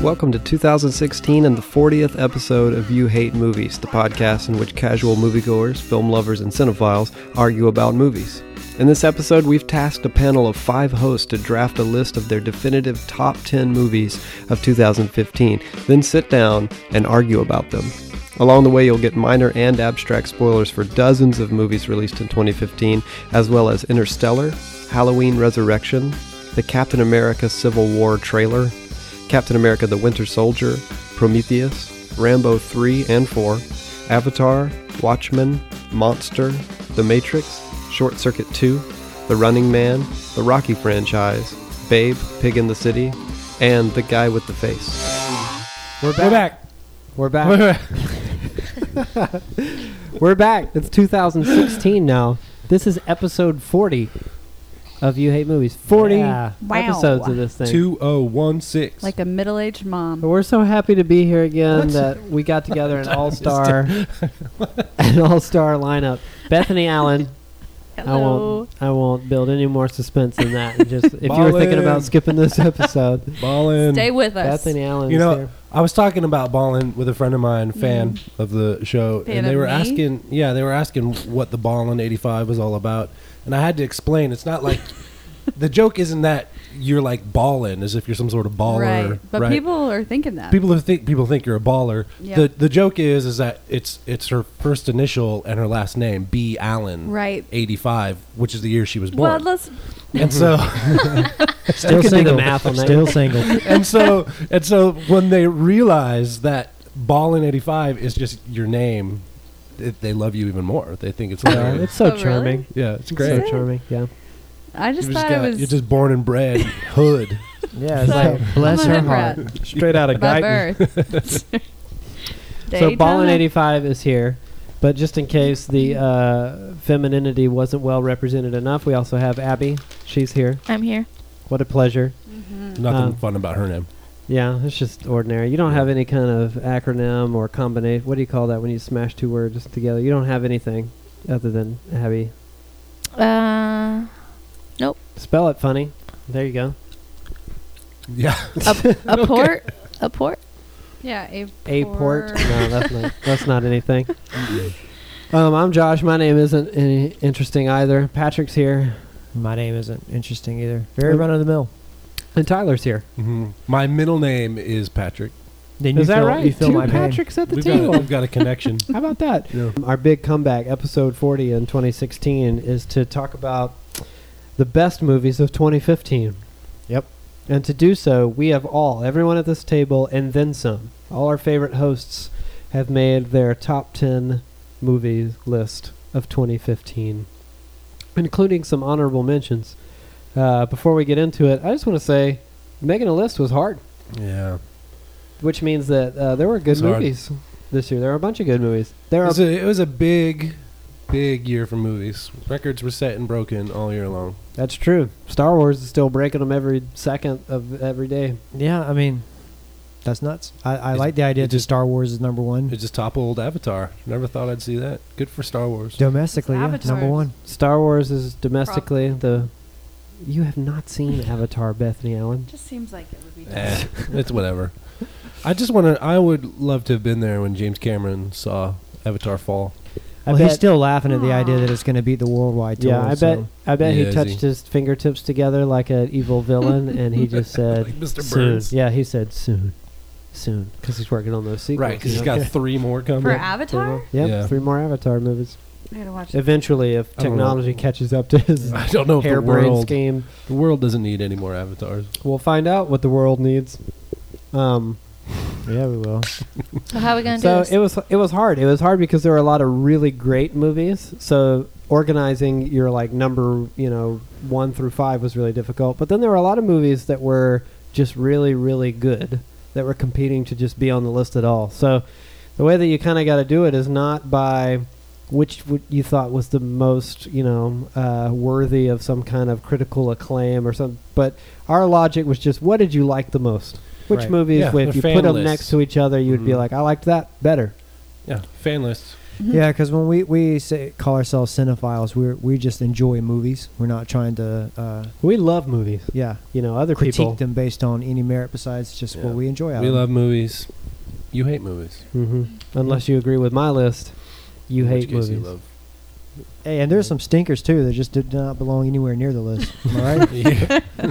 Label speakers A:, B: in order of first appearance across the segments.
A: Welcome to 2016 and the 40th episode of You Hate Movies, the podcast in which casual moviegoers, film lovers, and cinephiles argue about movies. In this episode, we've tasked a panel of five hosts to draft a list of their definitive top 10 movies of 2015, then sit down and argue about them. Along the way, you'll get minor and abstract spoilers for dozens of movies released in 2015, as well as Interstellar, Halloween Resurrection, the Captain America Civil War trailer, Captain America the Winter Soldier, Prometheus, Rambo 3 and 4, Avatar, Watchmen, Monster, The Matrix, Short Circuit 2, The Running Man, The Rocky franchise, Babe, Pig in the City, and The Guy with the Face.
B: We're back.
C: We're back.
B: We're back. We're back. It's 2016 now. This is episode 40 of You Hate Movies. 40
C: Yeah.
D: Wow.
B: episodes of this thing.
C: 2016.
D: Like a middle aged mom.
B: But we're so happy to be here again
C: What's-
B: that we got together an all-star an all-star lineup. Bethany Allen. I
D: Hello.
B: won't I won't build any more suspense than that. And Just if you were thinking
C: Ballin'.
B: about skipping this episode,
C: Ballin.
D: Stay with us. Mm-hmm.
B: Bethany Allen
C: You
B: is
C: know,
B: here.
C: I was talking about ballin with a friend of mine, fan of the show,
D: Fan
C: and they
D: of
C: were
D: me?
C: asking, yeah, they were asking what the ballin 85 was all about, and I had to explain. It's not like the joke isn't that you're like ballin as if you're some sort of baller,
D: Right. But people are thinking that.
C: people who think people think you're a baller.
D: Yeah.
C: The the joke is is that it's it's her first initial and her last name, B Allen,
D: Right.
C: 85, which is the year she was born.
D: well, let's.
C: and so
B: Still
C: can do the
B: single. math on that.
E: Still single.
C: Mm-hmm. and so and so when they realize that Ballin eighty five is just your name, th- they love you even more. They think it's
B: Yeah,
C: hilarious.
B: it's so
D: Oh, really?
B: charming.
C: yeah, it's
B: So
C: great.
B: charming. Yeah.
D: I just
C: You're
D: thought
C: just,
D: it
C: got-
D: was.
C: you're just born and bred hood.
E: Yeah, it's
D: Sorry.
E: like bless
D: I'm a
E: her
D: hood
E: heart.
D: rat
E: Straight out of
D: by
E: Guyton.
D: birth.
B: So Ballin'
D: Daytime.
B: 85 is here, but just in case the uh, femininity wasn't well represented enough, we also have Abby. She's here.
F: I'm here.
B: What a pleasure.
D: Mm-hmm.
C: Nothing
B: Um,
C: fun about her name.
B: Yeah, it's just ordinary. You don't have any kind of acronym or combination. What do you call that when you smash two words together? You don't have anything other than Abby.
F: Uh,
B: Spell it funny. There you go.
C: Yeah,
F: a port. A port.
D: Yeah, a,
B: A
D: port.
B: port. No, that's not. That's not anything. Um, I'm Josh. My name isn't any interesting either. Patrick's here,
E: My name isn't interesting either. Very
B: Mm.
E: run of the mill.
B: and Tyler's here.
C: Mhm. my middle name is Patrick.
E: Then
B: Is
E: you
B: that
E: feel,
B: right?
E: You feel
B: Two
E: my pain.
B: Patricks at the
C: We've got, a,
B: table.
C: we've got a connection.
B: How about that?
C: Yeah.
B: Our big comeback, episode 40 in 2016, is to talk about the best movies of 2015.
E: Yep.
B: And to do so, we have all, everyone at this table, and then some, all our favorite hosts have made their top 10 movies list of 2015, including some honorable mentions. Uh, before we get into it, I just want to say making a list was hard,
C: Yeah,
B: which means that uh, there were good
C: It's hard.
B: movies this year. There were a bunch of good movies. There
C: it
B: are
C: was, a, it was a big, big year for movies. Records were set and broken all year long.
B: That's true. Star Wars is still breaking them every second of every day.
E: Yeah, I mean, that's nuts. I, I
C: It's-
E: like the idea
C: it
E: that Star Wars is number one
C: It just toppled Avatar. Never thought I'd see that. Good for Star Wars.
E: domestically.
D: It's
E: Yeah, number
D: avatars.
E: one.
B: Star Wars is domestically the. You have not seen Avatar, Bethany Allen.
D: Just seems like it would be. done.
C: Eh, it's whatever. I just want to. I would love to have been there when James Cameron saw Avatar fall.
E: well, he's
B: bet-
E: still laughing at the idea
D: Aw.
E: that it's going to beat the worldwide tour.
B: Yeah, I bet.
E: so-
B: I bet
C: Yeah,
B: he
C: is
B: touched
C: he?
B: his fingertips together like an evil villain, and he just said,
C: Like Mr.
B: "Soon."
C: Burns.
B: Yeah, he said soon, soon, because he's working on those sequels.
C: Right, because
B: you
C: he's
B: know?
C: got three more coming.
D: For
B: Three
D: Avatar?
B: more- Yep,
C: Yeah.
B: three more Avatar movies.
D: I gotta watch it.
B: Eventually, if
C: I don't know.
B: technology catches up to his
C: I don't know if the
B: harebrained
C: world.
B: scheme,
C: The world doesn't need any more avatars.
B: we'll find out what the world needs. Um,
E: yeah, we will.
F: So how are we gonna do
B: so
F: this?
B: it was it was hard. It was hard because there were a lot of really great movies. So organizing your like number, you know, one through five was really difficult. But then there were a lot of movies that were just really really good that were competing to just be on the list at all. So the way that you kind of got to do it is not by which w- you thought was the most you know uh, worthy of some kind of critical acclaim or something. But our logic was just what did you like the most. Which
E: Right.
B: movies,
C: Yeah,
B: if
C: the
B: you
C: fan
B: put them
C: lists.
B: Mm-hmm. next to each other, you'd be
C: Mhm.
B: like, "I liked that better."
C: Yeah, fan lists.
E: Yeah, because when we we say, call ourselves cinephiles, we we just enjoy movies. We're not trying to, uh,
B: We love movies.
E: yeah,
B: You know, other
E: critique
B: people.
E: them based on any merit besides just
C: Yeah.
E: what we enjoy. Out
C: We
E: of them.
C: love movies. You hate movies.
B: hmm Unless you agree with my list, you
C: In which
B: hate
C: case
B: movies.
C: You love.
E: Hey, and there's some stinkers too that just did not belong anywhere near the list. Am I right?
C: Yeah.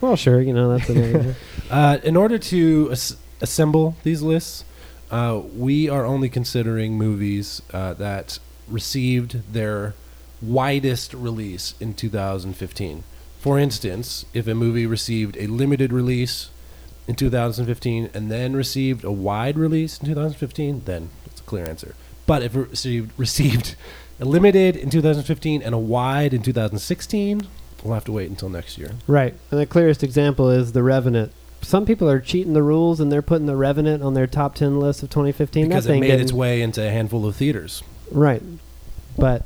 B: Well, sure, you know that's an area.
C: uh, in order to as- assemble these lists, uh, we are only considering movies uh, that received their widest release in 2015. For instance, if a movie received a limited release in 2015 and then received a wide release in 2015, then it's a clear answer. But if it received received a limited in 2015 and a wide in 2016, we'll have to wait until next year.
B: right, and the clearest example is The Revenant. Some people are cheating the rules and they're putting The Revenant on their top ten list of 2015.
C: because
B: that
C: it
B: thing
C: made
B: didn't,
C: its way into a handful of theaters.
B: right, but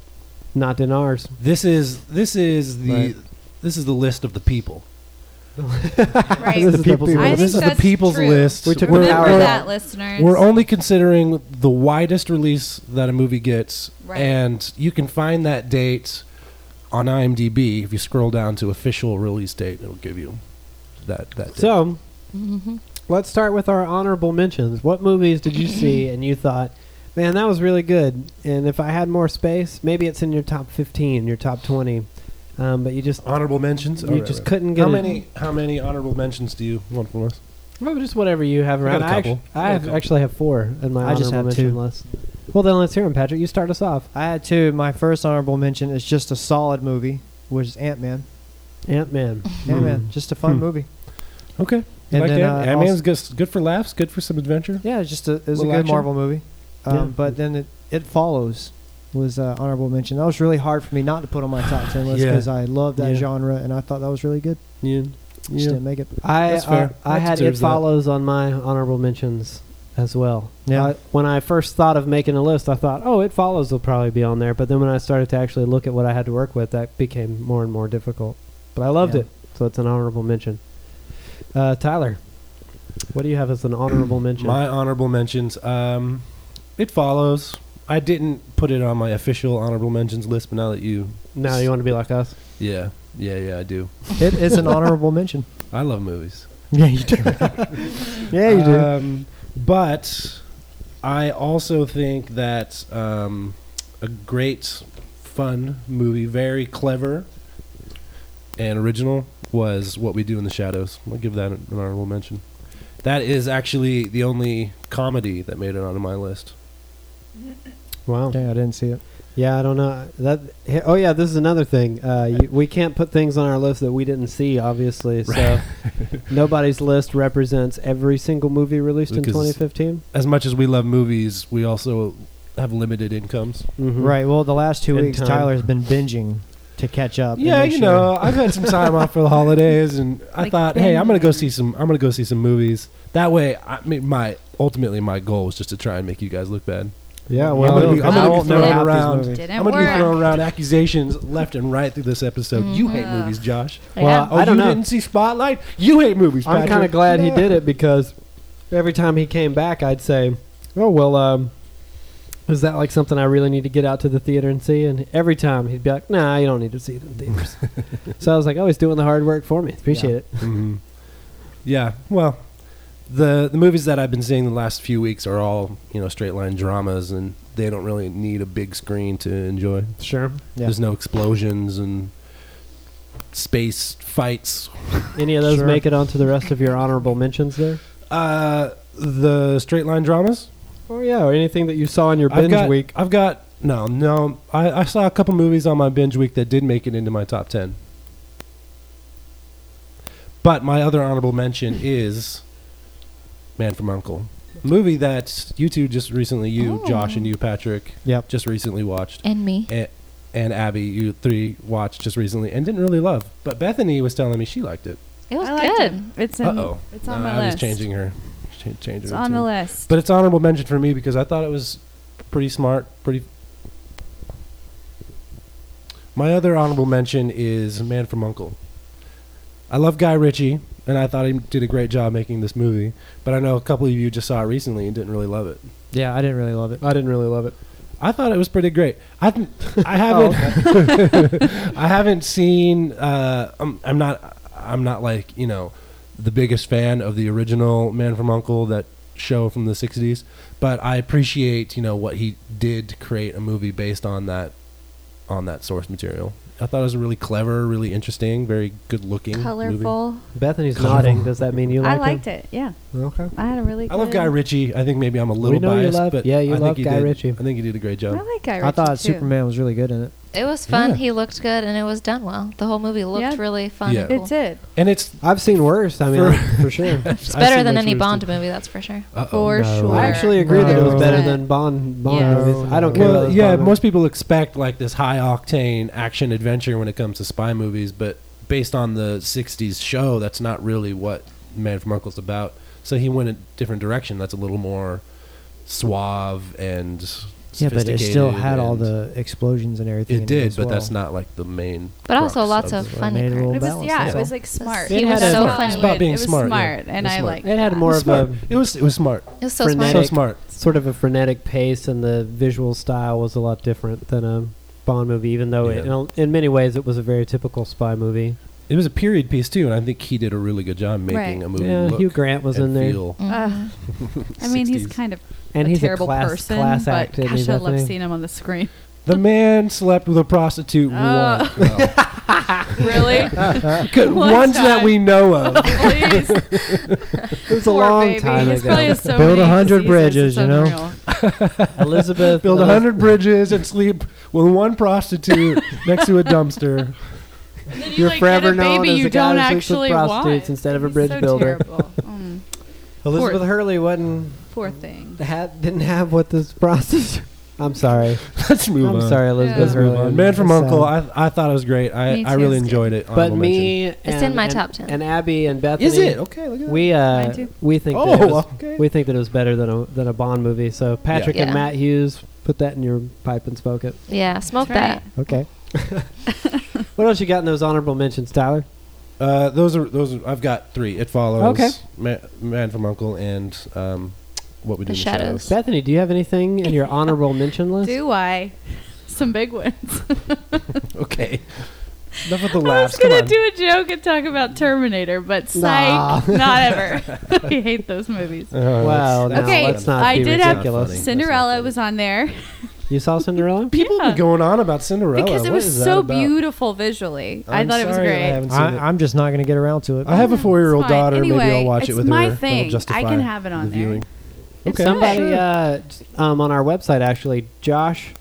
B: not in ours.
C: This is this is the
B: Right.
C: this is the list of the people.
D: Right.
B: This is the people's
D: I
B: list.
D: think
C: this is the
D: that's
C: people's
D: true.
C: list.
B: We took
C: we're,
B: an hour
D: Remember
C: we're-
D: that, listeners.
C: we're only considering the widest release that a movie gets,
D: Right.
C: and you can find that date on IMDb. If you scroll down to official release date, it'll give you that that. Date.
B: So, Mm-hmm. let's start with our honorable mentions. What movies did you see and you thought, man, that was really good? And if I had more space, maybe it's in your top 15, your top 20. Um, but you just
C: honorable mentions.
E: Oh,
B: you
C: All right,
B: just
C: right.
B: couldn't get
C: How
B: it.
C: many how many honorable mentions do you want from us?
B: Well, just whatever you have
C: I got
B: around.
C: a
B: I,
C: couple.
B: actu- I
C: I got a
B: have,
C: couple.
B: actually have four in my
E: I just
B: honorable
E: have
B: mention
E: two.
B: list. Well, then let's hear them, Patrick. You start us off.
E: I had two. My first honorable mention is just a solid movie, which is Ant Man.
B: Ant Man.
E: Ant Man, just a fun
B: Hmm.
E: movie.
C: Okay.
E: And
C: like
E: then,
C: that?
E: uh,
C: I mean,
E: also-
C: it's good, good for laughs, good for some adventure.
E: Yeah, it's just a, it was a
C: Little
E: good
C: action.
E: Marvel movie. Um,
B: Yeah.
E: But then it, it follows was uh, honorable mention. That was really hard for me not to put on my top ten list
C: Yeah.
E: because I love that
B: Yeah.
E: genre and I thought that was really good.
C: Yeah.
E: Just didn't make it.
B: I
C: That's
B: uh,
C: fair.
B: I
C: That
B: had it
C: deserves that.
B: follows on my honorable mentions as well.
E: Yeah.
B: I- when I first thought of making a list, I thought, oh, it follows will probably be on there. But then when I started to actually look at what I had to work with, that became more and more difficult. But I loved
E: Yeah.
B: it, so it's an honorable mention. Uh, Tyler, what do you have as an honorable mention?
C: My honorable mentions. Um, it follows. I didn't put it on my official honorable mentions list, but now that you,
B: now you want to be like us?
C: yeah, yeah, yeah, I do.
E: it it's an honorable mention.
C: I love movies.
E: Yeah, you do. yeah, you
B: Uh,
E: do.
C: Um, but I also think that um, a great, fun movie, very clever and original, was What We Do in the Shadows. I'll give that an honorable mention. That is actually the only comedy that made it onto my list.
B: Wow.
E: Dang, I didn't see it.
B: Yeah, I don't know that. he- Oh yeah, this is another thing. Uh, you, we can't put things on our list that we didn't see, obviously. So nobody's list represents every single movie released in
C: Because-
B: 2015.
C: as much as we love movies, we also have limited incomes.
B: Mm-hmm.
E: Right. Well, the last two
B: In
E: weeks,
B: time.
E: Tyler's been binging to catch up. and
C: Yeah,
E: make
C: you
E: sure-
C: know, I've had some time off for the holidays, and I
F: Like
C: thought, hey, I'm gonna go see some. I'm gonna go see some movies. That way, I mean, my ultimately my goal is just to try and make you guys look bad.
B: Yeah.
E: well,
B: Oh, Well,
E: I'm gonna be-
B: it'll-
E: I'm gonna
C: I
E: be
C: won't
E: throwing
C: know how
E: out
C: round.
E: these movies.
F: Didn't
C: I'm gonna
F: work.
C: be throwing around accusations left and right through this episode. You hate
F: Mhm.
C: movies, Josh.
B: Well,
C: Oh,
B: I don't
C: you
B: know.
C: didn't see Spotlight. You hate movies.
B: I'm kind of
C: Patrick.
B: glad he
C: Yeah.
B: did it because every time he came back, I'd say, "Oh well, um, is that like something I really need to get out to the theater and see?" And every time he'd be like, "Nah, you don't need to see it in theaters." so I was like, "Oh, he's doing the hard work for me. Appreciate it."
E: Yeah.
C: Mhm. Yeah. Well, the the movies that I've been seeing the last few weeks are all you know straight line dramas, and they don't really need a big screen to enjoy.
B: Sure.
E: Yeah.
C: There's no explosions and space fights.
B: Any of those
E: Sure.
B: make it onto the rest of your honorable mentions there?
C: Uh, the straight line dramas.
B: Oh yeah, or anything that you saw in your binge
C: I've got,
B: week.
C: I've got no, no. I, I saw a couple movies on my binge week that did make it into my top ten. But my other honorable mention is Man from Uncle, a movie that you two just recently, you
F: Oh.
C: Josh and you Patrick,
E: Yep.
C: just recently watched,
F: And me.
C: and, and Abby, you three watched just recently and didn't really love. But Bethany was telling me she liked it.
F: It was
D: I liked
F: good.
D: it. It's
C: Uh
D: in,
C: oh,
D: it's on my
C: I was
D: list.
C: changing her, cha- changing
D: It's
C: her
D: on
C: too.
D: the list.
C: But it's honorable mention for me because I thought it was pretty smart, pretty. My other honorable mention is Man from Uncle. I love Guy Ritchie, and I thought he did a great job making this movie. But I know a couple of you just saw it recently and didn't really love it.
E: Yeah, I didn't really love it.
B: I didn't really love it.
C: I thought it was pretty great. I th- I
B: Oh,
C: haven't I haven't seen. Uh, I'm, I'm not I'm not like you know the biggest fan of the original Man from Uncle that show from the '60s, but I appreciate you know what he did to create a movie based on that on that source material. I thought it was a really clever, really interesting, very good looking,
F: Colorful.
B: Bethany's
C: Colorful.
B: nodding. Does that mean you like
D: I liked it. Yeah,
B: Okay.
D: I had a really.
C: I love
D: good-
C: Guy Ritchie. I think maybe I'm a little
B: know you
C: biased,
B: love-
C: but
B: yeah, you
C: I
B: love
C: think he
B: Guy
C: did-
B: Ritchie.
C: I think he did a great job.
D: I like Guy Ritchie
E: I thought
D: too.
E: Superman was really good in it.
F: It was fun.
C: Yeah.
F: He looked good, and it was done well. The whole movie looked
D: Yeah.
F: really fun.
C: Yeah.
F: And cool.
D: It did.
C: And it's
B: I've seen worse. I mean, for sure.
F: It's better than any Bond movie, that's for sure.
C: Uh-oh.
F: For
B: Oh, No.
F: sure.
B: I actually agree that it was
E: No.
B: better than Bond. Bond
F: Yeah.
B: movies. I don't care. about
C: Well,
B: those
C: yeah,
B: Bond
C: most people expect like this high octane action adventure when it comes to spy movies, but based on the '60s show, that's not really what Man from Uncle's about. So he went a different direction. That's a little more suave and
E: Yeah, but it still
C: sophisticated
E: had all
C: and-
E: the explosions and everything. in
C: It did,
E: as
C: but that's
E: well.
C: not like the main.
F: But also
C: crux
F: lots of
E: it.
F: funny
E: Made a
F: parts.
E: little
D: It was
E: balance,
D: yeah.
E: that's
D: It
E: all.
D: was like smart.
F: He
B: It
F: was
B: had a-
F: so
B: It's
F: funny.
C: It's about being
D: it was
C: smart, yeah.
D: smart, and
C: It was
D: I
C: smart.
D: liked.
B: It had
D: that.
B: more of
C: smart.
B: a
C: It was it was smart.
F: It was so
B: Frenetic.
C: So
F: smart.
C: smart.
B: sort of a frenetic pace, and the visual style was a lot different than a Bond movie. Even though it,
C: Yeah.
B: in, in many ways, it was a very typical spy movie.
C: It was a period piece too, and I think he did a really good job making
D: Right.
C: a movie
B: yeah,
C: look
B: Hugh Grant was
C: and
B: in there,
C: feel
F: Mm-hmm.
D: Ugh. I mean, he's
C: 60s.
D: kind of
B: and
D: a
B: he's a
D: terrible
B: class
D: person,
B: class
D: but
B: act. isn't he,
D: gosh, I love
B: Bethany?
D: seeing him on the screen.
C: The man slept with a prostitute
D: Oh.
C: once. Well,
D: really?
C: good-
D: One
C: ones that
D: time.
C: we know of.
D: Please.
B: It was a
D: Poor
B: long
D: baby.
B: time
D: He's probably
B: ago.
D: has so
E: Build
D: many
E: a hundred
D: diseases,
E: bridges,
D: it's
E: you know?
D: unreal.
B: Elizabeth uh,
C: Build a
B: Elis-
C: hundred bridges and sleep with one prostitute next to a dumpster.
D: And then you,
B: You're
D: like,
B: forever
D: get a
B: known
D: baby
B: as
D: you
B: the guy
D: don't
B: who sleeps with
D: actually
B: prostitutes
D: want.
B: instead of a
D: He's
B: bridge
D: so
B: builder.
D: terrible. Mm,
B: Elizabeth
D: Poor-
B: Hurley wasn't
D: poor thing.
B: had, didn't have what this prostitute. I'm sorry.
C: Let's move
B: I'm
C: on.
B: sorry, Elizabeth
D: Let's
B: Hurley.
C: Move on. Man from
B: That's
C: Uncle.
B: sad.
C: I, I thought it was great. I,
D: Me
C: I
D: too,
C: really
D: it's good.
C: enjoyed it.
B: but
C: Honorable mention.
B: me,
F: in
B: and-
F: my
B: and-
F: top 10.
B: and Abby and Bethany.
C: is it okay? Look at that.
B: We
D: Mine
B: uh,
D: too.
B: we think that it
C: oh,
B: was,
C: okay.
B: we think that it was better than a than a Bond movie. So Patrick and
F: Yeah.
B: Matt Hughes put that in your pipe and smoke it.
F: Yeah, smoke
D: That's
F: that.
D: right.
E: Okay.
B: What else you got in those honorable mentions, Tyler?
C: Uh, those are those. Are, I've got three. It follows.
B: Okay.
C: Man, Man from Uncle and um, what we do
F: The
C: in the
F: Shadows.
C: shadows.
B: Bethany, do you have anything in your honorable mention list?
D: Do I? Some big ones.
C: Okay. Enough of the
D: I
C: laughs.
D: was gonna
C: Come on.
D: do a joke and talk about Terminator, but psych, not ever. I hate those movies.
C: Uh,
B: Wow,
C: that's-
B: now
D: Okay,
B: let's not
D: I
B: be
D: did have-
B: ridiculous.
C: That's not funny.
D: Cinderella was on there
B: You saw Cinderella?
C: People
D: Yeah.
C: be going on about Cinderella
D: because it
C: What is
D: was
C: that
D: so
C: about?
D: beautiful visually. i
C: I'm
D: thought it was
C: sorry I
D: great.
C: haven't seen
E: I,
C: it.
E: I'm just not going to get around to it.
C: I have a
D: Yeah,
C: four-year-old
D: it's fine.
C: daughter. Maybe I'll
D: Anyway,
C: watch it
D: it's
C: with
D: my
C: her. That'll
D: thing. I
C: justify
D: can have it on
C: the
D: there.
C: viewing.
D: It's
B: Okay.
D: good.
B: Somebody uh, j- um, on our website actually, Josh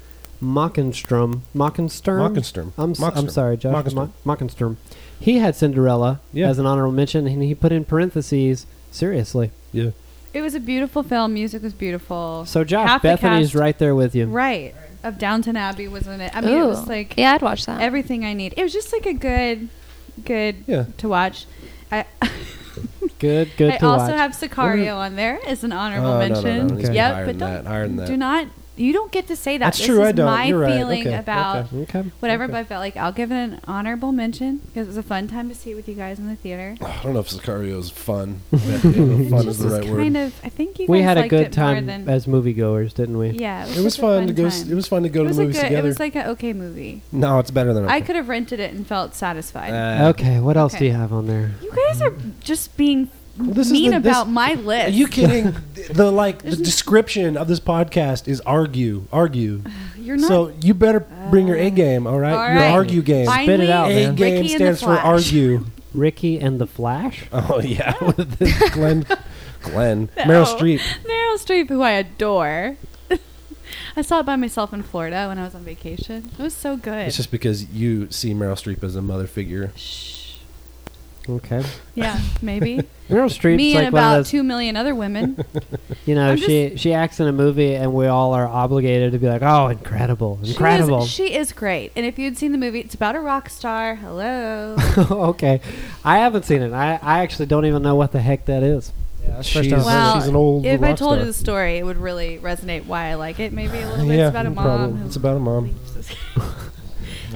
B: Mockenstrom, Mockenstern.
C: Mockenstern.
B: I'm, s- I'm
C: Mockstrom.
B: sorry, Josh
C: Mockenstern.
B: Mockenstern. Mockenstern. He had Cinderella
C: Yeah.
B: as an honorable mention, and he put in parentheses. Seriously.
C: Yeah.
D: It was a beautiful film. Music was beautiful.
B: So Josh,
D: Half the
B: Bethany's
D: cast-
B: right there with you.
D: right of Downton Abbey was in it. I mean, it was
F: Ooh.
D: like
F: yeah, I'd
C: Oh.
F: watch that.
D: everything I need. It was just like a good, good
C: Yeah.
D: to watch. I
B: Good, good
D: I
B: to
D: also
B: watch.
D: have Sicario on there as an honorable
C: Mm-hmm. Oh, no, no, no,
D: mention.
C: no, it's
E: Okay.
D: Yep,
C: higher than
D: but don't
C: that, higher than that.
D: do not. You don't get to say that.
C: That's
D: This
C: true, I
D: is
C: don't.
D: My
C: You're right.
D: feeling
C: Okay,
D: about
C: okay.
B: okay.
D: whatever,
C: Okay.
D: but I felt like I'll give it an honorable mention because it was a fun time to see it with you guys in the theater.
C: I don't know if Sicario's fun. I don't know if
D: It
C: fun is
D: just
C: the
D: was
C: right
D: kind
C: word.
D: of. I think you.
B: We
D: guys
B: had a
D: liked
B: good
D: it more
B: time
D: Than,
B: as moviegood than we.
D: yeah, it was,
C: It was
D: just a
C: fun to go. s-
D: Time.
C: It was fun to go to
D: It
C: the
D: was a
C: movies
D: good. It
C: together.
D: was like an okay movie.
C: No, it's better than.
D: I
C: okay.
D: could have rented it and felt satisfied.
C: Uh,
B: Okay, what else do
D: Okay.
B: you have on there?
D: you guys are just being
C: this is
D: mean
C: the- this-
D: about my
C: Are
D: list.
C: you kidding? The- the like the description of this podcast is argue, argue.
D: You're not. Uh,
C: so you better bring your A game, all right?
D: All
C: Your
D: right.
C: argue game.
D: Finally,
E: it out,
C: A
E: man.
C: game
D: Ricky and the
C: stands for
D: Flash.
C: argue.
B: Ricky and the Flash?
C: Oh yeah, with the Glenn, Glenn, Meryl
D: No.
C: Streep.
D: Meryl Streep, who I adore. I saw it by myself in Florida when I was on vacation. It was so good.
C: It's just because you see Meryl Streep as a mother figure.
D: Shh.
B: Okay.
D: Yeah, maybe.
B: Meryl Streep's
D: Me
B: like
D: and
B: one of
D: about
B: those,
D: two million other women.
B: you know,
D: I'm
B: she she acts in a movie and we all are obligated to be like, "Oh, incredible.
D: She is-
B: Incredible."
D: She is, great. And if you'd seen the movie, it's about a rock star. Hello.
B: okay. I haven't seen it. I, I actually don't even know what the heck that is.
E: Yeah, that's
C: She's, uh,
E: first time.
D: Wow. Well,
C: she's an old
D: if I
C: rock
D: told
C: star.
D: you the story, it would really resonate why I like it. Maybe a little bit.
C: Yeah,
D: it's about a
C: no
D: mom.
C: problem.
D: who
C: It's about a mom.
D: leaves this-
C: All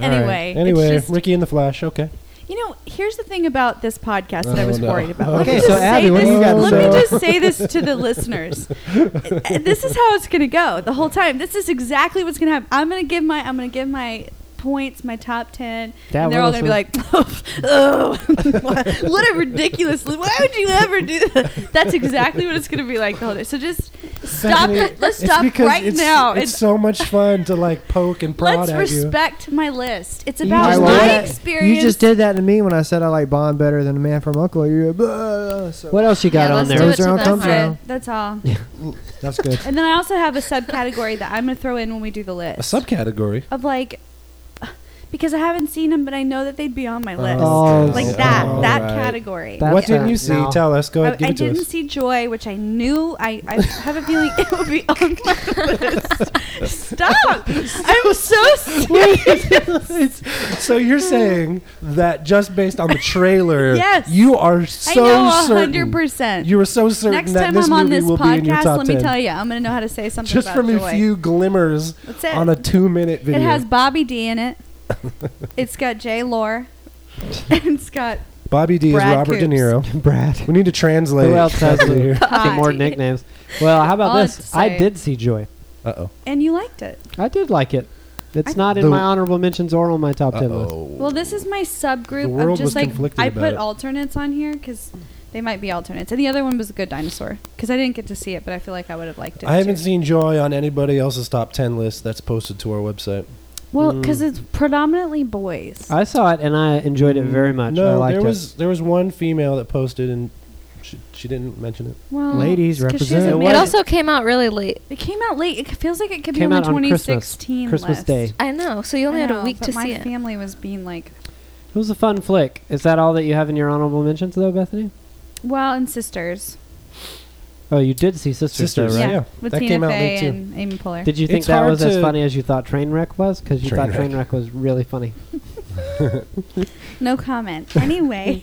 C: right.
D: anyway, it's
C: anyway,
D: just-
C: Ricky and the Flash. Okay,
D: You know, here's the thing about this podcast that I
C: Oh,
D: was
C: no.
D: worried about. let
E: Okay,
D: me
E: so
D: just say
E: Abby, what do
D: this-
E: you got to
D: Let
E: say?
D: me just say this to the listeners. Uh, this is how it's going to go the whole time. This is exactly what's going to happen. I'm going to give my I'm going to give my points, my top ten,
B: That
D: and they're all
B: was
D: going to be
B: a-
D: like, oh, what, what a ridiculous! Why would you ever do that? That's exactly what it's going to be like the whole day. So just stop
C: Bethany,
D: it. Let's
C: it's
D: stop
C: because
D: right
C: it's-
D: now.
C: It's
D: and
C: so much fun to like poke and prod
D: Let's
C: at you.
D: respect my list. It's
B: You
D: about
B: just
D: my
B: did
E: that-
D: experience.
E: You just did that to me when I said I like Bond better than a man from Uncle. You're blah, so.
B: What else you got
F: Yeah,
B: on
F: let's do
B: there?
F: it
E: Those are
F: to them.
E: on thumbs
D: That's
E: down.
D: it. That's all.
E: That's good.
D: And then I also have a subcategory that I'm going to throw in when we do the list
C: A subcategory.
D: of like because I haven't seen them, but I know that they'd be on my list.
B: Oh,
D: like
B: okay.
D: that,
B: All
D: that
C: right.
D: category.
B: That's
C: what didn't
B: it.
C: you see?
B: No.
C: Tell us. Go
D: I,
C: ahead. give
D: I
C: it to
D: didn't
C: us.
D: see Joy, which I knew. I, I have a feeling it would be on my list. Stop! I'm so serious.
C: So you're saying that just based on the trailer,
D: Yes.
C: you are
D: I
C: so
D: know a hundred
C: certain.
D: percent.
C: You were so certain
D: Next
C: that
D: time
C: this
D: I'm on
C: movie
D: this
C: will be in your
D: podcast,
C: top
D: let me
C: 10.
D: tell you, I'm going to know how to say something
C: just
D: about
C: from
D: Joy.
C: a few glimmers
D: That's it.
C: on a two-minute video.
D: It has Bobby D in it. it's got Jay Lore. and it's got
C: Bobby D is
D: Brad
C: Robert De
D: Coops.
C: Niro.
B: Brad?
C: We need to translate.
B: Who else has
C: that
B: the
C: here.
B: some more
D: Bobby.
B: nicknames? Well, how about
D: All I'd
B: this? I
D: say-
B: did see Joy.
C: Uh-oh.
D: And you liked it.
B: I did like it. It's
D: I-
B: not in
C: The-
B: my honorable mentions or on my top ten list.
D: Well, this is my
C: The
D: subgroup
C: world
D: of
C: was
D: just like
C: conflicted
D: I
C: about
D: put
C: it.
D: alternates on here because they might be alternates. And the other one was a good dinosaur because I didn't get to see it, but I feel like I would have liked it.
C: I haven't
D: too.
C: seen Joy on anybody else's top 10 list that's posted to our website.
D: Well,
C: Hmm.
D: because it's predominantly boys.
B: I saw it and I enjoyed it very much. I
C: No,
B: liked
C: there
B: it.
C: was there was one female that posted and she, she didn't mention it.
D: well,
E: Ladies
D: it's 'cause she was
E: represent.
D: a
E: It
D: man.
F: It also came out really late.
D: it came out late. It feels like it could
B: Came
D: be on
B: out
D: the
B: on Christmas.
D: 2016
B: Christmas
D: list.
B: Day.
F: I know. So you only had a week to see
D: my
F: it.
D: family was being like,
B: It was a fun flick. Is that all that you have in your honorable mentions, though, Bethany?
D: well, and sisters.
B: Oh, you did see Sisters, though,
C: Sisters,
B: right?
C: Yeah,
D: Yeah, with
C: that
D: Tina
C: came out
D: Fey
C: late, too.
D: and Amy Poehler.
B: Did you think
C: It's
B: that
C: hard
B: was as
C: to-
B: funny as you thought Trainwreck was? Because you thought
C: Trainwreck.
B: Trainwreck was really funny.
D: no comment. Anyway,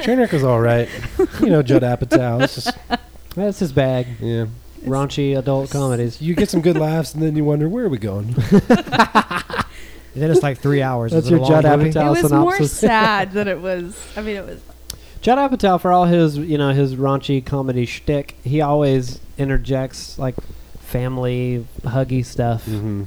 C: Trainwreck was all right. You know Judd Apatow. It's just,
B: That's his bag.
C: yeah.
B: Raunchy adult comedies.
C: You get some good laughs and then you wonder where are we going?
E: And then it's like three hours.
B: That's
E: Is it a
B: your Judd
E: long movie?
B: Apatow.
D: it was more
B: synopsis.
D: sad than it was. I mean, it was.
B: Judd Apatow, for all his you know his raunchy comedy shtick, he always interjects like family huggy stuff
C: Mm-hmm.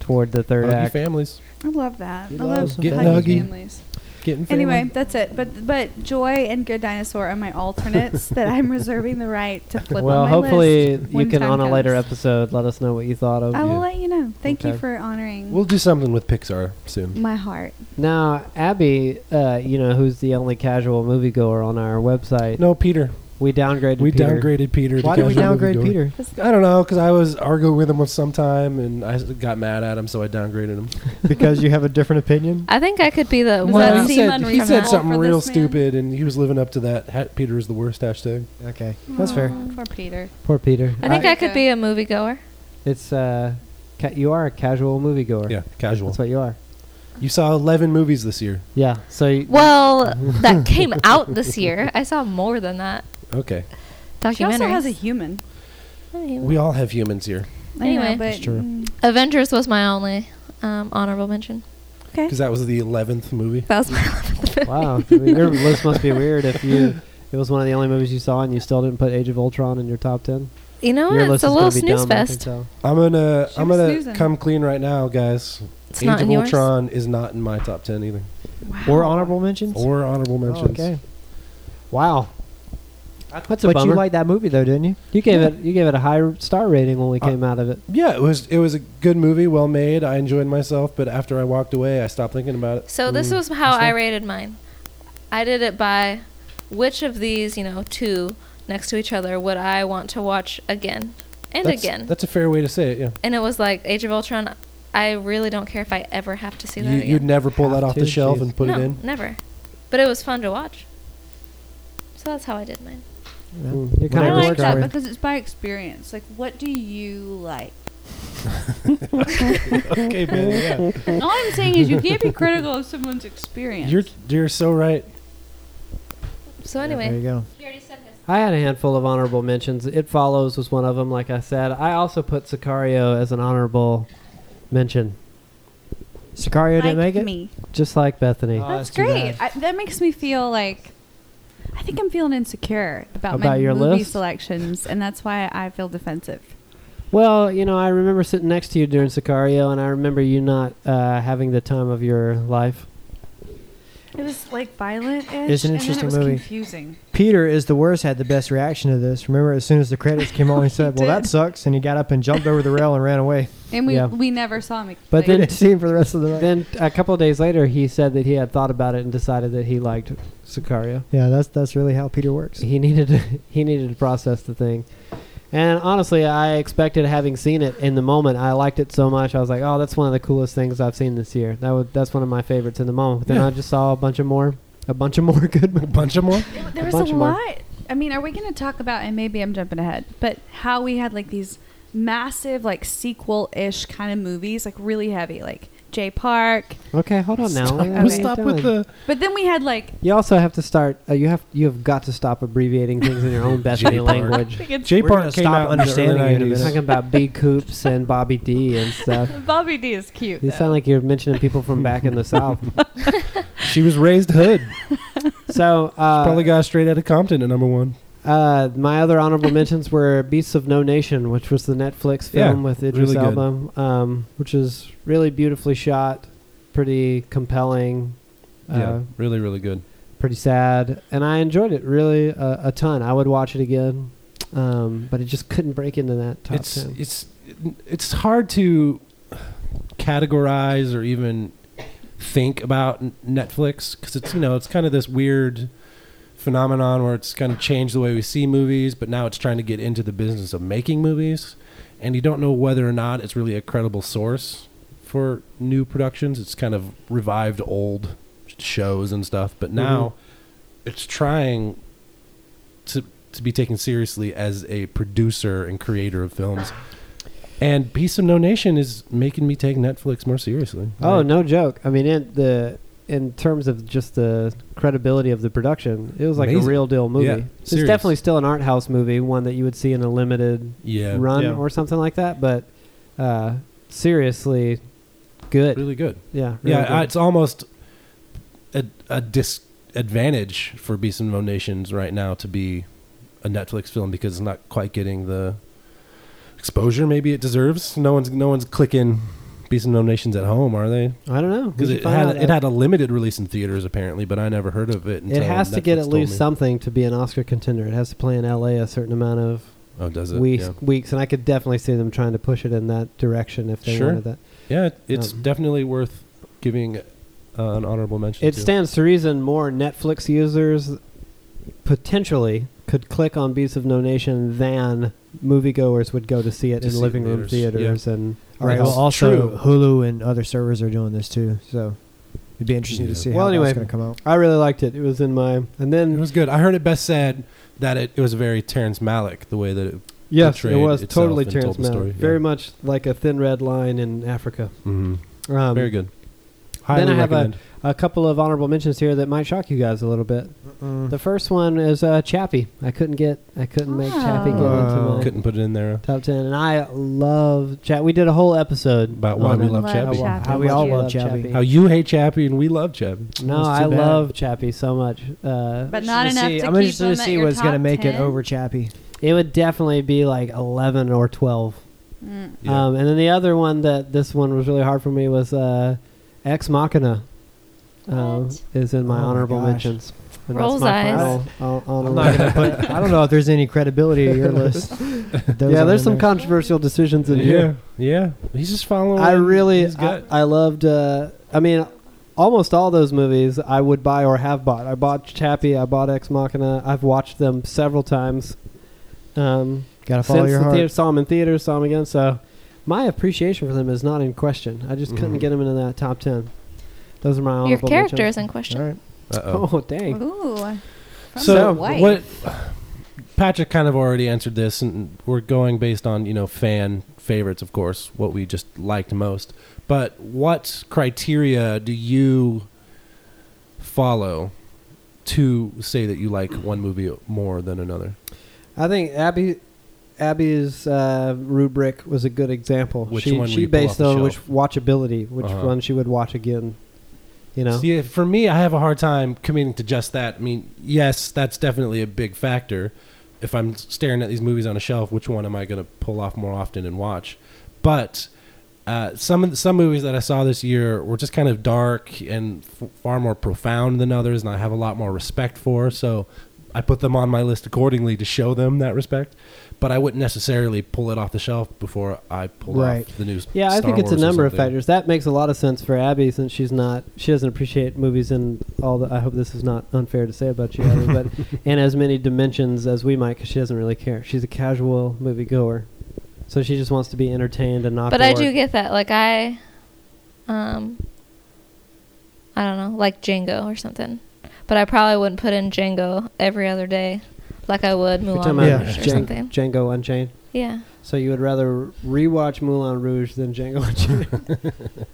B: toward the third
C: Huggy
B: act.
C: families.
D: I love that.
B: He
D: I love
B: loves
C: Getting
D: huggy
C: huggy.
D: families.
C: Getting family.
D: Anyway, that's it. But but Joy and Good Dinosaur are my alternates that I'm reserving the right to flip
B: Well,
D: on my
B: hopefully
D: list
B: you
D: when
B: can
D: time
B: on a later
D: comes.
B: episode let us know what you thought of.
D: I will
C: Yeah.
D: let you know. Thank you
B: Okay.
D: for honoring
C: We'll do something with Pixar soon.
D: my heart.
B: Now, Abby, uh, you know who's the only casual moviegoer on our website?
C: No, Peter.
B: We downgraded.
C: We
B: Peter.
C: downgraded Peter.
E: Why
C: to
E: did we
C: casual
E: downgrade
C: moviegoer.
E: Peter?
C: I don't know, because I was arguing with him with some time, and I s- got mad at him, so I downgraded him.
E: because you have a different opinion.
F: I think I could be the
D: Does
F: one.
D: that
C: he
D: seem
C: said, he
D: unreasonable
C: said
F: for
C: something
D: this
C: real
D: man?
C: stupid, and he was living up to that. Ha- Peter is the worst hashtag.
E: Okay, that's fair.
D: Aw, Poor Peter.
B: Poor Peter.
F: I think
D: I-
F: I could be a moviegoer.
B: It's uh, ca- you are a casual moviegoer.
C: Yeah, casual.
B: that's what you are.
C: You saw 11 movies this year.
B: Yeah. So y-
F: Well, that came out this year. I saw more than that
C: Okay.
F: documentary.
D: She also has a human.
C: We all have humans here.
D: I
F: Anyway.
D: know, but
E: It's true.
D: mm,
F: Avengers was my only um, honorable mention.
D: okay.
C: Because that was the 11th movie.
F: That was my 11th movie.
B: wow, I mean, your list must be weird if you. It was one of the only movies you saw, and you still didn't put Age of Ultron in your top ten.
F: You know,
B: your
F: what?
B: list
F: Oh, it's a
B: is
F: little
B: gonna be
F: snooze
B: dumb, I can
F: fest.
B: tell.
C: I'm gonna
D: She
C: I'm
D: was
C: gonna
D: snoozing.
C: come clean right now, guys.
F: It's
C: Age
F: not
C: of
F: in yours.
C: Ultron is not in my top 10 either,
D: Wow.
E: Or honorable mentions.
C: or honorable
E: Oh,
C: mentions.
E: okay,
B: Wow. That's a
E: but
B: bummer.
E: you liked that movie though, didn't you?
B: You gave it you gave it a high r- star rating when we
C: Uh,
B: came out of it.
C: Yeah, it was it was a good movie, well made. I enjoyed myself, but after I walked away, I stopped thinking about it. Mm.
F: So this was how I rated mine. I did it by which of these, you know, two next to each other would I want to watch again and
C: that's,
F: again.
C: That's a fair way to say it. Yeah,
F: and it was like Age of Ultron. I really don't care if I ever have to see that
C: you,
F: again.
C: you'd never pull that
E: Have
C: off the
E: to,
C: shelf
E: Ah, jeez.
C: and put
F: no,
C: it in.
F: never. But it was fun to watch. So that's how I did mine.
E: Mm.
B: You're
D: I
B: kind
E: Whatever
B: of
D: like
E: works
D: that
E: for you.
D: because it's by experience. Like, what do you like?
C: okay, man.
D: All I'm saying is you can't be critical of someone's experience.
C: You're you're so right.
F: So
E: Yeah,
F: anyway,
E: there you go.
B: I had a handful of honorable mentions. It follows was one of them. Like I said, I also put Sicario as an honorable mention.
E: Sicario
D: like
E: didn't make it.
D: me.
B: Just like Bethany.
E: Oh,
D: That's
E: that's too
D: great. I,
E: bad.
D: that makes me feel like I think I'm feeling insecure about, my
B: About your
D: movie
B: list?
D: selections, and that's why I feel defensive.
B: Well, you know, I remember sitting next to you during Sicario, and I remember you not uh, having the time of your life.
D: It was like violent.
E: It's an interesting
D: and then it was
E: movie.
D: Confusing.
E: Peter is the worst. Had the best reaction to this. Remember, as soon as the credits came on, he said, "Well, that
D: did.
E: sucks," and he got up and jumped over the rail and ran away.
D: And we
B: Yeah.
D: we never saw him.
B: But
E: We
B: then-
D: like,
E: didn't see him for the rest of the night.
B: Then a couple of days later, he said that he had thought about it and decided that he liked Sicario.
E: yeah, that's that's really how Peter works.
B: He needed to, he needed to process the thing. And honestly, I expected having seen it in the moment. I liked it so much. I was like, "Oh, that's one of the coolest things I've seen this year. That would, that's one of my favorites in the moment." But then
C: Yeah.
B: I just saw a bunch of more, a bunch of more good.
C: A
B: movies.
C: bunch of more.
D: there was a
B: bunch
D: lot.
B: more.
D: I mean, are we going to talk about? And maybe I'm jumping ahead, but how we had like these massive like sequel-ish kind of movies, like really heavy, like Jay Park.
B: Okay, hold on now.
C: Stop,
B: We're
D: Okay.
B: not
C: stop
B: done.
C: with the
D: But then we had like
B: You also have to start. Uh, you have you have got to stop abbreviating things in your own Bethany
C: J-Park.
B: language.
D: I think it's
C: J
E: We're gonna
C: Park came
E: stop
C: out in the early
E: understanding you in a
C: 90s.
E: minute.
B: Talking about B Coops and Bobby D and stuff.
D: Bobby D is cute.
B: You
D: though.
B: sound like you're mentioning people from back in the South.
C: She was raised hood.
B: So uh,
C: Probably got straight out of Compton at number one.
B: Uh, my other honorable mentions were Beasts of No Nation, which was the Netflix
C: Yeah,
B: film with Idris
C: really good.
B: Elba, um, which is really beautifully shot, pretty compelling, uh,
C: yeah, really, really good.
B: pretty sad, and I enjoyed it really a, a ton. I would watch it again, um, but it just couldn't break into that top
C: it's
B: ten.
C: it's it's hard to categorize or even think about N- Netflix because it's you know it's kind of this weird phenomenon where it's kind of changed the way we see movies, but now it's trying to get into the business of making movies, and you don't know whether or not it's really a credible source for new productions. It's kind of revived old shows and stuff,
B: Mm-hmm.
C: but now it's trying to to be taken seriously as a producer and creator of films. And Beast of No Nation is making me take Netflix more seriously.
B: Oh
C: Like,
B: no joke! I mean, in the in terms of just the credibility of the production, it was like a
C: Amazing.
B: real deal movie.
C: Yeah,
B: it's
C: serious.
B: definitely still an art house movie, one that you would see in a limited
C: Yeah.
B: run
E: Yeah.
B: or something like that. But uh, seriously, good.
C: Really good.
B: Yeah. really
C: yeah, I,
B: good.
C: it's almost a, a disadvantage for Beast of No Nations right now to be a Netflix film because it's not quite getting the exposure maybe it deserves. No one's no one's clicking Beast of No Nations at home, are they?
B: I, don't know.
C: Because
B: We
C: it
B: should find
C: had
B: out.
C: it had a limited release in theaters apparently, but I never heard of it.
B: It
C: Until
B: has to get
C: Netflix
B: at
C: told
B: least
C: me.
B: something to be an Oscar contender. It has to play in L.A. a certain amount of
C: Oh, does it?
B: weeks,
C: yeah.
B: weeks, and I could definitely see them trying to push it in that direction if they
C: Sure.
B: wanted that.
C: Yeah, it- it's
B: Um,
C: definitely worth giving uh, an honorable mention.
B: It
C: to.
B: stands to reason more Netflix users potentially could click on Beasts of No Nation than moviegoers would go to see it
C: To
B: in
C: see it in
B: living room
C: theaters, yeah.
B: theaters and
E: All right.
B: else.
E: Well, also
C: true.
E: Hulu and other servers are doing this too, so it'd be interesting
C: Yeah.
E: to see
B: Well,
E: how
B: anyway.
E: that's going to come out.
B: I really liked it. It was in my and
C: It
B: then
C: was good. I heard it best said that it, it was very Terrence Malick the way that it.
B: Yes, it
C: portrayed
B: was
C: itself
B: totally
C: and told
B: Terrence
C: the
B: Malick.
C: story, yeah.
B: Very much like a thin red line in Africa.
C: Mm-hmm.
B: Um,
C: very good. Highly
B: I have a-
C: recommend.
B: A couple of honorable mentions here that might shock you guys a little bit. The first one is uh, Chappie. I couldn't get, I couldn't make Chappie get
E: Oh.
B: into my
C: Uh, Couldn't put it in there
B: top ten, and I love Chappie. We did a whole episode
C: about why
B: on
C: we
B: it.
C: love
D: Love
C: Chappie.
D: Chappie.
B: How
E: we
B: much
E: all
B: you
E: love Chappie.
C: How you hate Chappie and we love Chappie.
B: No,
E: It's too
B: I
E: bad.
B: love Chappie so much. Uh,
D: But not enough
E: Interested see-
D: to
E: I'm
D: keep
E: interested to
D: him at
E: see
D: your
E: what's going to
D: top
E: make
D: 10.
E: it over Chappie.
B: it would definitely be like eleven or twelve.
D: Mm.
C: Yeah.
B: Um, and then the other one that this one was really hard for me was uh, Ex Machina. Um,
F: What?
B: is in my
E: Oh my
B: honorable
E: gosh.
B: mentions. And
F: Rolls
B: that's my
F: eyes.
B: final hon-
E: I'm
B: honorable
E: not going to put. I don't know if there's any credibility to your list. Those
B: yeah,
E: aren't
B: there's
E: in
B: some
E: there.
B: controversial decisions in
C: yeah,
B: here.
C: yeah. He's just following.
B: I really,
C: his
B: I,
C: gut.
B: I loved. Uh, I mean, almost all those movies I would buy or have bought. I bought Chappie. I bought Ex Machina. I've watched them several times. Um,
E: Gotta follow
B: since
E: your
B: the
E: heart.
B: theater, saw them in theaters, saw them again. So my appreciation for them is not in question. I just couldn't
C: Mhm.
B: get them into that top ten. Those are my
F: Your
B: honorable
F: character
B: mentions.
F: is in Mm-hmm. question.
E: All right.
C: Uh-oh.
B: Oh dang!
D: Ooh. From
C: so
D: the wife.
C: what patrick kind of already answered this and we're going based on you know fan favorites of course what we just liked most but what criteria do you follow to say that you like one movie more than another
B: I think Abby, Abby's uh, rubric was a good example.
C: Which
B: she
C: one will
B: she
C: you pull
B: based
C: off the
B: on which
C: shelf?
B: watchability, which
C: Uh-huh.
B: one she would watch again. You know,
C: See, for me, I have a hard time committing to just that. I mean, yes, that's definitely a big factor. If I'm staring at these movies on a shelf, which one am I going to pull off more often and watch? But uh, some of the, some movies that I saw this year were just kind of dark and f- far more profound than others, and I have a lot more respect for. So I put them on my list accordingly to show them that respect. But I wouldn't necessarily pull it off the shelf before I pull
B: Right.
C: off the news.
B: yeah, I think it's a number of factors. That makes a lot of sense for Abby since she's not she doesn't appreciate movies in all the. I hope this is not unfair to say about you, Abby, but in as many dimensions as we might, because she doesn't really care. She's a casual movie goer, so she just wants to be entertained and not.
F: but I
B: bored.
F: do get that. Like I, um, I don't know, like Django or something. But I probably wouldn't put in Django every other day, like I would
B: You're
F: Moulin
B: talking
F: Rouge
B: about
E: Yeah.
F: or
B: Djan-
F: something.
B: Django Unchained.
F: Yeah,
B: So you would rather rewatch Moulin Rouge than Django Unchained?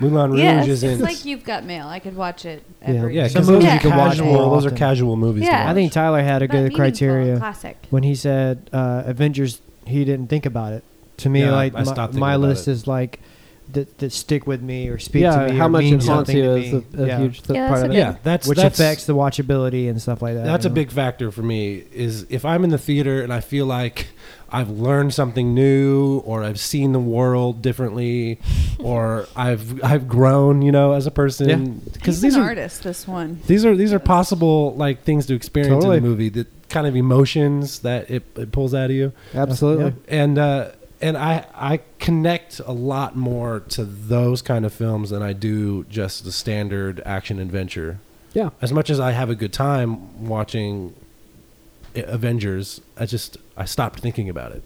C: Moulin Rouge
F: Yes,
C: is
D: It's
C: in
D: like you've got mail. I could watch it
B: Yeah.
D: every
C: Yeah,
E: Some
C: because
E: movies
C: those
F: you
C: are
F: can watch
C: casual.
E: more
C: those are
E: often.
C: casual movies.
F: Yeah.
C: to
F: I
E: I
C: watch.
E: think Tyler had a
D: Not
E: good
D: meaningful,
E: criteria
D: Classic.
E: when he said uh, Avengers. He didn't think about it. To me,
C: Yeah, I-
E: like
C: I
E: my,
C: stopped thinking
E: my
C: about
E: list
C: it.
E: is like that, that stick with me or speak
B: yeah,
E: to me.
B: how
E: or
B: much
E: mean
B: it haunts
E: something
B: you
E: to
B: is a,
E: me.
B: a
E: yeah.
B: huge th-
F: Yeah,
B: part of
F: that's a
B: it.
F: good-
C: yeah, that's
E: which
C: that's,
E: affects the watchability and stuff like that.
C: That's
E: you
C: a
E: know?
C: big factor for me. Is if I'm in the theater and I feel like I've learned something new, or I've seen the world differently, or I've I've grown, you know, as a person.
D: He's
C: these
D: an
C: are
D: artist. This one.
C: these are these are possible like things to experience
B: Totally.
C: in the movie. The kind of emotions that it, it pulls out of you.
B: Absolutely.
C: and uh, and I I connect a lot more to those kind of films than I do just the standard action adventure.
B: Yeah.
C: As much as I have a good time watching I- Avengers, I just I stopped thinking about it.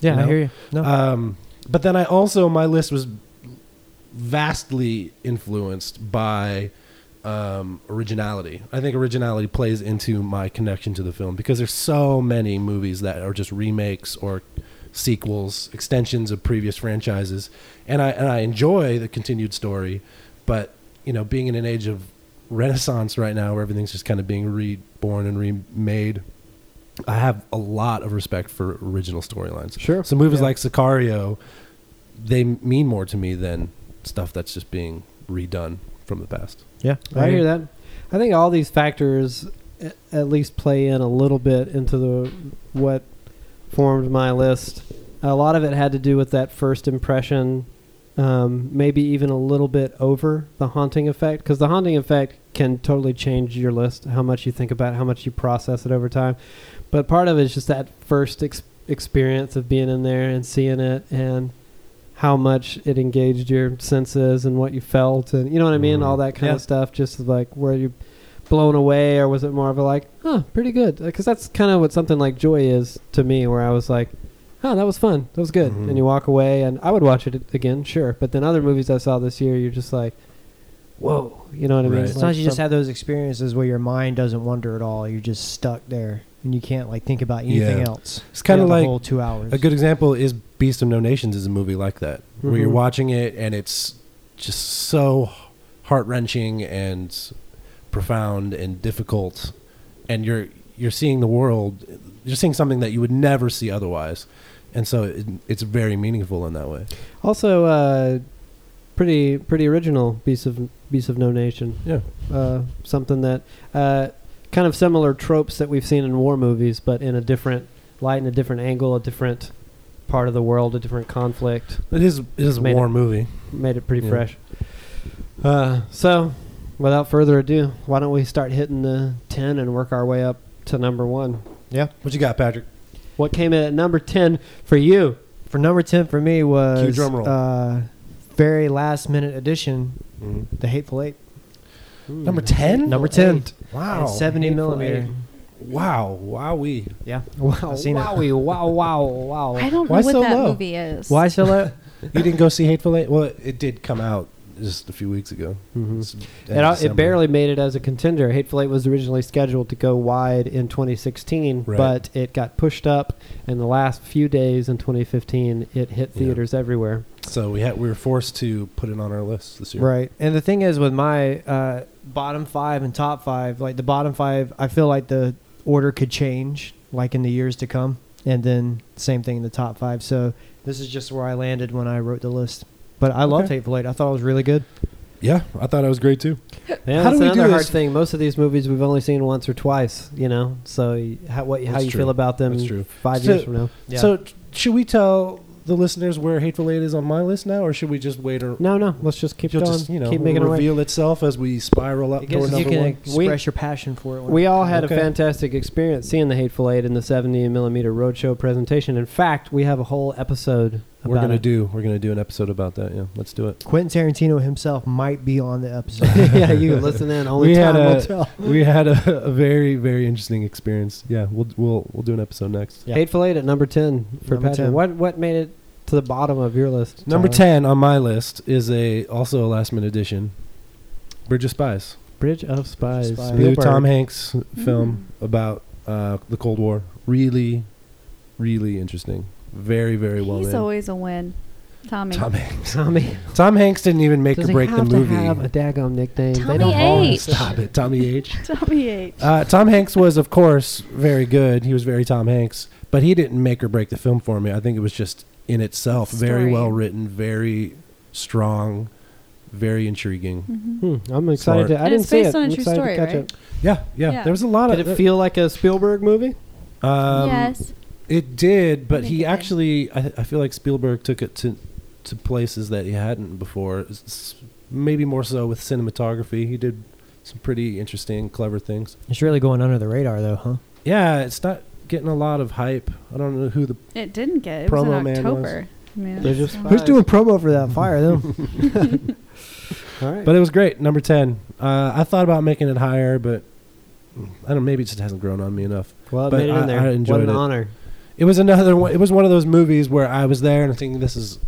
E: Yeah,
C: you
E: I
C: know?
E: hear you. No, Uh,
C: Um, but then I also my list was vastly influenced by um, originality. I think originality plays into my connection to the film because there's so many movies that are just remakes or sequels, extensions of previous franchises, and I and I enjoy the continued story, but you know, being in an age of renaissance right now where everything's just kind of being reborn and remade. I have a lot of respect for original storylines.
B: Sure.
C: So movies
B: Yeah.
C: like Sicario, they mean more to me than stuff that's just being redone from the past.
E: yeah,
B: I hear that. I think all these factors a- at least play in a little bit into the what formed my list. A lot of it had to do with that first impression, um, maybe even a little bit over the haunting effect, because the haunting effect can totally change your list, how much you think about, it, how much you process it over time. But part of it is just that first ex- experience of being in there and seeing it and how much it engaged your senses and what you felt and you know what I mean,
C: Mhm.
B: all that kind
E: Yeah.
B: of stuff. Just like were you blown away or was it more of a like, huh, pretty good? Because that's kind of what something like Joy is to me, where I was like, huh, that was fun, that was good,
C: Mhm.
B: and you walk away. And I would watch it again, sure. But then other movies I saw this year, you're just like, whoa, you know what I mean?
C: Right.
B: It's like
E: Sometimes you just
B: some-
E: have those experiences where your mind doesn't wander at all. You're just stuck there, and you can't like think about anything
C: Yeah.
E: else.
C: It's kinda
E: throughout the
C: like
E: whole two hours.
C: A good example is Beast of No Nations is a movie like that where you're
B: Mhm.
C: watching it and it's just so heart wrenching and profound and difficult, and you're you're seeing the world, you're seeing something that you would never see otherwise, and so it, it's very meaningful in that way.
B: also uh, pretty pretty original piece of piece of no nation.
C: Yeah.
B: uh, something that uh, kind of similar tropes that we've seen in war movies, but in a different light, in a different angle, a different part of the world, a different conflict.
C: It is it is a
B: Made it-
C: war movie.
B: Made it pretty
C: Yeah.
B: fresh. Uh, so, without further ado, why don't we start hitting the ten and work our way up to number one?
E: yeah.
C: What you got, Patrick?
B: What came in at number ten for you?
E: For number ten for me was
C: Cue drum roll.
E: Uh, very last minute addition,
C: Mm-hmm.
E: The Hateful Eight.
C: Number ten.
E: Number ten.
C: Wow.
E: At Seventy
B: Hateful
E: millimeter.
B: Eight.
C: Wow. Wowee.
E: Yeah.
B: Wow!
E: I've seen it.
B: wowie, Wow! Wow! Wow!
D: I don't
C: Why
D: know what
C: so
D: that
C: low?
D: movie is.
E: Why so low?
C: You didn't go see Hateful Eight? Well, it did come out just a few weeks ago.
B: Mhm.
C: It's end
B: It,
C: of
B: al- it
C: December.
B: barely made it as a contender. Hateful Eight was originally scheduled to go wide in 2016,
C: Right.
B: but it got pushed up. And the last few days in 2015, it hit
C: Yeah.
B: theaters everywhere.
C: So we had we were forced to put it on our list this year.
E: Right. And the thing is with my uh, bottom five and top five, like the bottom five, I feel like the order could change, like in the years to come. and then same thing in the top five. So this is just where I landed when I wrote the list. But I loved
C: Okay.
E: Hateful Eight. I thought it was really good.
C: Yeah, I thought it was great too.
B: Yeah,
C: How
B: that's
C: do we do
B: another hard
C: this?
B: thing. Most of these movies we've only seen once or twice, you know. So y- how what, how
C: That's
B: you
C: true.
B: feel about them
C: That's true.
B: five
C: So-
B: years from now? Yeah.
C: So, t- should we tell the listeners where Hateful Eight is on my list now, or should we just wait? Or
B: no, no. Let's just keep
C: you'll
B: going.
C: just you know
B: keep making our way.
C: reveal itself as we spiral up
E: It
C: door
E: gives you
C: number
E: can
C: one.
E: express
B: We-
E: your passion for it. when
B: We
E: it
B: all
E: comes
B: had
C: Okay.
B: a fantastic experience seeing the Hateful Eight in the 70 millimeter roadshow presentation. In fact, we have a whole episode.
C: We're
B: about
C: gonna
B: it.
C: do we're gonna do an episode about that. Yeah, let's do it.
E: Quentin Tarantino himself might be on the episode.
B: yeah, you can listen in. Only
C: We had
B: time will
C: a-
B: tell.
C: We had a, a very very interesting experience. Yeah, we'll we'll we'll do an episode next.
E: Yeah.
B: Hateful Eight at number 10 for
E: Number
B: Patrick.
E: 10.
B: What what made it to the bottom of your list? Uh,
C: Number
B: Tyler?
C: ten on my list is a also a last minute addition, Bridge of Spies,
B: Bridge of Spies.
E: Spies.
C: the new
B: Spielberg.
C: Tom Hanks film about uh, the Cold War. Really, really interesting. Very very well
D: He's
C: made.
D: always a win. Tommy.
C: Tom Hanks.
B: Tommy.
C: Tom Hanks didn't even make
B: Does
C: or
B: he
C: break the
B: have to
C: movie.
B: have a daggum nickname?
F: Tommy
B: they don't all-
F: H.
C: Stop it, Tommy H.
D: Tommy H.
C: Uh, Tom Hanks was, of course, very good. He was very Tom Hanks, but he didn't make or break the film for me. I think it was just in itself very
D: Story.
C: well written, very strong, very intriguing.
D: Mhm.
B: Hmm, I'm excited.
C: Smart.
B: To, I
D: And
B: didn't
D: it's
B: see
D: based
B: it.
D: on a
B: I'm
D: true
B: excited
D: story,
B: to catch
D: right?
B: it.
C: Yeah, yeah,
D: Yeah.
C: There was a lot
B: Did
C: of.
B: it feel like a Spielberg movie?
C: um,
D: yes.
C: It did, but
D: think it
C: he
D: did.
C: actually, I, I feel like Spielberg took it to to places that he hadn't before. S- s- Maybe more so with cinematography. He did some pretty interesting, clever things.
E: it's really going under the radar, though, huh?
C: Yeah, it's not getting a lot of hype. I don't know who the
D: It didn't get. It
C: Promo Man
D: was
C: was-
D: in October. Man
B: Bridge of Spies.
E: Who's doing promo for that? Fire them.
B: All right.
C: But it was great, number ten. Uh, I thought about making it higher, but mm, I don't. Maybe it just hasn't grown on me enough.
B: well, it
C: but
B: made it
C: I-
B: in there.
C: I
B: what
C: enjoyed
B: an
C: it.
B: honor.
C: It was another one. It was one of those movies where I was there and I think this is.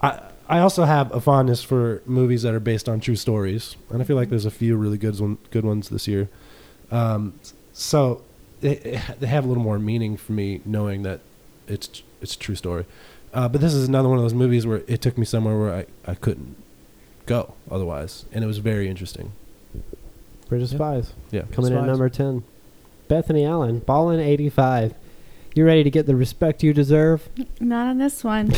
C: I I also have a fondness for movies that are based on true stories, and I feel like there's a few really good one, good ones this year. Um, so it, it- they have a little more meaning for me knowing that it's it's a true story. Uh, but this is another one of those movies where it took me somewhere where I, I couldn't go otherwise, and it was very interesting.
B: Bridge of Spies.
C: Yeah.
B: Coming in at
E: Spies.
B: number 10. Bethany Allen, Ballin' 85. You ready to get the respect you deserve?
D: Not on this one.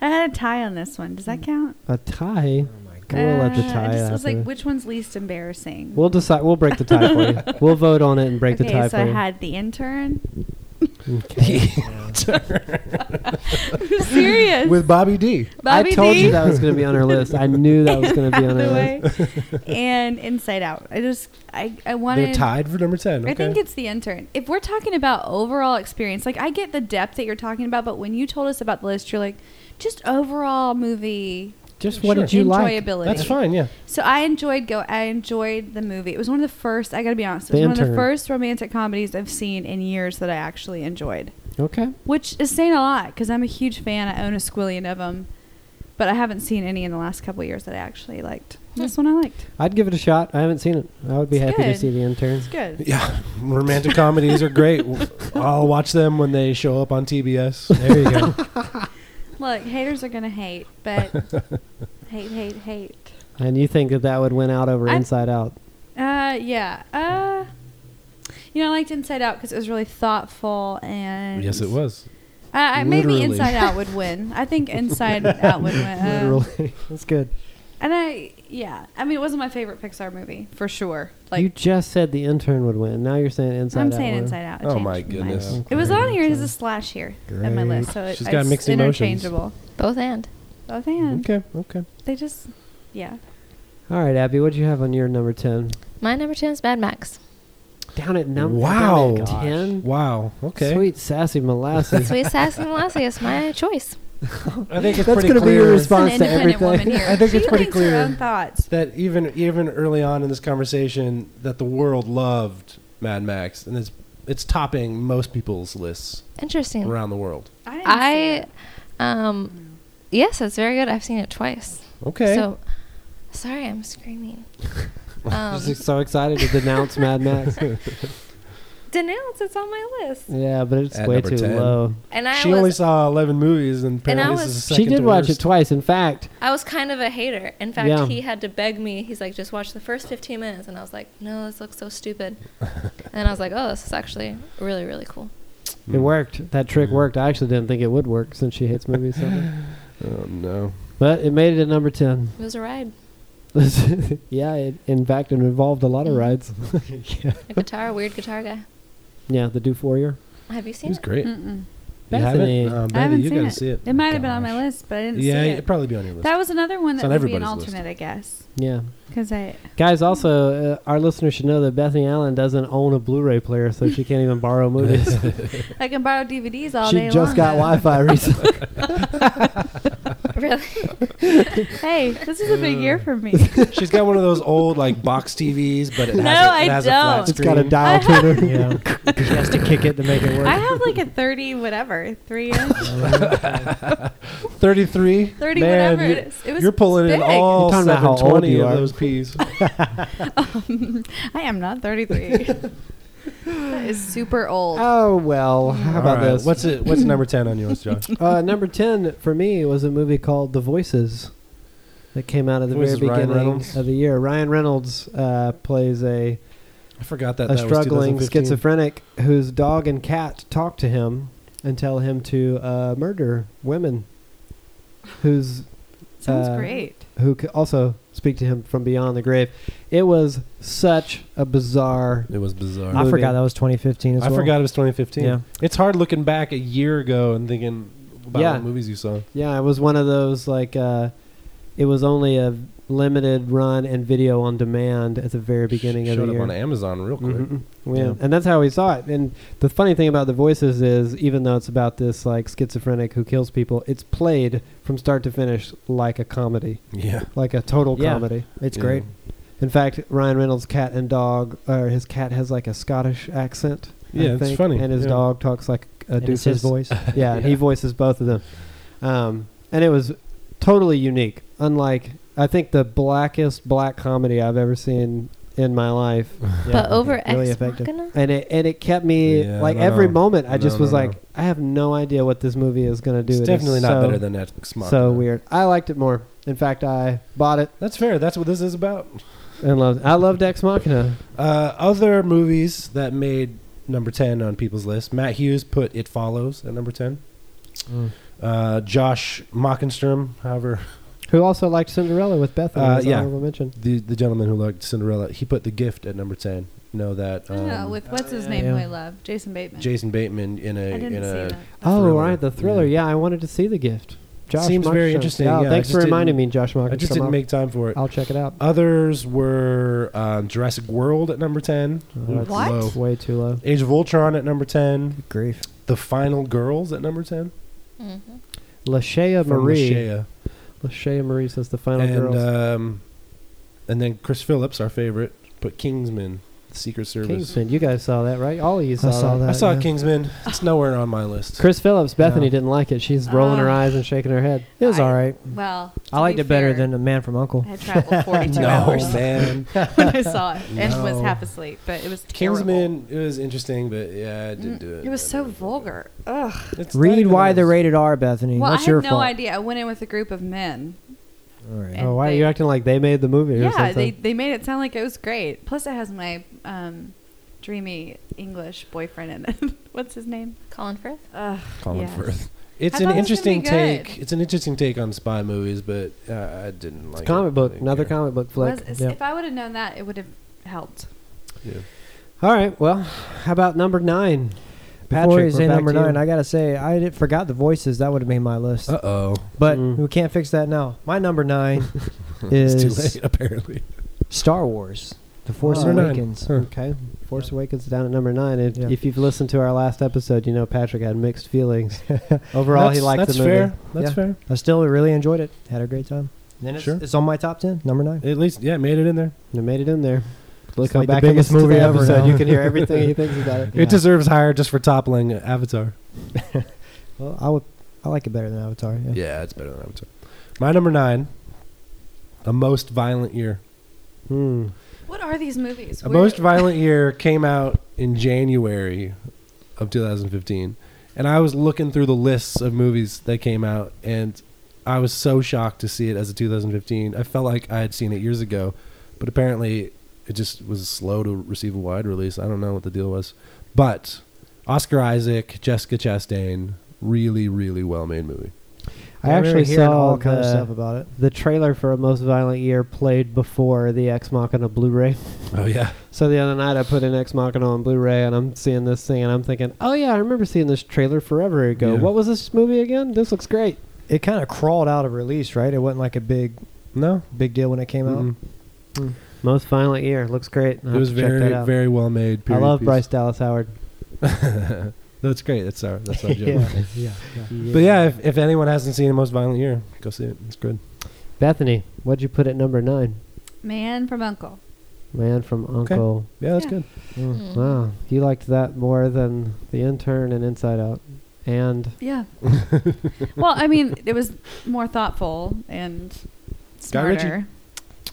D: I had a tie on this one. Does that count?
B: A tie? We'll
D: Uh,
B: let the
D: I
B: tie
D: just was like,
B: after.
D: which one's least embarrassing?
B: We'll decide. We'll break the tie for you. We'll vote on it and break the
D: okay,
B: tie
D: so
B: for
D: I
B: you.
D: had the intern.
C: Yeah.
D: I'm serious.
C: With Bobby D.
D: Bobby
B: I told
D: D.
B: you that was going to be on our list. I knew that was going to be on our list.
D: Hathaway, and Inside Out. I just I I
C: They're
D: wanted.
C: tied for number 10. Okay.
D: I think it's the intern. If we're talking about overall experience, like I get the depth that you're talking about, but when you told us about the list, you're like, just overall movie
B: Just
C: what Sure. did you
D: enjoyability.
C: That's fine, yeah.
D: So I enjoyed go. I enjoyed the movie. It was one of the first. I got to be honest. It was
B: The
D: one of the
B: Intern.
D: first romantic comedies I've seen in years that I actually enjoyed,
B: Okay.
D: which is saying a lot because I'm a huge fan. I own a squillion of them, but I haven't seen any in the last couple of years that I actually liked. This one I liked.
B: I'd give it a shot. I haven't seen it. I would be
D: It's
B: happy to
D: good.
B: see the intern.
D: It's good.
C: Yeah. Romantic comedies are great. I'll watch them when they show up on TBS.
E: There you go.
D: Look, haters are gonna hate, but hate, hate, hate.
B: And you think that that would win out over
D: I-
B: Inside Out?
D: Uh, yeah. Uh, you know, I liked Inside Out because it was really thoughtful and
C: yes, it was.
D: Uh, I- maybe
C: Literally.
D: Inside Out would win. I think Inside Out would win. Uh,
B: Literally, that's good.
D: And I, yeah, I mean, it wasn't my favorite Pixar movie for sure.
B: you
D: Like
B: just said the intern would win. Now you're saying Inside
D: I'm
B: Out.
D: saying
B: won.
D: Inside Out. I
C: Oh
D: changed
C: my
D: my
C: goodness.
D: mind. It was
B: Great.
D: on here as a slash here on my list, so it,
C: She's got
D: it's
C: mixed emotions.
D: interchangeable.
F: Both and.
D: Both and
C: Okay, okay.
D: they just, yeah.
B: All right, Abby, what do you have on your number ten?
F: My number 10 is Mad Max.
B: Down at number
C: Wow.
B: ten.
C: Wow. Okay.
B: Sweet sassy molasses.
F: Sweet Sass and Lassie is my choice.
C: I think it's
B: That's
C: pretty
B: gonna be your
C: clear
B: response. Response
D: It's
B: to
D: an independent
B: everything.
D: woman here.
C: I think
D: she
C: it's pretty
D: thinks
C: clear.
D: Her own thoughts.
C: that even even early on in this conversation that the world loved Mad Max and it's it's topping most people's lists
F: Interesting.
C: around the world.
D: I, didn't
F: I,
D: see
F: um, yes, it's very good. I've seen it twice.
C: Okay.
F: So, sorry, I'm screaming. um,
B: Just so excited to denounce Mad Max.
F: denounce. It's on my list.
B: Yeah, but it's
C: At
B: way
C: number
B: too
C: 10.
B: low.
F: And I
C: she
F: was,
C: only saw 11 movies and apparently
F: I
C: this
F: was-
C: is the
B: She
C: second
B: did
C: to
B: watch
C: worst.
B: it twice. In fact,
F: I was kind of a hater. In fact,
B: Yeah.
F: he had to beg me. He's like, just watch the first 15 minutes, and I was like, no, this looks so stupid. and I was like, oh, this is actually really, really cool.
B: It
C: Hmm.
B: worked. That trick worked. I actually didn't think it would work since she hates movies so much.
C: Oh no.
B: But it made it to number 10.
F: It was a ride.
B: yeah, it, in fact, it involved a lot
D: Hmm.
B: of rides.
F: A guitar, weird guitar guy.
B: Yeah, the Do Fourier.
F: Have you seen
C: He's
F: it?
C: great.
D: Mm-mm.
B: Bethany.
C: You haven't? Oh,
D: I
C: Betty,
D: haven't
C: you
D: seen
C: gotta
D: it.
C: see it. Oh
D: It might have been on
C: Gosh.
D: my list, but I didn't
C: Yeah,
D: see
C: it'd
D: it.
C: probably be on your list.
D: That was another one
C: It's on
D: that would be an
C: everybody's list.
D: alternate, I guess,
B: Yeah.
D: because I
B: Guys, also, uh, our listeners should know that Bethany Allen doesn't own a Blu ray player, so she can't even borrow movies.
D: I can borrow DVDs all
B: she
D: day
B: just got
D: long.
B: Wi Fi recently.
F: Really?
D: hey, this is a big year for me.
C: She's got one of those old like box TVs, but it
D: No,
C: has, a, it
D: I
C: has a
D: don't.
C: flat
B: it's got a
C: screen.
B: dial tuner.
E: yeah, she has to kick it to make it work.
D: I have like a thirty whatever, three inch,
C: Thirty-three.
D: thirty
C: Man,
D: whatever.
C: you-
D: it is. It was
C: You're pulling
D: big.
C: in all
B: You're talking about how old
C: 720
B: you
C: of
B: are.
C: those peas.
D: I am not thirty three. that is super old.
E: Uh,
B: Oh, well.
D: Hmm.
B: How about
C: All right,
B: this?
C: What's it? What's number ten on yours, Josh?
B: uh, number 10 for me was a movie called The Voices that came out at the
C: Voices,
B: very
C: Ryan
B: beginning
C: Reynolds.
B: of the year. Ryan Reynolds uh, plays a,
C: I forgot that.
B: a
C: that was
B: struggling
C: 2015.
B: schizophrenic whose dog and cat talk to him and tell him to uh, murder women who's
D: Sounds
E: um,
B: uh,
D: great.
B: who c- also speak to him from beyond the grave. It was such a bizarre.
C: It was bizarre.
E: I
B: movie.
E: forgot that was 2015 as
C: I
E: well.
C: forgot it was 2015.
E: Yeah.
C: It's hard looking back a year ago and thinking about
B: Yeah.
C: what movies you saw.
B: Yeah, it was one of those like uh, it was only a limited run and video on demand at the very beginning
C: Showed
B: of the
C: up
B: year.
C: on Amazon real quick.
B: Mhm. Yeah.
E: Yeah.
B: and that's how we saw it. And the funny thing about the voices is, even though it's about this like schizophrenic who kills people, it's played from start to finish like a comedy,
C: Yeah.
B: like a total
E: Yeah.
B: comedy.
E: It's great.
B: In fact, Ryan Reynolds' cat and dog, or his cat has like a Scottish accent. I
C: Yeah, it's
B: think,
C: funny.
B: And his
C: Yeah.
B: dog talks like a
E: And it's his
B: deuces
E: voice.
B: yeah, and he voices both of them. Um, and it was totally unique. Unlike, I think, the blackest black comedy I've ever seen in my life.
F: But over
B: really
F: Ex
B: effective.
F: Machina?
B: And it and it kept me
C: Yeah, I
B: like
C: don't
B: every
C: know.
B: moment. I just
C: No,
B: was
C: no,
B: like,
C: no.
B: I have no idea what this movie is going to do.
C: It's
B: It is
C: definitely not
B: so-
C: better than that. Machina.
B: So weird. I liked it more. In fact, I bought it
C: That's fair. That's what this is about.
B: and loved. It. I loved Ex Machina.
C: Uh, other movies that made number 10 on people's list. Matt Hughes put It Follows at number 10.
E: Mm.
C: Uh, Josh Mockenstrom, however,
B: Who also liked Cinderella with Bethany
C: Uh,
B: as
C: yeah.
B: honorable mention.
C: the, the gentleman who liked Cinderella, he put The Gift at number 10. Know that
D: I don't know,
C: um,
D: with what's his
E: yeah,
D: name
E: yeah.
D: who I love, Jason Bateman.
C: Jason Bateman uh, in a
D: I didn't
C: in
D: see
C: a
D: that.
B: Oh,
C: Thriller.
B: right, the thriller.
C: Yeah.
B: Yeah. I wanted to see the gift. Josh
C: Seems very
B: Markstrom.
C: interesting,
B: Oh,
C: yeah, I
B: thanks
C: just
B: for reminding me,
C: didn't-
B: Josh.
C: I just
B: Markstrom.
C: didn't
B: I'll-
C: make time for it.
B: I'll check it out.
C: Others were um, Jurassic World at number 10.
B: That's
D: What?
C: low.
B: Way too low.
C: Age of Ultron at number 10.
E: Grief.
C: The Final Girls at number 10.
F: Mm-hmm.
B: Lashea
C: from
B: Marie.
C: Lashea.
B: Lashea Marie says the final
C: And,
B: girls.
C: um, and then Chris Phillips, our favorite, put Kingsman, Secret Service.
B: Kingsman. You guys saw that, right? All of you saw,
E: saw
B: that.
E: that.
C: I saw
E: Yeah.
C: Kingsman. It's nowhere on my list.
B: Chris Phillips, Bethany
E: Yeah.
B: didn't like it. She's rolling her
D: Oh.
B: eyes and shaking her head.
E: It was
D: I-
E: all right.
D: Well, to
E: I liked
D: be
E: it better
D: fair,
E: than The Man from Uncle.
D: I had traveled 42
C: no,
D: hours
C: man.
D: when I saw it and
C: No.
D: was half asleep, but it was terrible.
C: Kingsman, it was interesting, but yeah, I didn't
D: Mm,
C: do it.
D: It was so vulgar. Ugh.
C: It's not
E: Read
C: even
E: why
C: as-
E: they're rated R, Bethany.
D: Well, I
E: That's
D: had
E: your
D: no
E: fault.
D: idea. I went in with a group of men.
E: All right.
D: And
B: oh, why are
D: they-
B: you acting like they made the movie or
D: yeah, they,
B: something?
D: they made it sound like it was great. Plus, it has my um, dreamy English boyfriend in it. What's his name?
F: Colin Firth?
D: Ugh,
C: Colin
D: yes.
C: Firth. It's
D: I
C: an
D: thought it was gonna be
C: interesting
D: good.
C: take. It's an interesting take on spy movies, but uh, I didn't like
B: It's a comic
C: it.
B: book.
C: Didn't
B: Another
C: care.
B: comic book flick.
D: Was,
B: Yeah.
D: If I would have known that, it would have helped.
C: Yeah.
B: All right. Well, how about number nine?
E: Before you
B: we're
E: say
B: back
E: number
B: to you.
E: nine, I gotta say I did, forgot the voices. That would have made my list,
C: Uh oh.
E: but
B: Mm.
E: we can't fix that now. My number nine
C: It's too
E: is
C: late, apparently.
E: Star Wars: The Force
B: Number
C: nine.
E: Awakens.
C: Huh.
B: Okay. Force Awakens down at number nine. If,
E: Yeah.
B: if you've listened to our last episode, you know Patrick had mixed feelings. Overall, he
C: That's-
B: liked
C: that's
B: the movie.
C: Fair. That's
E: Yeah.
C: fair.
E: I still really enjoyed it. Had a great time. And it's,
C: Sure.
E: it's on my top ten, number nine.
C: At least, yeah, it made it in there.
B: And it made it in there. Look
E: It's
B: how
E: like the
B: back in
E: biggest
B: listen to
E: movie
B: the
E: ever
B: episode.
E: now.
B: You can hear everything he thinks about it.
E: Yeah.
C: It deserves higher just for toppling Avatar.
E: Well, I would. I like it better than Avatar. Yeah.
C: Yeah, it's better than Avatar. My number nine, a most violent year.
B: Hmm.
D: What are these movies?
C: A
D: Where-
C: Uh, most violent year came out in January of 2015, and I was looking through the lists of movies that came out, and I was so shocked to see it as a 2015. I felt like I had seen it years ago, but apparently it just was slow to receive a wide release. I don't know what the deal was, but Oscar Isaac, Jessica Chastain, really, really well made movie.
B: I
E: remember
B: actually
E: hearing
B: saw
E: all kind of
B: the-
E: stuff about it.
B: The trailer for A Most Violent Year played before the Ex Machina Blu-ray.
C: Oh yeah,
B: So the other night I put in Ex Machina on Blu-ray and I'm seeing this thing and I'm thinking, oh yeah, I remember seeing this trailer forever ago.
C: Yeah.
B: What was this movie again? This looks great.
E: It kind of crawled out of release, right? It wasn't like a big
C: no,
E: big deal when it came out.
C: Mm-mm.
B: Most Violent Year looks great. I'll
C: it was
B: have to check
C: very,
B: that out.
C: very well made.
B: I
C: period
B: love
C: piece.
B: Bryce Dallas Howard.
C: That's great. That's our that's our joke.
E: Yeah, yeah, yeah.
C: But yeah, if, if anyone hasn't seen The Most Violent Year, go see it. It's good.
B: Bethany, what'd you put at number nine?
D: Man from Uncle.
B: Man from
C: Okay.
B: Uncle.
C: Yeah, that's
D: Yeah.
C: good.
B: Mm,
D: Hmm.
F: Mm.
B: Wow, you liked that more than The Intern and Inside Out, and
D: Yeah. well, I mean, it was more thoughtful and
C: Guy Ritchie.
D: smarter.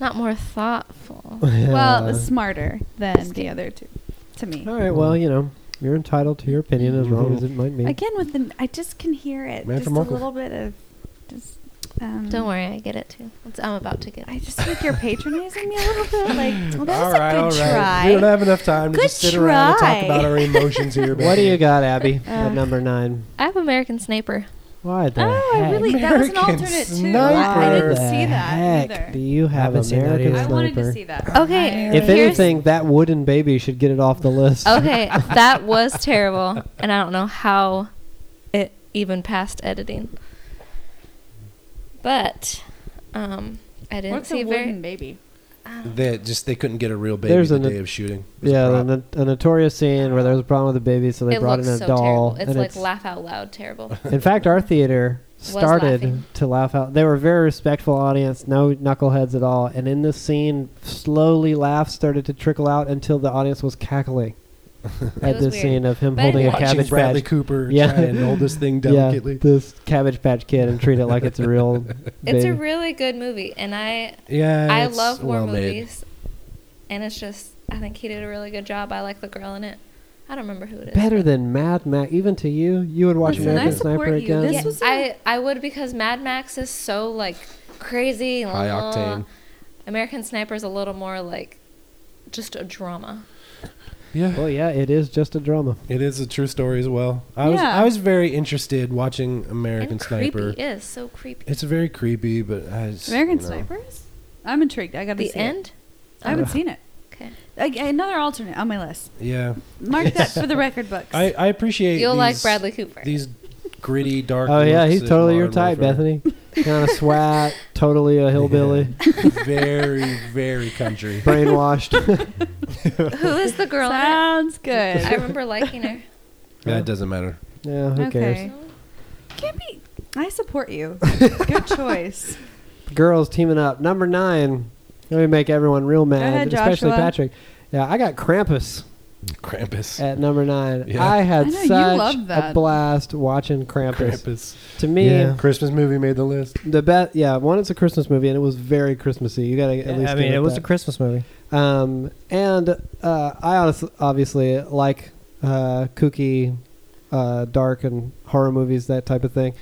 F: Not more thoughtful.
B: uh,
D: Well, it was smarter than the other two, to me.
B: all right. Well, you know, you're entitled to your opinion as long as it might be.
D: Again, with the I just can hear it.
C: Man
D: just
C: from
D: a
C: Uncle.
D: little bit of just. Um,
F: Don't worry, I get it too. It's- I'm about to get
D: I
F: it.
D: just think you're patronizing me a little bit. Like, well, that
C: All
D: was
C: right,
D: a
C: all
D: good
C: right.
D: try.
C: We don't have enough time to
D: Good
C: just sit around and talk
D: try.
C: about our emotions here.
B: what do
C: baby.
B: you got, Abby, at
D: Uh,
B: number nine?
F: I have American Sniper.
B: Why the
D: Oh, I
B: heck?
D: really that was an
C: American
D: alternate too.
C: Sniper.
D: I
B: Why
D: didn't
B: the
D: see that
B: heck Do
D: either.
B: you have
E: Haven't seen that
B: American
E: either.
D: I
B: Sniper?
D: wanted to see that.
F: Okay.
B: If
F: here's-
B: anything, that wooden baby should get it off the list.
F: Okay, that was terrible, and I don't know how it even passed editing. But um, I didn't
D: What's
F: see
D: a
F: very. ah,
D: wooden baby?
F: I don't-
C: They just they couldn't get a real baby
B: There's
C: the
B: an-
C: day of shooting. It was a
B: Yeah,
C: prop.
B: the, a notorious scene where there was a problem with the baby, so they
F: it
B: brought
F: looks
B: in a
F: so
B: doll.
F: terrible. It's
B: and
F: like laugh out loud terrible.
B: In fact, our theater started
F: laughing.
B: to laugh out. They were a very respectful audience, no knuckleheads at all. And in this scene, slowly laughs started to trickle out until the audience was cackling at
F: was
B: this
F: weird.
B: scene of him
F: But
B: holding a
F: anyway.
C: Watching
B: cabbage
C: Bradley
B: patch.
C: Cooper
B: Yeah.
C: try and hold this thing
B: Yeah,
C: delicately.
B: this cabbage patch kid and treat it like it's a real.
F: It's a
B: baby.
F: really good movie, and I
C: Yeah,
F: I
C: it's
F: love war
C: well made.
F: movies, and it's just I think he did a really good job. I like the girl in it. I don't remember who it is.
B: better
F: but-
B: than Mad Max. Even to you, you would watch
D: Listen, I
B: American
D: support
B: Sniper
D: you.
B: again.
D: This
F: Yeah,
D: was a-
F: I I would because Mad Max is so like crazy. and
C: High
F: blah,
C: octane.
F: American Sniper's a little more like just a drama.
C: Yeah,
B: well, Oh, yeah, it is just a drama.
C: it is a true story as well. I was
D: Yeah.
C: I was very interested watching American
F: and
C: Sniper.
F: creepy. It is so creepy.
C: It's very creepy, but I just,
D: American
C: you know.
D: Snipers? I'm intrigued. I gotta
F: the
D: see
F: end.
D: it. I
C: Oh.
D: haven't seen it.
F: Okay.
D: Ag- another alternate on my list.
C: Yeah,
D: Mark that for the record books.
C: I, I appreciate
F: You'll like
C: these-
F: Bradley Cooper.
C: These gritty dark.
B: Oh yeah,
C: looks
B: he's
C: at
B: totally your
C: modern
B: type,
C: warfare.
B: Bethany. kind of swat, totally a hillbilly,
C: Yeah. very very country.
B: brainwashed.
F: Who is the girl? in it?
D: Sounds good.
F: I remember liking her.
B: uh,
C: That doesn't matter.
B: yeah, who
D: okay.
B: cares?
D: Can't be. I support you. good choice.
B: Girls teaming up. Number nine. Let me make everyone real mad,
D: ahead,
B: especially
D: Joshua.
B: Patrick. Yeah, I got Krampus
C: Krampus.
B: at number nine.
C: Yeah.
B: I had
D: I know, you
B: such
D: love
B: a
D: that.
B: blast watching Krampus.
C: Krampus.
B: To me,
C: Christmas movie made the list.
B: the best. Yeah, one, it's a Christmas movie, and it was very Christmassy. You got to at least.
E: I
B: give
E: mean, it was
B: that.
E: a Christmas movie.
B: Um, and uh, I honestly, obviously like uh, kooky, uh, dark, and horror movies, that type of thing.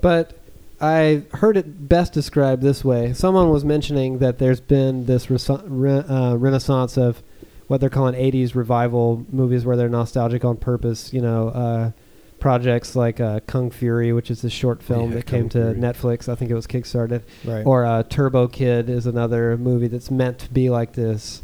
B: But I heard it best described this way. Someone was mentioning that there's been this reso- re- uh, renaissance of what they're calling 80s revival movies where they're nostalgic on purpose, you know. Uh, Projects like uh, Kung Fury, which is this short film
C: Yeah,
B: that
C: Kung
B: came
C: Fury.
B: to Netflix. I think it was kickstarted.
E: Right.
B: Or uh, Turbo Kid is another movie that's meant to be like this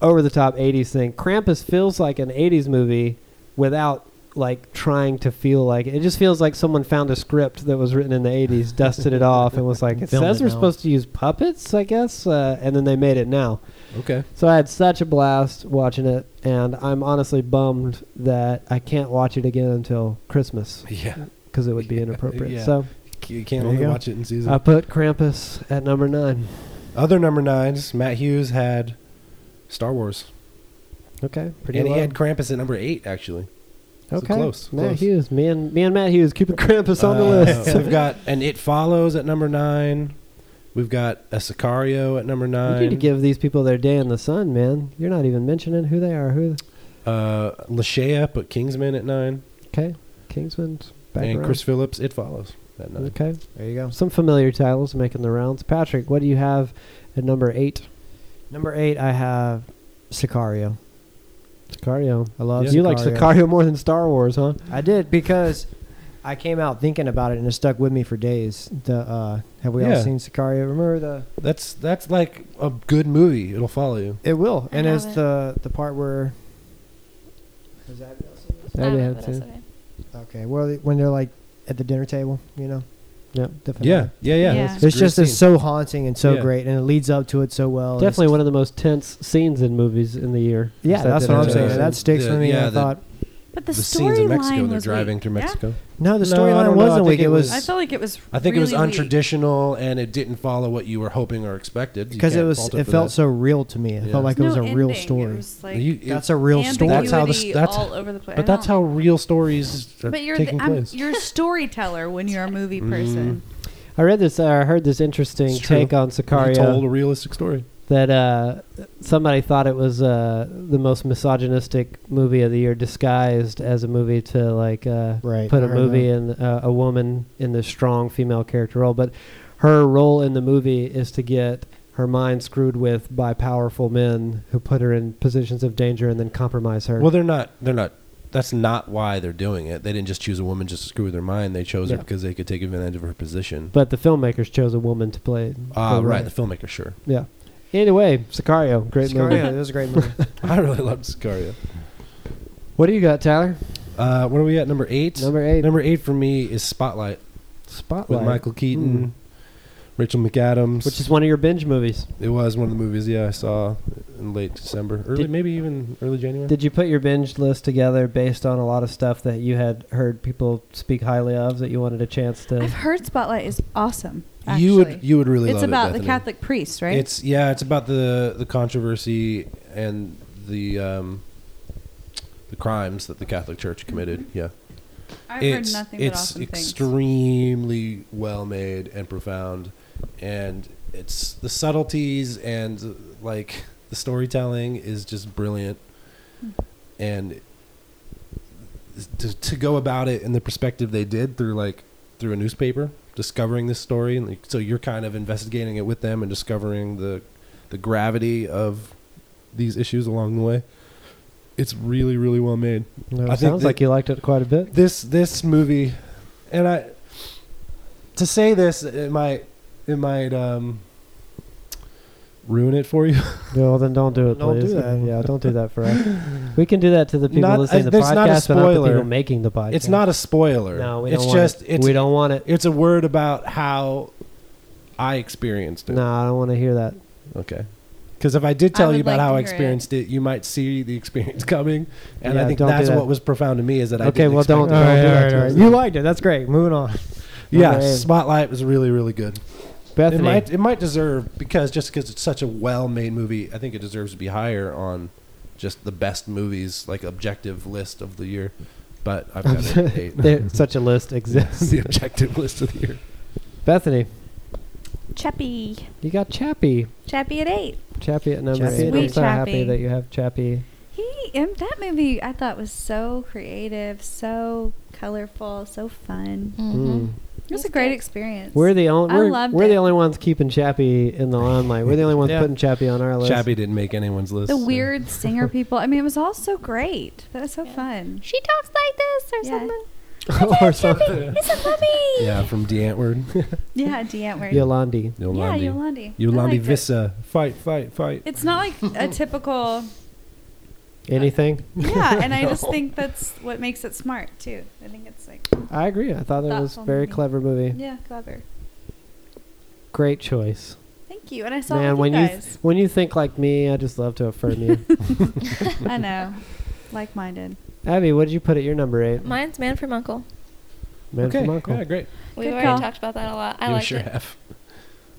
B: over the top 80s thing. Krampus feels like an 80s movie without like trying to feel like it. It just feels like someone found a script that was written in the 80s, dusted it off, and was like, it
E: Filmed
B: says
E: it
B: we're
E: now."
B: supposed to use puppets, I guess, uh, and then they made it now.
C: Okay.
B: So I had such a blast watching it, and I'm honestly bummed that I can't watch it again until Christmas
C: Yeah.
B: because it would be inappropriate.
C: Yeah.
B: So
C: You can't
B: There you
C: only
B: go.
C: watch it in season.
B: I put Krampus at number nine.
C: Other number nines, Matt Hughes had Star Wars.
B: Okay, pretty
C: and
B: low.
C: he had Krampus at number eight, actually. So
B: Okay.
C: close,
B: Matt
C: close.
B: Hughes. Me and me and Matt Hughes keeping Krampus on the
C: Uh,
B: list.
C: We've got an It Follows at number nine. We've got a Sicario at number nine.
B: You need to give these people their day in the sun, man. You're not even mentioning who they are. Who?
C: uh, Lashea put Kingsman at nine,
B: Okay, Kingsman's back
C: and
B: around.
C: Chris Phillips. It Follows at nine.
B: Okay,
E: There you go.
B: some familiar titles making the rounds. Patrick, what do you have at number eight?
E: Number eight, I have Sicario.
B: Sicario.
E: I love
B: You like Sicario more than Star Wars, huh?
E: I did because I came out thinking about it and it stuck with me for days. The uh, have we
C: Yeah.
E: all seen Sicario? Remember the
C: That's that's like a good movie. It'll follow you.
E: it will,
F: I
E: and it's
F: haven't.
E: the the part where. Is that-
F: I
B: That'd be
F: don't know,
B: hard
F: but that's
B: too.
F: okay.
E: Okay, well, when they're like at the dinner table, you know.
B: Yep.
E: definitely.
C: Yeah, yeah, yeah.
D: Yeah.
C: that's a
E: It's
C: great
E: just it's
C: scene.
E: so haunting and so
C: Yeah.
E: great, and it leads up to it so Oh, well. and it's-
B: Definitely one of the most tense scenes in movies in the year.
E: Yeah,
B: Is that
E: that's
B: dinner
E: what I'm
B: scene.
E: saying.
C: Yeah.
E: That sticks
C: The-
E: with me. and
C: yeah, the-
E: I thought
D: But the
C: the scenes in Mexico.
D: storyline
C: They're
D: was
C: driving
D: weak.
C: through
D: Yeah.
C: Mexico.
E: no,
B: No, I
E: the storyline
B: don't know. I
E: wasn't
B: think
E: weak.
B: it
E: It
B: was-
D: I
E: was
D: felt like it was.
C: I think it was
D: really weak.
C: untraditional and it didn't follow what you were hoping or expected. You
E: because it
C: can't
E: was
C: fault
E: it
C: for
E: felt
C: that.
E: so real to me. It
C: Yeah.
E: felt like it was a
D: No
E: real
D: ending. It
E: story.
D: was like
C: You- it-
E: That's a real story.
D: ambiguity
C: That's how the s- that's-
D: all over the place. I
C: but that's
D: don't-
C: how real stories are
D: But you're
C: taking
D: the, I'm,
C: place. Mm.
D: you're a storyteller when you're a movie person.
B: I read this. Uh, I heard this interesting
C: It's true.
B: take on
C: You
B: Sicario.
C: told a realistic story.
B: that uh, somebody thought it was uh, the most misogynistic movie of the year, disguised as a movie to like uh,
E: Right,
B: put
E: I
B: a
E: heard
B: movie in uh, a woman in the strong female character role. But her role in the movie is to get her mind screwed with by powerful men who put her in positions of danger and then compromise her.
C: Well, they're not. They're not. That's not why they're doing it. They didn't just choose a woman just to screw with their mind. They chose
B: Yeah.
C: her because they could take advantage of her position.
B: but the filmmakers chose a woman to play.
C: Ah,
B: the role.
C: right. The filmmaker, sure.
B: Yeah. Either way, Sicario, great
E: Sicario,
B: movie.
E: it was a great movie.
C: I really loved Sicario.
B: What do you got, Tyler?
C: Uh, what are we at? Number eight.
B: Number eight.
C: Number eight for me is Spotlight with
B: Spotlight, Hmm.
C: Michael Keaton, Rachel McAdams.
B: which is one of your binge movies.
C: it was one of the movies. Yeah, I saw in late December, early
B: Did-
C: maybe even early January.
B: Did you put your binge list together based on a lot of stuff that you had heard people speak highly of that you wanted a chance to?
D: I've heard Spotlight is awesome. Actually.
C: you would you would really
D: it's
C: love it,
D: about the
C: Bethany.
D: Catholic priest, right?
C: It's yeah, it's about the the controversy and the um, the crimes that the Catholic Church committed. Yeah,
D: I've
C: it's
D: heard nothing but
C: it's
D: awesome things.
C: extremely well made and profound, and it's the subtleties and uh, like the storytelling is just brilliant,
D: Hmm.
C: and to, to go about it in the perspective they did through like through a newspaper discovering this story and like, so you're kind of investigating it with them and discovering the the gravity of these issues along the way it's really really well made
B: No,
C: I think
B: sounds
C: that-
B: like you liked it quite a bit.
C: this this movie and i to say this it might it might um ruin it for you
B: Well, then don't do it,
E: Don't do
B: please.
E: that.
B: Yeah, don't do that for us. We can do that to the people
C: Not-
B: listening
C: I-
B: to the
C: there's not a
B: podcast, but not the
C: spoiler.
B: people making the podcast.
C: it's not a spoiler
B: No, we
C: it's
B: don't want
C: just
B: it.
C: it's
B: we don't want it.
C: it's a word about how i experienced it
B: No, I don't want to hear that.
C: Okay. Because if I did tell
D: I
C: you
D: would
C: about
D: like
C: how
D: to
C: I
D: hear
C: experienced it. you might see the experience coming, and
B: Yeah,
C: I think
B: don't do
C: that's
B: that.
C: what was profound to me is that I
B: Okay,
C: didn't
B: well,
C: expect
B: don't-
C: it.
B: All right, all right, all right.
E: You liked it. That's great. Moving on.
C: yeah,
B: okay.
C: Spotlight was really really good.
B: Bethany,
C: It might it might deserve because just because it's such a well made movie, I think it deserves to be higher on just the best movies like objective list of the year. But I've got it at eight.
B: there, such a list exists.
C: the objective list of the year.
B: Bethany,
D: Chappie,
B: you got Chappie.
D: Chappie at eight.
B: Chappie at number
E: Chappie.
B: eight. I'm
D: Sweet
B: so happy
D: Chappie.
B: that you have Chappie.
D: He um, that movie I thought was so creative, so colorful, so fun.
F: Mhm.
B: Mm.
D: It was
F: That's
D: a great
F: good.
D: experience.
B: We're the only
D: I
B: we're,
D: loved
B: we're the
D: it.
B: only ones keeping Chappie in the limelight. We're the only ones
E: Yeah.
B: putting Chappie on our list.
C: Chappie didn't make anyone's list.
D: the
C: so-
D: weird singer people. I mean, it was all so great. That was so fun.
F: She talks like this or
D: Yeah.
F: something.
B: or something.
F: It's a puppy.
C: Yeah, from D Antword.
D: Yeah, Deantword.
B: Yolandi.
D: Yeah, Yolandi. I
C: Yolandi
D: liked it.
C: Vissa. Fight, fight, fight.
D: It's not like a typical.
B: Anything?
D: Yeah, and I just think that's what makes it smart too. I think it's like
B: I agree. I thought that was a
D: Thoughtful
B: very
D: movie.
B: clever movie.
D: yeah, clever.
B: Great choice,
D: Thank you. And I saw it
B: man.
D: with
B: When
D: you
B: you
D: guys.
B: th- when you think like me, I just love to affirm you.
D: I know, like-minded.
B: Abby, what did you put at your number eight?
F: Mine's Man from Uncle.
B: Man
C: okay.
B: from Uncle.
C: Yeah, great.
F: We've
D: Good
F: already
D: call.
F: talked about that a lot. I
C: you
F: like
C: sure
F: it.
C: have.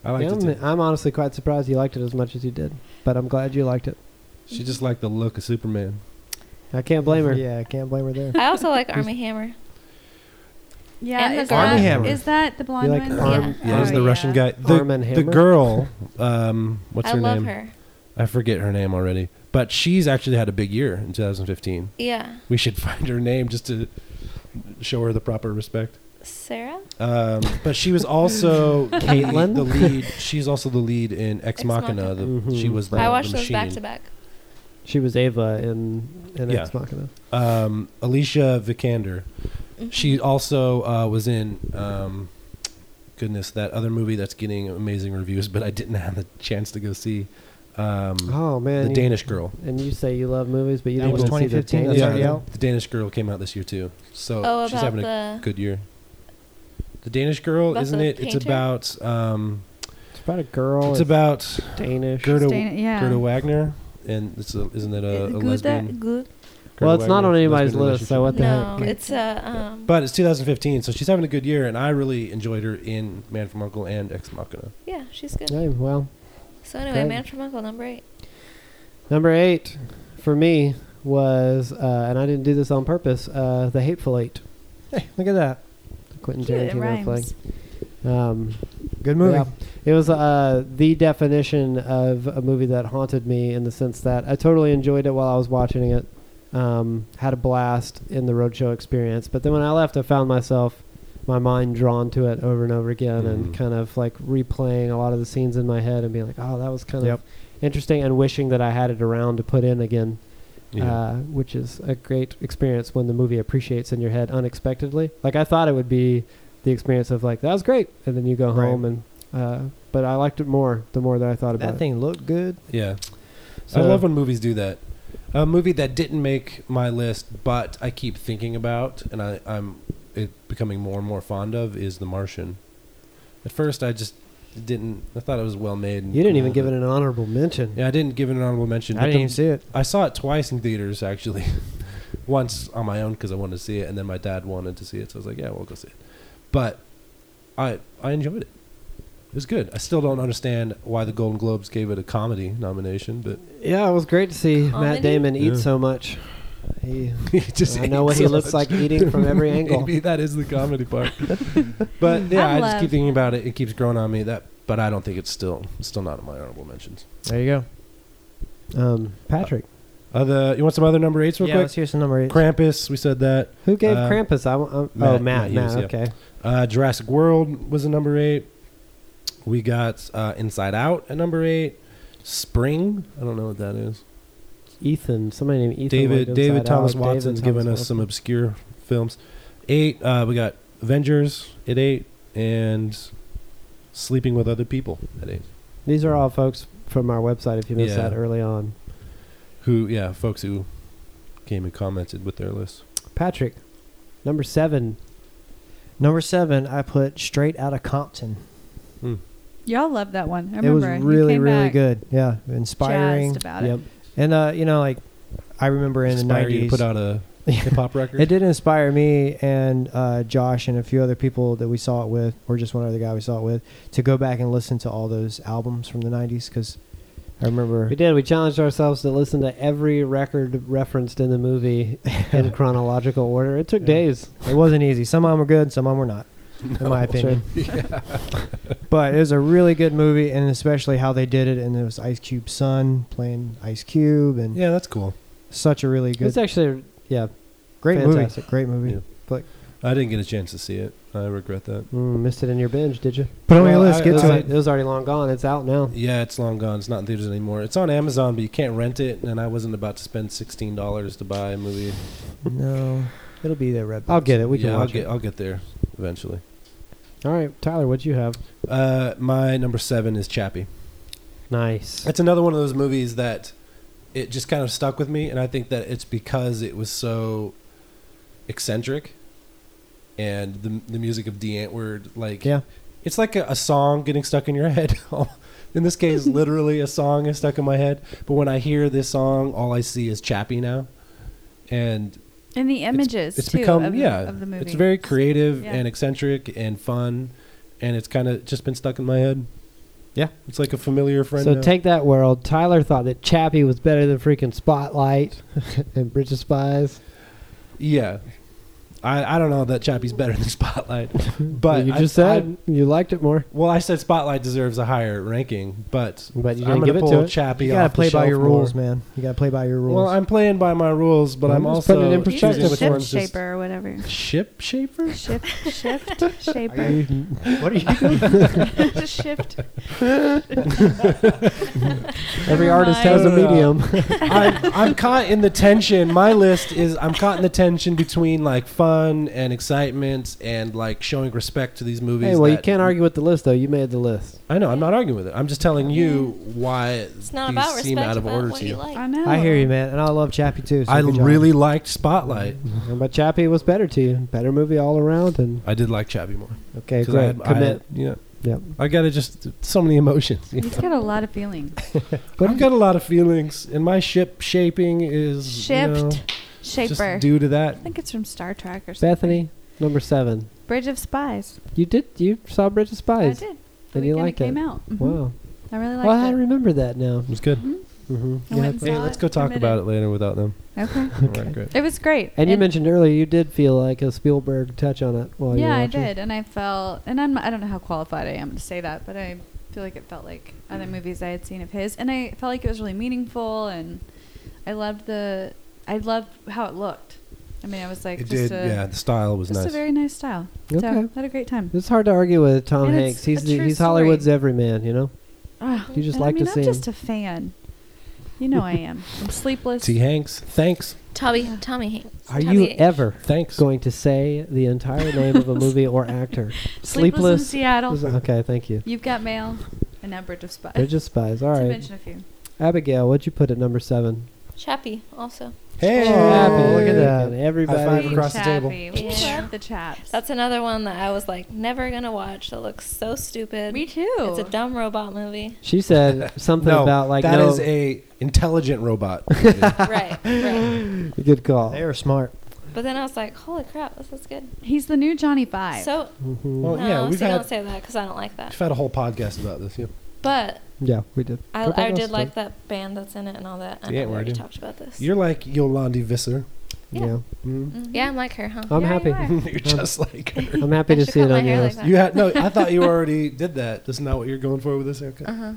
C: I
B: Yeah,
C: liked it.
B: I'm,
C: Too.
B: I'm honestly quite surprised you liked it as much as you did, but I'm glad you liked it.
C: She just liked the look of Superman.
B: I can't blame her.
E: Yeah, I can't blame her there.
F: I also like Army Hammer.
D: Yeah,
F: And the
D: is
F: Army
D: that,
E: Hammer.
D: is that the blonde
B: like
D: one?
B: Arm-
C: Yeah, it was
D: Oh,
C: the Russian guy. The,
B: Arm and
C: the
B: Hammer?
C: girl. Um, what's
F: I
C: her
F: love
C: name?
F: her.
C: I forget her name already. But she's actually had a big year in 2015.
F: Yeah.
C: We should find her name just to show her the proper respect.
F: Sarah?
C: Um, but she was also Caitlin,
B: Caitlin?
C: the lead. She's also the lead in Ex,
F: Ex
C: Machina.
F: Machina.
C: The,
B: Mhm.
C: She was the,
F: I watched
C: the
F: those
C: machine.
F: back to back.
B: She was Ava in in
C: Yeah.
B: Ex Machina.
C: um, Alicia Vikander.
F: Mm-hmm.
C: She also uh, was in, um, goodness, that other movie that's getting amazing reviews, but I didn't have the chance to go see. Um,
E: Mm.
B: Oh man,
C: the
B: you-
C: Danish Girl.
B: And you say you love movies, but you
E: That
B: didn't
E: was
B: even see the
E: 2015, that's
B: Danish
E: already
B: Girl.
E: out?
C: The Danish Girl came out this year too. So
F: Oh,
C: she's
F: about
C: having a
F: the-
C: good year. The Danish Girl,
F: About
C: isn't
F: the
C: it? It's
F: painter?
C: about um,
B: Oh, It's about a girl.
C: it's about
B: Danish.
C: Gerda
D: Dana- yeah.
C: Gerda Wagner, and it's a, isn't it uh, a, a
D: Good,
C: lesbian?
D: good.
C: Gerda
B: well, it's not
C: Wagner,
B: on anybody's
C: lesbian
B: list, so
C: relationship?
B: what the
F: no,
B: heck?
F: it's a um,
C: But it's 2015, so she's having a good year, and I really enjoyed her in Man from Uncle and Ex Machina.
F: yeah, she's good.
B: Hey, well,
F: So anyway,
B: Great.
F: Man from Uncle number eight.
B: number eight for me was, uh, and I didn't do this on purpose. Uh, the Hateful Eight,
E: Hey, look at that.
B: Quentin
D: Cute, it
B: Tarantino flick.
D: rhymes.
B: Um,
E: Good movie.
B: Yeah. It was uh, the definition of a movie that haunted me in the sense that I totally enjoyed it while I was watching it. Um, had a blast in the roadshow experience, but then when I left, I found myself my mind drawn to it over and over again,
C: Mm.
E: Mm-hmm.
B: and kind of like replaying a lot of the scenes in my head and being like, "Oh, that was kind
E: Yep.
B: of interesting," and wishing that I had it around to put in again
C: Yeah.
B: uh, which is a great experience when the movie appreciates in your head unexpectedly. Like I thought it would be the experience of like that was great, and then you go
E: Right.
B: home and. Uh, but I liked it more the more that I thought about
E: That thing looked good.
C: yeah.
B: it.
C: I love when movies do that. A movie that didn't make my list, but I keep thinking about, and I, I'm it becoming more and more fond of, is The Martian. At first, I just didn't. I thought it was well made. and
B: you didn't even
C: cool,
B: give it
C: but-
B: an honorable mention.
C: Yeah, I didn't give it an honorable mention.
E: I
C: but
E: didn't
C: the-
E: even see it.
C: I saw it twice in theaters actually. Once on my own because I wanted to see it, and then my dad wanted to see it, so I was like, "Yeah, we'll go see it." But I I enjoyed it. It was good. I still don't understand why the Golden Globes gave it a comedy nomination, but
B: Yeah, it was great to see
F: Comedy?
B: Matt Damon eat
C: Yeah.
B: so much. He,
C: it just
B: I know what
C: ate
B: he
C: so
B: looks
C: much.
B: like eating from every angle.
C: Maybe that is the comedy part. but yeah,
D: I
C: I, just
D: love-
C: keep thinking about it. It keeps growing on me. That, but I don't think it's still it's still not in my honorable mentions.
E: There you go.
B: Um, Patrick,
C: Other, you want some other number eights real
E: yeah,
C: quick?
E: let's hear some number eight.
C: Krampus, we said that.
B: who gave
C: Uh,
B: Krampus? I, w- I'm- oh,
C: Matt- Matt
B: Matt.
C: Hughes,
B: Matt.
C: yeah.
B: Okay.
C: Uh, Jurassic World was a number eight. We got uh, Inside Out at number eight. Spring, I don't know what that is.
B: Ethan. Somebody named Ethan.
C: David
B: worked
C: David
B: Inside
C: Thomas
B: Out.
C: Watson's
B: David
C: giving
B: Thomas
C: us some
B: Watson.
C: obscure films. Eight, uh, we got Avengers at eight and Sleeping with Other People at eight.
B: These are all folks from our website. If you missed
C: Yeah.
B: that early on,
C: Who, yeah, folks who came and commented with their list.
B: Patrick, number seven.
E: Number seven, I put Straight Out of Compton.
D: Y'all love that one. I
E: it was
D: remember. You
E: really,
D: came
E: really
D: back
E: good. Yeah, inspiring.
D: Jazzed about
B: Yep.
D: it.
E: And uh, you know, like I remember in
C: Inspired
E: the
C: you
E: nineties,
C: to put out a hip hop record.
E: it did inspire me and uh, Josh and a few other people that we saw it with, or just one other guy we saw it with, to go back and listen to all those albums from the nineties because I remember.
B: We did. We challenged ourselves to listen to every record referenced in the movie in chronological order. It took days.
E: It wasn't easy. Some of them were good, some of them were not, in my opinion. but it was a really good movie, and especially how they did it. And it was Ice Cube's son playing Ice Cube, and
C: Yeah, that's cool.
E: such a really
B: It was
E: good,
B: actually, yeah,
E: great
B: fantastic.
E: movie. Great movie.
C: Yeah. I didn't get a chance to see it. I regret that.
B: mm, missed it in your binge, did you?
E: Put it on your
C: Well,
E: list.
C: I-
E: Get
B: It was,
E: to
C: I-
E: it.
B: it was already long gone. It's out now.
C: Yeah, it's long gone. It's not in theaters anymore. It's on Amazon, but you can't rent it. And I wasn't about to spend sixteen dollars to buy a movie.
E: No, it'll be there. Red.
B: I'll get it. We
C: yeah,
B: can
C: I'll
B: watch
C: get I'll get there eventually.
B: it. All right, Tyler, what'd you have?
C: Uh, my number seven is Chappie.
B: Nice.
C: It's another one of those movies that it just kind of stuck with me, and I think that it's because it was so eccentric, and the the music of D Antwoord, like
E: Yeah.
C: it's like a, a song getting stuck in your head. in this case, literally a song is stuck in my head. But when I hear this song, all I see is Chappie now, and
D: And the images
C: it's
D: too
C: become
D: of,
C: yeah
D: the, of the movie.
C: it's very creative
D: Yeah.
C: and eccentric and fun and it's kind of just been stuck in my head
E: Yeah.
C: it's like a familiar friend
B: So
C: now.
B: take that world. Tyler thought that Chappie was better than freaking Spotlight and Bridge of Spies.
C: yeah I, I don't know that Chappie's better than Spotlight, but
B: you
C: I-
B: just
C: I-
B: said you liked it more.
C: well, I said Spotlight deserves a higher ranking, but
B: But you
C: I'm
B: didn't give
C: gonna
B: it
C: pull
B: to it.
C: Chappie
E: You gotta
C: off the
E: play by
C: shelf
E: your
C: more.
E: rules, man. You gotta play by your rules.
C: Well, I'm playing by my rules, but I'm,
B: I'm just putting
C: also
B: it in
D: He's a
B: perspective
C: choosing which
D: ship
C: one's just-
D: shaper or whatever.
C: Ship shaper?
D: Shift, shift, shaper.
E: what are you doing?
D: Just shift.
B: Every
D: Never
B: artist has a
C: mind.
B: medium.
C: I'm, I'm caught in the tension. My list is I'm caught in the tension between like fun and excitement and like showing respect to these movies.
B: hey, well, you
C: that-
B: can't argue with the list though. You made the list.
C: I know. I'm not arguing with it. I'm just telling you why
F: Mm-hmm. It's not
C: these
F: about
C: seem
F: respect.
C: out of
F: about
C: order
F: what
C: to
F: you
C: you.
F: like.
D: I know.
E: I hear you, man, and I love Chappie too. so
C: I
E: good job.
C: really liked Spotlight.
B: But Chappie was better to you. Better movie all around. And
C: I did like Chappie more.
B: okay,
C: 'Cause I
B: great.
C: had- I
B: Commit.
C: had- yeah.
B: Yep.
C: I gotta just so many emotions. you
D: He's
C: know.
D: got a lot of feelings.
C: But I've got a lot of feelings, and my ship shaping is you know,
D: Shift, shaper.
C: just due to that.
D: I think it's from Star Trek or something.
B: Bethany, number seven.
D: Bridge of Spies.
B: You did. You saw Bridge of
D: I
B: Spies.
D: did.
B: Did
D: The
B: you
D: weekend
B: like
D: it came
B: it?
D: out. Mhm.
B: Wow.
D: I really liked
B: Well, I
D: it.
B: remember that now.
C: It was good.
B: hmm
D: I went and
C: Hey,
D: saw
C: let's
D: it,
C: go talk
D: committed.
C: about it later without them.
D: Okay.
C: All right, great.
D: It was great.
B: And you mentioned earlier you did feel like a Spielberg touch on it while you
D: yeah,
B: were
D: I
B: watching.
D: did, and I felt, and I'm, I don't know how qualified I am to say that, but I feel like it felt like other movies I had seen of his, and I felt like it was really meaningful, and I loved the, I loved how it looked. I mean, I was like,
C: It did.
D: just a,
C: Yeah, the style was
D: just
C: nice.
D: a very nice style. So
B: Okay.
D: I had a great time.
B: It's hard to argue with Tom
D: And
B: Hanks.
D: it's
B: He's
D: a
B: the,
D: true
B: he's
D: story.
B: Hollywood's everyman, you know.
D: Ah,
B: You just
D: and
B: like
D: I
B: to
D: mean,
B: see
D: I'm
B: him.
D: just a fan. You know I am. I'm sleepless.
C: T. Hanks. Thanks.
F: Tommy, Tommy Hanks.
B: Are
F: Tommy
B: you
F: Hanks.
B: ever
C: Thanks.
B: going to say the entire name of a movie or actor?
D: sleepless in
B: Is-
D: Seattle.
B: Okay, thank you.
D: You've got mail, and now Bridge of Spies.
B: They're just spies. All
D: to
B: right,
D: mention a few.
B: Abigail, what'd you put at number seven?
F: Chappie also.
C: Hey.
B: Abigail, look at that!
C: High
B: Everybody.
C: five. across the table.
D: Chappie. We
F: Yeah.
D: love the chaps.
F: That's another one that I was like never gonna watch. That looks so stupid.
D: me too.
F: It's a dumb robot movie.
B: She said something
C: No,
B: about like
C: that
B: no.
C: is a intelligent robot. movie.
F: right, right.
B: good call.
E: They are smart.
F: But then I was like, holy crap, this is good.
D: He's the new Johnny Five.
F: So
B: Mhm.
C: Well,
F: no,
C: yeah, we've
F: see,
C: had,
F: don't say that because I don't like that.
C: we've had a whole podcast about this. Yeah.
F: But
B: Yeah, we did.
F: I,
B: Go back
F: I
B: on
F: did
B: stuff.
F: like that band that's in it and all that.
C: Yeah,
F: I know we
C: we're
F: already
C: doing-
F: talked about this.
C: You're like Yolandi Visser.
F: Yeah.
B: Yeah,
C: Mm.
D: Mhm.
F: yeah, I'm like her, huh?
B: Mm-hmm. I'm
D: Yeah,
B: happy.
D: you are.
C: You're just like her.
B: I'm happy
F: I
B: to
F: should
B: see
F: cut
B: it
F: my
B: on
F: hair
B: your
F: like
B: list.
F: that.
C: Um, You had no. I thought you already did that. That's not what you're going for with this haircut.
F: Uh huh.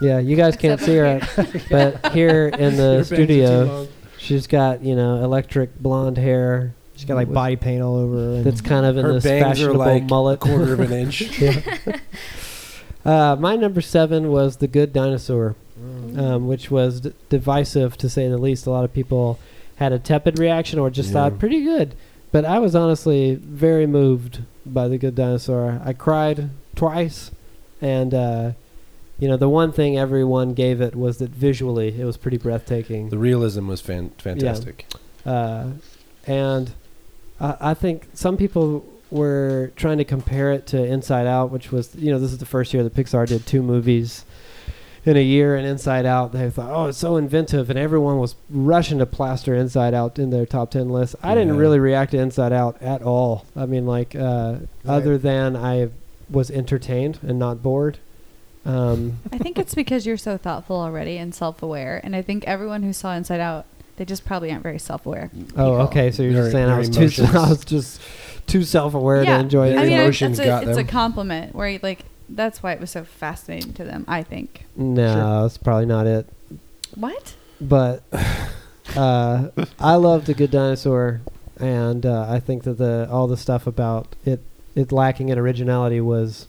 B: Yeah, you guys can't see her, but here in
C: Your
B: the
C: bangs are too
B: studio,
C: long.
B: she's got you know electric blonde hair.
E: She's got like body paint all over her. and-
B: That's kind of in
C: Her
B: this
C: bangs are
B: fashionable
C: like a
B: mullet.
C: quarter of an inch.
B: Uh, my number seven was The Good Dinosaur,
C: Oh.
B: um, which was d- divisive to say the least. A lot of people had a tepid reaction or just
C: Yeah.
B: thought pretty good, but I was honestly very moved by The Good Dinosaur. I cried twice, and uh, you know the one thing everyone gave it was that visually it was pretty breathtaking.
C: The realism was fan- fantastic.
B: uh, and I, I think some people were trying to compare it to Inside Out, which was you know this is the first year that Pixar did two movies in a year, and Inside Out they thought oh it's so inventive, and everyone was rushing to plaster Inside Out in their top ten list. I didn't
C: Yeah.
B: really react to Inside Out at all. I mean like uh, other than I was entertained and not bored. Um,
D: I think it's because you're so thoughtful already and self-aware, and I think everyone who saw Inside Out, they just probably aren't very self-aware.
B: oh, okay. So you're
C: Very-
B: just saying I
C: very
B: was too
C: emotions.
B: I was just too self-aware
D: Yeah.
B: to enjoy it.
C: Their
D: I mean, I-
C: emotions
D: that's a,
C: got
D: it's
C: them.
D: a compliment where you, like that's why it was so fascinating to them. I think.
B: No, that's probably not it.
D: What?
B: But uh, I loved the Good Dinosaur, and uh, I think that the all the stuff about it it lacking in originality was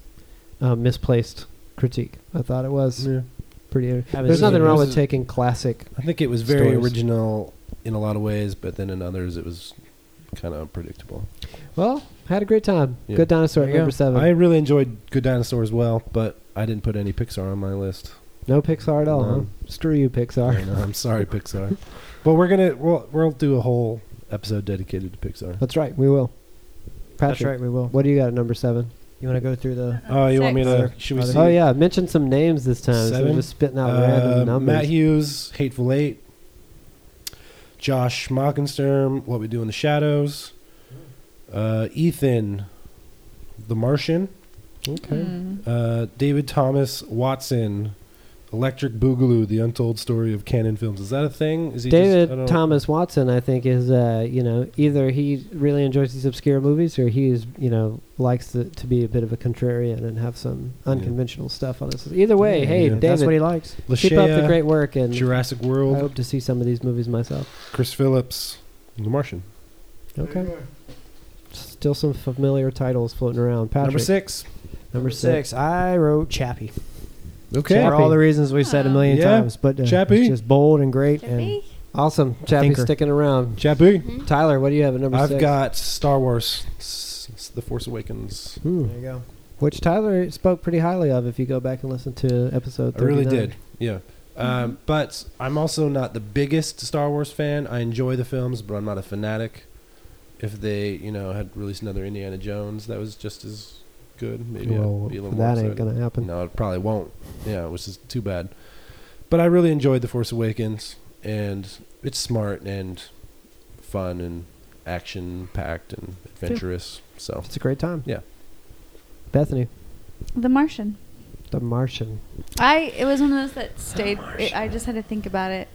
B: uh, misplaced critique. I thought it was
C: Yeah.
B: pretty.
E: Haven't
B: There's
E: seen
B: nothing
E: it.
B: wrong
C: This
B: with
C: is-
B: taking classic.
C: I think it was very
B: Stories.
C: original in a lot of ways, but then in others it was kind of unpredictable.
B: Well, had a great time.
C: Yeah.
B: Good Dinosaur at
E: There you
B: number
E: go.
B: seven.
C: I really enjoyed Good Dinosaur as well, but I didn't put any Pixar on my list.
B: no Pixar at all. huh?
C: Um,
B: Screw you,
C: I
B: Pixar.
C: know, I'm sorry, Pixar. But we're gonna we'll we'll do a whole episode dedicated to Pixar.
B: That's right. We will. Patrick,
E: That's right, we will.
B: what do you got at number seven?
E: You want to go through the?
C: Oh, you want me to?
E: Six.
C: Should we?
E: Other-
C: See?
B: Oh yeah, mention some names this time. instead of
C: Seven?
B: just spitting out
C: Uh,
B: random numbers.
C: Matt Hughes, Hateful Eight. Josh Mockensturm, What We Do in the Shadows. Uh, Ethan, The Martian.
B: Okay.
D: Mm.
C: Uh, David Thomas Watson, Electric Boogaloo: The Untold Story of Canon Films. Is that a thing? Is he just- I
B: David
C: don't-
B: Thomas Watson, I think, is uh, you know either he really enjoys these obscure movies or he's you know likes to, to be a bit of a contrarian and have some
C: Yeah.
B: unconventional stuff on us. Either way,
C: Yeah,
B: hey,
C: yeah.
B: David,
E: That's what he likes.
B: keep up the
C: Lashea,
B: great work, and
C: Jurassic
B: I
C: World,
B: hope to see some of these movies myself.
C: Chris Phillips, The Martian.
B: Okay, still some familiar titles floating around. Patrick,
C: Number six.
B: number six.
E: Six. I wrote Chappie.
C: Okay.
E: For all the reasons we've
D: Um,
E: said a million
C: Yeah.
E: times, but uh,
C: Chappie.
E: it's just bold and great and
B: Awesome, Chappie
E: Thinker.
B: sticking around.
C: Chappie.
B: Tyler, what do you have at number
C: I've
B: 6
C: got Star Wars, S- S- The Force Awakens.
B: Hmm,
E: there you go.
B: which Tyler spoke pretty highly of. If you go back and listen to episode,
C: I really
B: 39.
C: did. Yeah. Um, but I'm also not the biggest Star Wars fan. I enjoy the films, but I'm not a fanatic. If they, you know, had released another Indiana Jones, that was just as good. Maybe I'd
B: Well,
C: be a little more
B: that ain't
C: excited.
B: gonna happen.
C: No, it probably won't. Yeah, which is too bad. But I really enjoyed The Force Awakens, and it's smart and fun and action packed and adventurous. So
B: It's a great time.
C: Yeah.
B: Bethany,
D: The Martian.
B: The Martian.
D: I it was one of those that stayed. It, I just had to think about it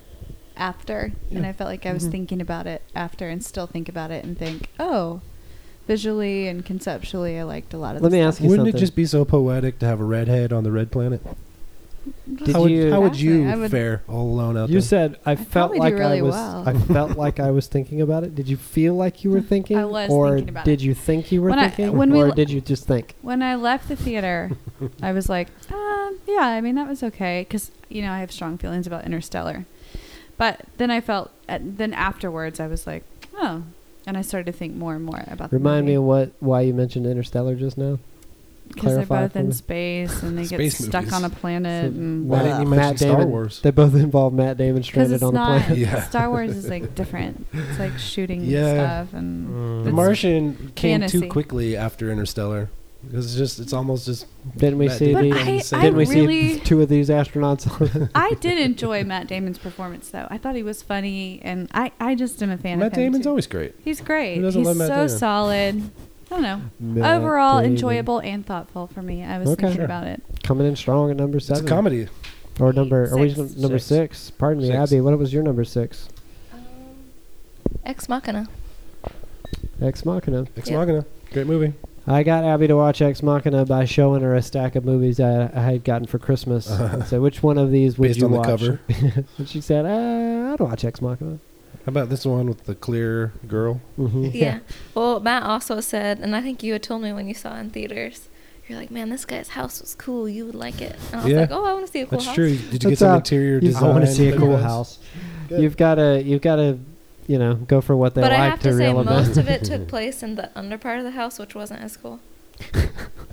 D: after, and
C: Yeah.
D: I felt like I was
B: Mm-hmm.
D: thinking about it after, and still think about it and think, oh, visually and conceptually, I liked a lot of.
B: Let
D: the
B: me
D: stuff.
B: ask you
C: wouldn't
B: something.
C: it just be so poetic to have a redhead on the red planet?
B: Did
C: how, would,
B: you-
C: how would you
D: I would-
C: fare all alone out
B: you
C: there?
B: said I felt
D: probably do
B: like I
D: really
B: was.
D: well.
B: I felt like I was thinking about it. Did you feel like you were thinking?
D: I was
B: or
D: thinking about
B: did
D: it.
B: you think you were
D: When I-
B: thinking,
D: when we
B: or
D: l-
B: did you just think?
D: When I left the theater, I was like, um, yeah, I mean, that was okay. Because, you know, I have strong feelings about Interstellar. But then I felt, at, then afterwards, I was like, oh. And I started to think more and more about the
B: Remind me
D: movie.
B: of what why you mentioned Interstellar just now.
D: Because they're
B: clarify
D: both
B: for
D: in
B: me.
D: space and they get
C: Space
D: stuck
C: movies.
D: on a planet.
B: So
D: and
C: Why didn't you
B: Matt
C: mention Star
B: Damon.
C: Wars?
B: They both involve Matt Damon
D: Because
B: stranded
D: it's
B: on a
D: not,
B: planet.
C: Yeah.
D: Star Wars is like different. It's like shooting
C: Yeah.
D: stuff and.
B: Mm.
C: The Martian came too
D: fantasy.
C: quickly after Interstellar. It's just, it's almost just.
B: Didn't we
C: Matt
B: see
C: Damon
B: the?
D: But I-
C: doesn't say
D: I
B: didn't we
C: much.
B: see
D: really-
B: two of these astronauts? on-
D: I did enjoy Matt Damon's performance, though. I thought he was funny, and I, I just am a fan
C: Matt
D: of him.
C: Damon's
D: too.
C: always great.
D: He's great.
C: Who
D: He's
C: doesn't
D: so
C: love Matt Damon?
D: solid. I don't know.
B: Matt
D: Overall,
B: Damon.
D: enjoyable and thoughtful for me. I was
B: Okay.
D: thinking
C: Sure.
D: about it.
B: Coming in strong at number
C: It's
B: seven.
C: a comedy.
B: Or number, or we
D: Six.
B: num- number six.
C: Six.
B: Pardon me,
C: Six.
B: Abby. What was your number six?
F: Mm-hmm. Um, Ex Machina.
B: Ex Machina.
C: Ex
F: Yeah.
C: Machina, great movie.
B: I got Abby to watch Ex Machina by showing her a stack of movies I, I had gotten for Christmas. and said, which one of these would
C: Based
B: you
C: on the
B: watch?
C: cover.
B: and she said, uh, I'd watch Ex Machina.
C: How about this one with the clear girl?
B: hmm
F: Yeah. Well, Matt also said, and I think you had told me when you saw it in theaters, you're like, man, this guy's house was cool. You would like it. And I was
C: Yeah.
F: like, oh, I want to see a cool
C: That's
F: house.
C: true. Did you
B: That's
C: get some
B: how-
C: interior
B: you-
C: design?
B: I
E: I want
B: wanna
E: to see a cool
C: photographs?
E: house.
C: Good.
B: You've got to, you've got to, you know, go for what they
F: But
B: like
F: I have to,
B: to,
F: say,
B: reel 'em in.
F: most of it took place in the under part of the house, which wasn't as cool.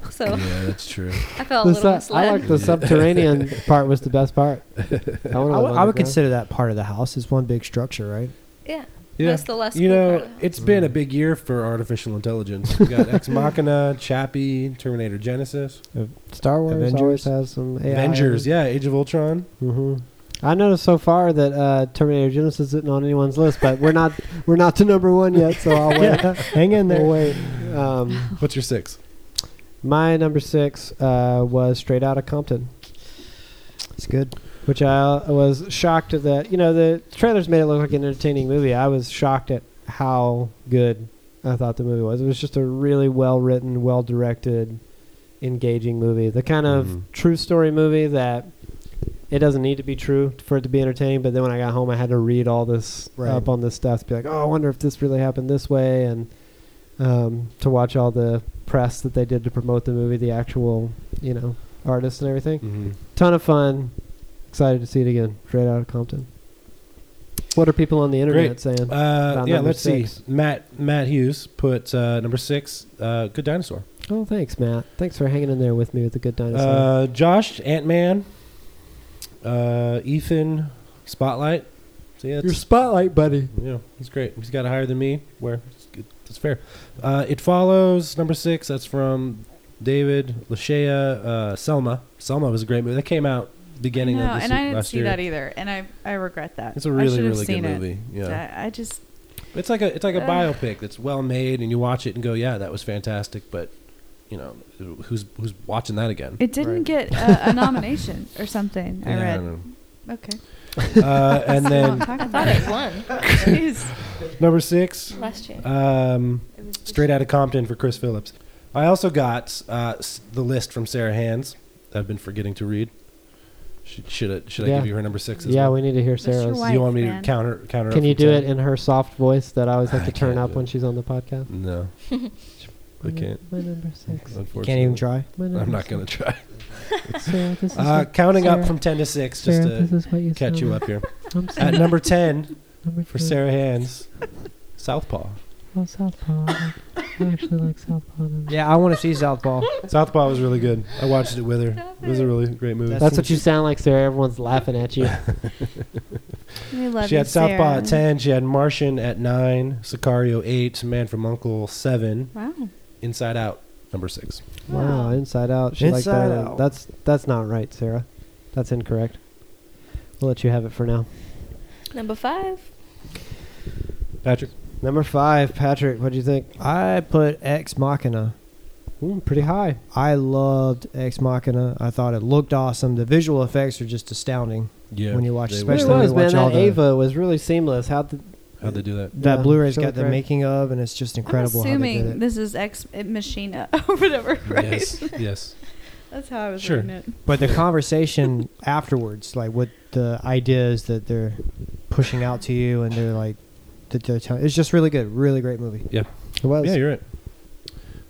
F: So
C: Yeah, that's true.
F: I felt a
B: The
F: little
B: su- I
F: misled.
B: like the subterranean part was the best part. I, wanna
E: I
B: live
E: would- I would
B: underground.
E: consider that part of the house. It's one big structure, right?
F: yeah.
C: Yeah.
F: That's the less
C: You
F: cool
C: know,
F: part of the house.
C: it's been a big year for artificial intelligence. We got Ex Machina, Chappie, Terminator Genesis,
B: Star Wars
E: Avengers.
B: always has some AI.
C: Avengers, yeah, Age of Ultron.
B: hmm I noticed so far that uh, Terminator Genesis isn't on anyone's list, but we're not we're not to number one yet, so I'll wait.
E: Hang in there.
B: We'll wait. Um,
C: What's your six?
B: my number six uh, was Straight Outta Compton,
E: It's good.
B: which I was shocked at that. You know, the trailers made it look like an entertaining movie. I was shocked at how good I thought the movie was. It was just a really well written, well directed, engaging movie. The kind of
E: Mm-hmm.
C: Mhm.
B: true story movie that it doesn't need to be true for it to be entertaining. But then when I got home, I had to read all this
E: Right.
B: up on this stuff to be like, oh, I wonder if this really happened this way, and um, to watch all the press that they did to promote the movie, the actual you know artists and everything.
C: Mm-hmm.
B: Ton of fun. Excited to see it again. Straight out of Compton. What are people on the internet
C: Great.
B: saying?
C: Uh,
B: About
C: yeah,
B: number
C: let's
B: six.
C: see. Matt Matt Hughes put uh, number six. Uh, Good Dinosaur.
B: oh, thanks, Matt. Thanks for hanging in there with me with the good dinosaur.
C: Uh, Josh Ant Man. Uh, Ethan Spotlight. So yeah, it's-
B: spotlight, buddy.
C: Yeah, he's great. He's got it higher than me. Where it's, good. it's fair. Uh, it follows number six. That's from David Lashea. Uh, Selma. Selma was a great movie. That came out beginning
D: No,
C: of this
D: and
C: year-
D: I didn't
C: last
D: see
C: year.
D: that either, and I I regret that.
C: It's a
D: I
C: really
D: should have
C: really good
D: seen it.
C: movie. Yeah,
D: I, I just
C: it's like a it's like a
D: Ugh.
C: biopic that's well made, and you watch it and go, yeah, that was fantastic. But you know, who's who's watching that again?
D: It didn't
E: Right.
D: get a, a nomination or something. I
C: Yeah,
D: read.
C: don't
D: Okay.
C: know. Uh, and then
F: I thought it won
D: Jeez.
C: number six,
F: last year.
C: um,
D: It was just-
C: Straight Out of Compton for Chris Phillips. I also got uh, s- the list from Sarah Hands. I've been forgetting to read. Should should, I, should I
B: Yeah.
C: give you her number six? As
B: Yeah,
C: well?
B: we need to hear
D: your
B: Sarah's.
D: wife.
C: Do you want me
D: Man.
C: to counter counter?
B: Can
C: up
B: you
C: from
B: do
C: ten?
B: it in her soft voice that I always have
C: I
B: to turn
C: can't
B: up
C: do
B: when
C: it.
B: she's on the podcast?
C: No, I can't.
B: My number six.
C: Unfortunately,
E: Can't even try.
B: My number
C: I'm not
B: six.
C: gonna try.
B: Sarah, this is
C: Uh,
B: what,
C: counting
B: Sarah-
C: up from ten to six, just
B: Sarah, this
C: to
B: is what you
C: catch you
B: sound
C: up here.
B: like. I'm
C: At
B: sorry.
C: number ten
B: Number
C: for
B: two.
C: Sarah Hands, Southpaw.
B: Oh, Southpaw. I actually like Southpaw.
E: Yeah, I want to see Southpaw.
C: Southpaw was really good. I watched it with her.
D: Stop
C: It was a
D: it.
C: really great movie.
E: That's
B: That's what you sound like, Sarah. Everyone's laughing at you.
D: We love
C: she
D: you,
C: had Southpaw
D: Sarah.
C: at ten. She had Martian at nine. Sicario eight. Man from Uncle seven.
D: Wow.
C: Inside Out number six.
B: wow, Inside Out. She
E: Inside
B: liked that.
E: Out.
B: That's that's not right, Sarah. That's incorrect. We'll let you have it for now.
F: Number five.
C: Patrick.
E: Number five, Patrick. What do you think? I put Ex Machina.
B: Mm, pretty high.
E: I loved Ex Machina. I thought it looked awesome. The visual effects are just astounding.
C: Yeah.
E: When you watch
C: they
E: Spec-
C: were-
B: It
E: Especially when
B: was,
E: you
B: man.
E: watch all
B: That
E: the-
B: Ava was really seamless. How did
C: how'd they do that?
E: That
B: Yeah,
E: Blu-ray's
B: so
E: got the
B: great.
E: making of, and it's just
D: I'm
E: incredible how they did
D: assuming
E: it.
D: this is ex machina or whatever, right?
C: Yes. Yes.
D: That's how I was
C: Sure.
D: reading it.
E: But the conversation afterwards, like what the ideas that they're pushing out to you, and they're like, that they're telling, it's just really good, really great movie.
C: Yeah.
E: it was.
C: Yeah, you're right.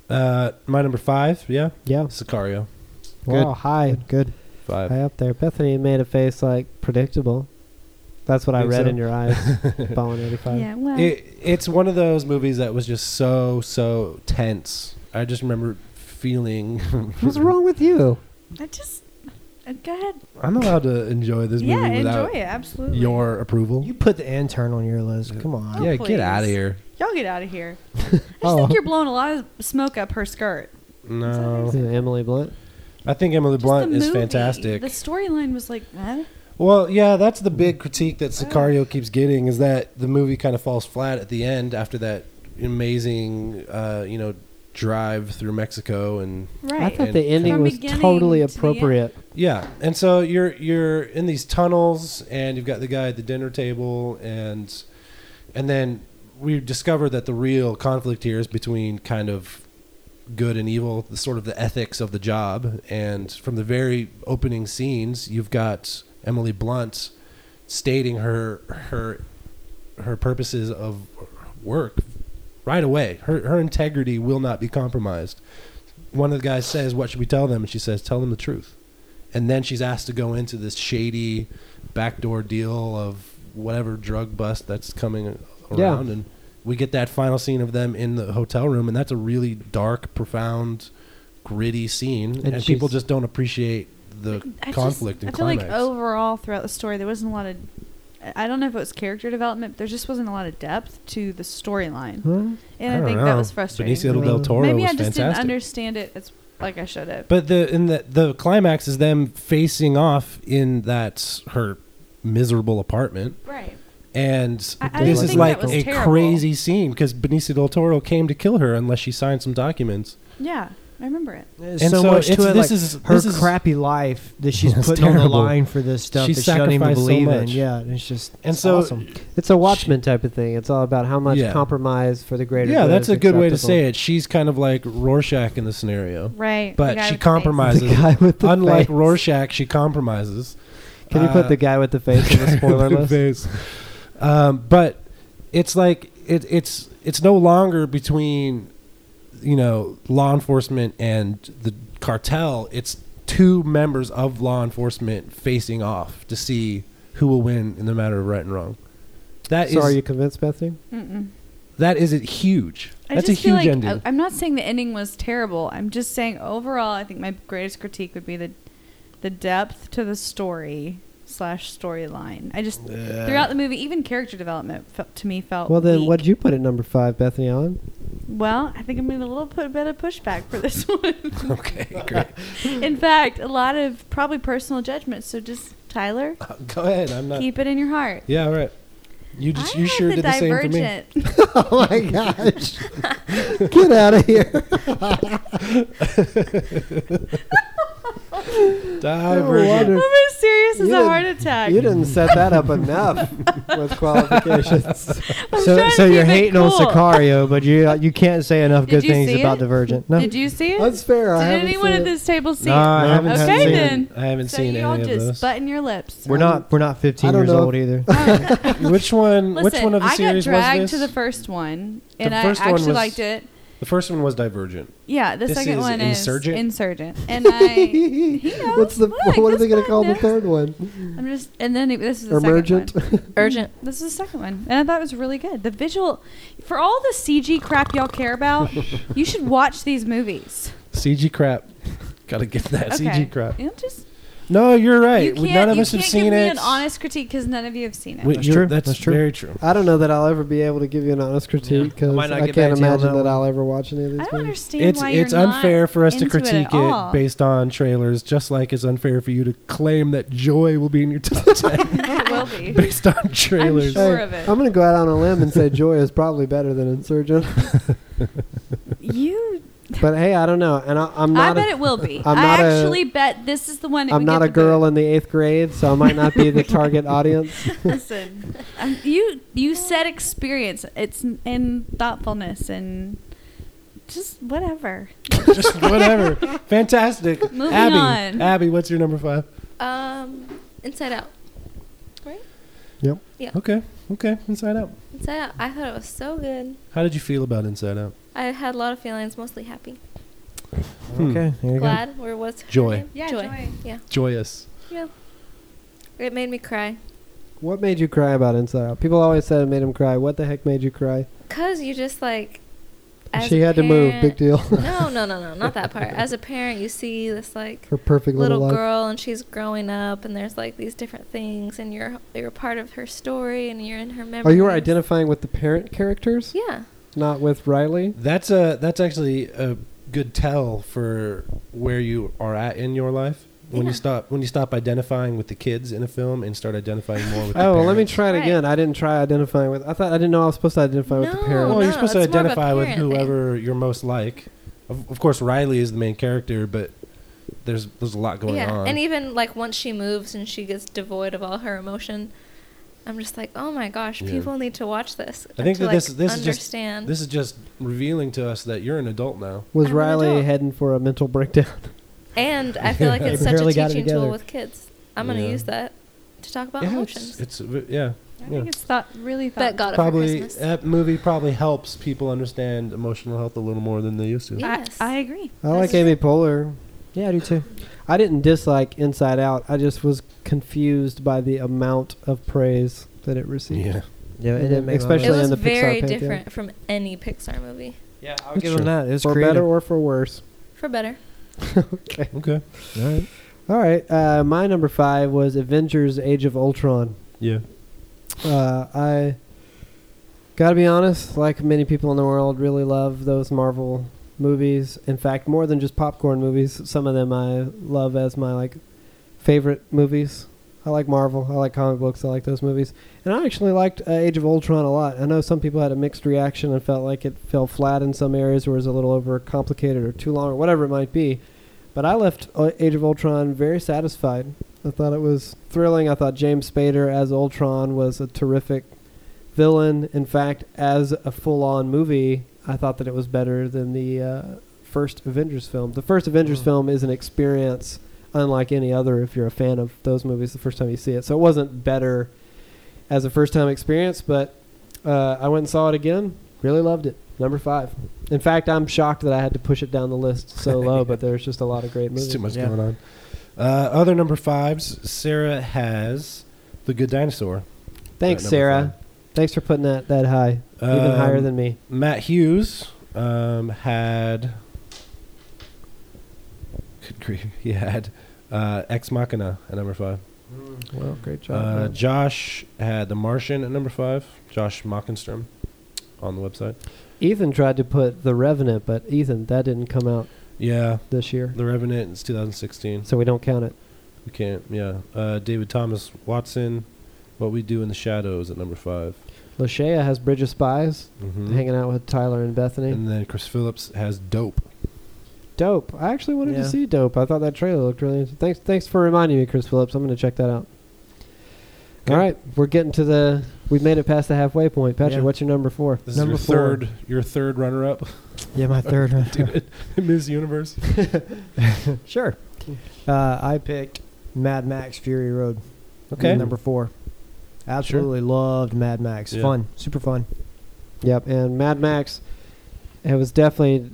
C: Uh, my number five. Yeah.
B: Yeah.
C: Sicario.
E: Good.
B: Wow, high.
E: Good, good.
C: Five.
B: High Oh, up there. Bethany made a face like predictable. That's what I
C: Think
B: read
C: so?
B: in your eyes. Ballin' 85.
D: Yeah. Well.
C: It, it's one of those movies that was just so so tense. I just remember feeling.
B: What's wrong with you?
D: I just. uh, Go ahead.
C: I'm allowed to enjoy this movie
D: Yeah,
C: without
D: enjoy it. Absolutely. Oh,
C: your approval.
E: You put the intern on your list. Come on.
C: yeah,
D: please.
C: get out of here.
D: Y'all get out of here. I just
B: Oh.
D: think you're blowing a lot of smoke up her skirt.
C: No,
B: Is it Emily Blunt.
C: I think Emily
D: Just
C: Blunt
D: the
C: is
D: movie.
C: fantastic.
D: The storyline was like, eh?
C: Well, yeah, that's the big critique
D: Oh.
C: that Sicario keeps getting is that the movie kind of falls flat at the end after that amazing, uh, you know, drive through Mexico and
B: I
D: right.
B: thought
C: And-
B: the ending
D: From
B: was
D: beginning
B: totally
D: to the
B: appropriate.
C: yeah, and so you're you're in these tunnels and you've got the guy at the dinner table and and then we discover that the real conflict here is between kind of good and evil, the sort of the ethics of the job. And from the very opening scenes, you've got Emily Blunt stating her her her purposes of work right away. Her her integrity will not be compromised. One of the guys says, "What should we tell them?" And she says, "Tell them the truth." And then she's asked to go into this shady backdoor deal of whatever drug bust that's coming
B: Yeah.
C: around and we get that final scene of them in the hotel room, and that's a really dark, profound, gritty scene, and,
B: And
C: people
B: she's-
C: just don't appreciate the
D: I
C: conflict
D: just,
C: and
D: I feel
C: climax.
D: like oh, overall throughout the story, there wasn't a lot of. I- I don't know if it was character development, but there just wasn't a lot of depth to the
C: Hmm.
D: storyline,
B: Huh?
D: and I, think that was frustrating.
C: Benicio del
B: Uh,
C: Toro
D: Maybe
C: was
D: I just didn't
C: fantastic.
D: understand it as like I should have.
C: But the in the the climax is them facing off in that her miserable apartment,
D: right.
C: and
D: I- I
C: this
B: didn't
C: is
B: think
C: like
B: that was
C: a
D: terrible.
C: crazy scene because Benicio del Toro came to kill her unless she signed some documents.
D: Yeah, I remember it.
E: There's
C: And
E: so,
C: so
E: much to
C: it's-
E: it.
C: this
E: like,
C: is-
E: her
C: this is-
E: crappy life that she's
C: It's
E: putting on the
C: terrible.
E: line for this stuff
C: She
E: that she doesn't even
C: sacrificed so
E: believe in.
C: much.
E: Yeah, and it's just
C: And
E: it's
C: so
E: awesome.
B: It's a Watchmen type of thing. It's all about how much
C: Yeah.
B: compromise for the greater.
C: Yeah,
B: good
C: that's
B: is
C: a good way to
B: acceptable.
C: say it. She's kind of like Rorschach in the scenario.
D: Right.
C: But she compromises.
B: The guy with the
C: Unlike
B: face.
C: Rorschach, she compromises.
B: Can you put
C: Uh,
B: the guy with the face in the spoiler list?
C: face. Um, but it's like it, it's it's no longer between you know law enforcement and the cartel. It's two members of law enforcement facing off to see who will win in the matter of right and wrong. That is
B: So are you convinced, Bethany?
C: that is it huge. That's a huge ending.
D: I, am not saying the ending was terrible. I'm just saying overall, I think my greatest critique would be the the depth to the story slash storyline. I just throughout the movie, even character development felt, to Oh, me felt
B: Well, then
D: weak.
B: what'd you put at number five, Bethany Allen?
D: Well, I think I'm going to a little put bit of pushback for this one.
C: okay, great.
D: in fact, a lot of probably personal judgments. So just Tyler,
C: Go ahead. I'm not.
D: keep it in your heart.
C: Yeah, all right. You just
D: I
C: you
D: had
C: sure did the same for me.
D: Divergent.
E: oh my gosh. Get out of here. Oh,
D: I'm
C: Divergent.
D: as serious as
B: You
D: a
B: didn't-
D: heart attack.
B: You didn't set that up enough with qualifications.
D: I'm
E: So,
D: trying
E: so
D: to
E: you're
D: keep it
E: hating on
D: cool.
E: Sicario, but you uh, you can't say enough
D: Did
E: good
D: you
E: things
D: see
E: about
D: it?
E: Divergent. No,
D: Did you see it?
B: That's fair. I
D: Did
B: haven't
D: anyone
B: seen
D: at
B: it.
D: this table see
C: No, I
D: it?
C: haven't
D: okay
C: seen
D: then.
C: it. I haven't
D: so
C: seen
D: you all
C: any of
D: just
C: those.
D: button your lips.
E: we're not we're not 15
B: I don't
E: years
B: know
E: old either.
C: which one?
D: Listen,
C: which one of the
D: I got
C: series
D: dragged
C: was
D: to
C: this?
D: the first one, and I
C: first one
D: actually
C: was-
D: liked it.
C: the first one was Divergent.
D: Yeah, the
C: This
D: second
C: is
D: one
C: Insurgent?
D: is insurgent, and I. knows.
B: What's the?
D: Look,
B: what are
D: this
B: they going to
D: guy
B: call
D: knows.
B: the third one?
D: I'm just, and then it, this is the
B: Emergent.
D: second one.
F: Urgent.
D: This is the second one, and I thought it was really good. The visual, for all the CG crap y'all care about, you should watch these movies.
C: CG crap. Gotta get that
D: Okay.
C: CG crap.
D: You know, just
C: No, you're
D: you
C: right.
D: can't.
C: None of
D: you
C: us
D: can't
C: have seen
D: give me
C: it.
D: an honest critique because none of you have seen it.
C: Wait,
E: That's
C: you're-
E: true.
C: That's,
E: That's true.
C: very true.
B: I don't know that I'll ever be able to give you an honest critique
E: I
B: because
E: might not
B: I,
E: get
B: can't
E: back to you on
B: imagine
E: that
B: that
E: one.
B: I'll ever watch any of these
D: I don't
B: movies.
D: understand
C: It's
D: why
C: it's
D: you're not
C: unfair for us to
D: into
C: critique
D: it, at all.
C: based on trailers, just like it's unfair for you to claim that joy will be in your top ten
D: it will be.
C: based on
D: I'm
C: trailers.
D: sure of it.
B: I'm going to go out on a limb and say Joy is probably better than Insurgent.
D: you,
B: But hey, I don't know, and I, I'm
D: I
B: not. a-
D: bet it will be.
B: I'm
D: I
B: not a-
D: actually bet this is the one. That
B: I'm
D: we
B: not
D: get
B: a
D: to
B: girl
D: vote.
B: in the eighth grade, so I might not be the target audience.
D: Listen, um, you you said experience. It's n- and thoughtfulness and just whatever.
C: just whatever. Fantastic.
D: Moving
C: Abby,
D: on.
C: Abby, what's your number five?
F: Um, Inside Out.
C: Okay, okay. Inside Out.
F: Inside Out. I thought it was so good.
C: How did you feel about Inside Out?
F: I had a lot of feelings, mostly happy,
C: Hmm.
E: Okay, there you
F: glad. Where was her
C: Joy.
F: name?
C: Joyous.
F: It made me cry.
B: What made you cry about Inside Out? People always said it made him cry. What the heck made you cry?
F: Cause you just like. As
B: she
F: a
B: had to move.
F: parent-
B: Big deal.
F: no, no, no, no, not that part. As a parent, you see this like
B: Her perfect little,
F: little
B: life.
F: girl, and she's growing up, and there's like these different things, and you're you're a part of her story, and you're in her memory.
B: Are you identifying with the parent characters,
F: Yeah,
B: not with Riley?
C: That's a that's actually a good tell for where you are at in your life when you
F: Yeah.
C: stop when you stop identifying with the kids in a film and start identifying more with. the
B: Oh, well, let me
C: parents.
B: try it
F: Right.
B: again. I didn't try identifying with. I thought I didn't know I was supposed to identify with the
F: No.
B: parent.
C: Well,
F: Oh, no,
C: you're supposed to
F: it's more of a
C: identify with
F: parent thing.
C: whoever you're most like. Of, of course, Riley is the main character, but there's there's a lot going
F: yeah,
C: on.
F: and even like once she moves and she gets devoid of all her emotion, I'm just like, oh my gosh,
C: Yeah.
F: people need to watch this.
C: I think
F: to,
C: that this-
F: like,
C: this is just-
F: understand.
C: this is just revealing to us that you're an adult now.
B: Was
F: I'm an
B: Riley
F: adult.
B: heading for a mental breakdown?
F: and I feel like
C: They
F: it's such a
E: barely got it
F: teaching tool
E: together.
F: with kids. I'm gonna
C: Yeah.
F: use that to talk about
C: yeah, it's,
F: emotions.
C: it's v- yeah.
D: I
C: Yeah.
D: think it's thought really thought.
F: But got it for
C: Probably uh,
F: Christmas.
C: that movie probably helps people understand emotional health a little more than they used to.
F: Yeah.
D: I,
F: Yes.
D: I agree.
B: I like Amy Poehler. Yeah, I do too. I didn't dislike Inside Out. I just was confused by the amount of praise that it received.
C: Yeah.
E: Yeah,
B: it didn't make my
E: especially
B: Especially
F: it
B: in
F: was
B: the Pixar
F: very
B: pantheon.
F: different from any Pixar movie,
E: Yeah, I'll
C: That's
E: give him
C: true.
E: that. It's
B: for
E: creative.
B: better or for worse.
F: for better.
C: Okay.
E: All right.
B: All right. Uh, my number five was Avengers: Age of Ultron.
C: Yeah.
B: Uh, I gotta be honest. Like many people in the world, really love those Marvel movies. In fact, more than just popcorn movies. Some of them I love as my like favorite movies. I like Marvel. I like comic books. I like those movies. And I actually liked uh, Age of Ultron a lot. I know some people had a mixed reaction and felt like it fell flat in some areas or was a little overcomplicated or too long or whatever it might be. But I left uh, Age of Ultron very satisfied. I thought it was thrilling. I thought James Spader as Ultron was a terrific villain. In fact, as a full on movie, I thought that it was better than the uh, first Avengers film. The first Avengers
C: Mm.
B: film is an experience unlike any other if you're a fan of those movies the first time you see it. So it wasn't better as a first time experience, but uh, I went and saw it again. Really loved it. Number five. In fact, I'm shocked that I had to push it down the list so low, but there's just a lot of great
C: There's
B: movies.
C: too much
E: Yeah.
C: going on. Uh, other number fives, Sarah has The Good Dinosaur. Alright, number
B: Thanks, Sarah. Thanks for putting that that high, even
C: Um,
B: higher than me.
C: Matt Hughes um, had. Good grief. He had uh, Ex Machina at number five.
B: Well, great
C: Uh, Josh had The Martian at number five. Josh Mockenstrom on the website.
B: Ethan tried to put The Revenant, but Ethan, that didn't come out
C: Yeah.
B: this year,
C: The Revenant is 2016.
B: so we don't count it.
C: We can't. Yeah. Uh, David Thomas Watson, What We Do in the Shadows at number five.
B: Lashea has Bridge of Spies,
E: Mm-hmm.
C: Mhm.
B: hanging out with Tyler and Bethany.
C: And then Chris Phillips has Dope.
B: Dope. I actually wanted
E: Yeah.
B: to see Dope. I thought that trailer looked really interesting. Thanks, thanks for reminding me, Chris Phillips. I'm going to check that out.
C: Okay.
B: All right, we're getting to the. We've made it past the halfway point. Patrick,
E: Yeah.
B: what's your number four?
C: This
E: Number
C: is
E: four.
C: your third, your third runner-up,
E: Yeah, my third one.
C: Miss Universe.
E: Sure. Uh, I picked Mad Max Fury Road.
C: Okay.
E: Number four. Absolutely loved Mad Max.
C: Yeah.
E: Fun. Super fun.
B: Yep, and Mad Max. It was definitely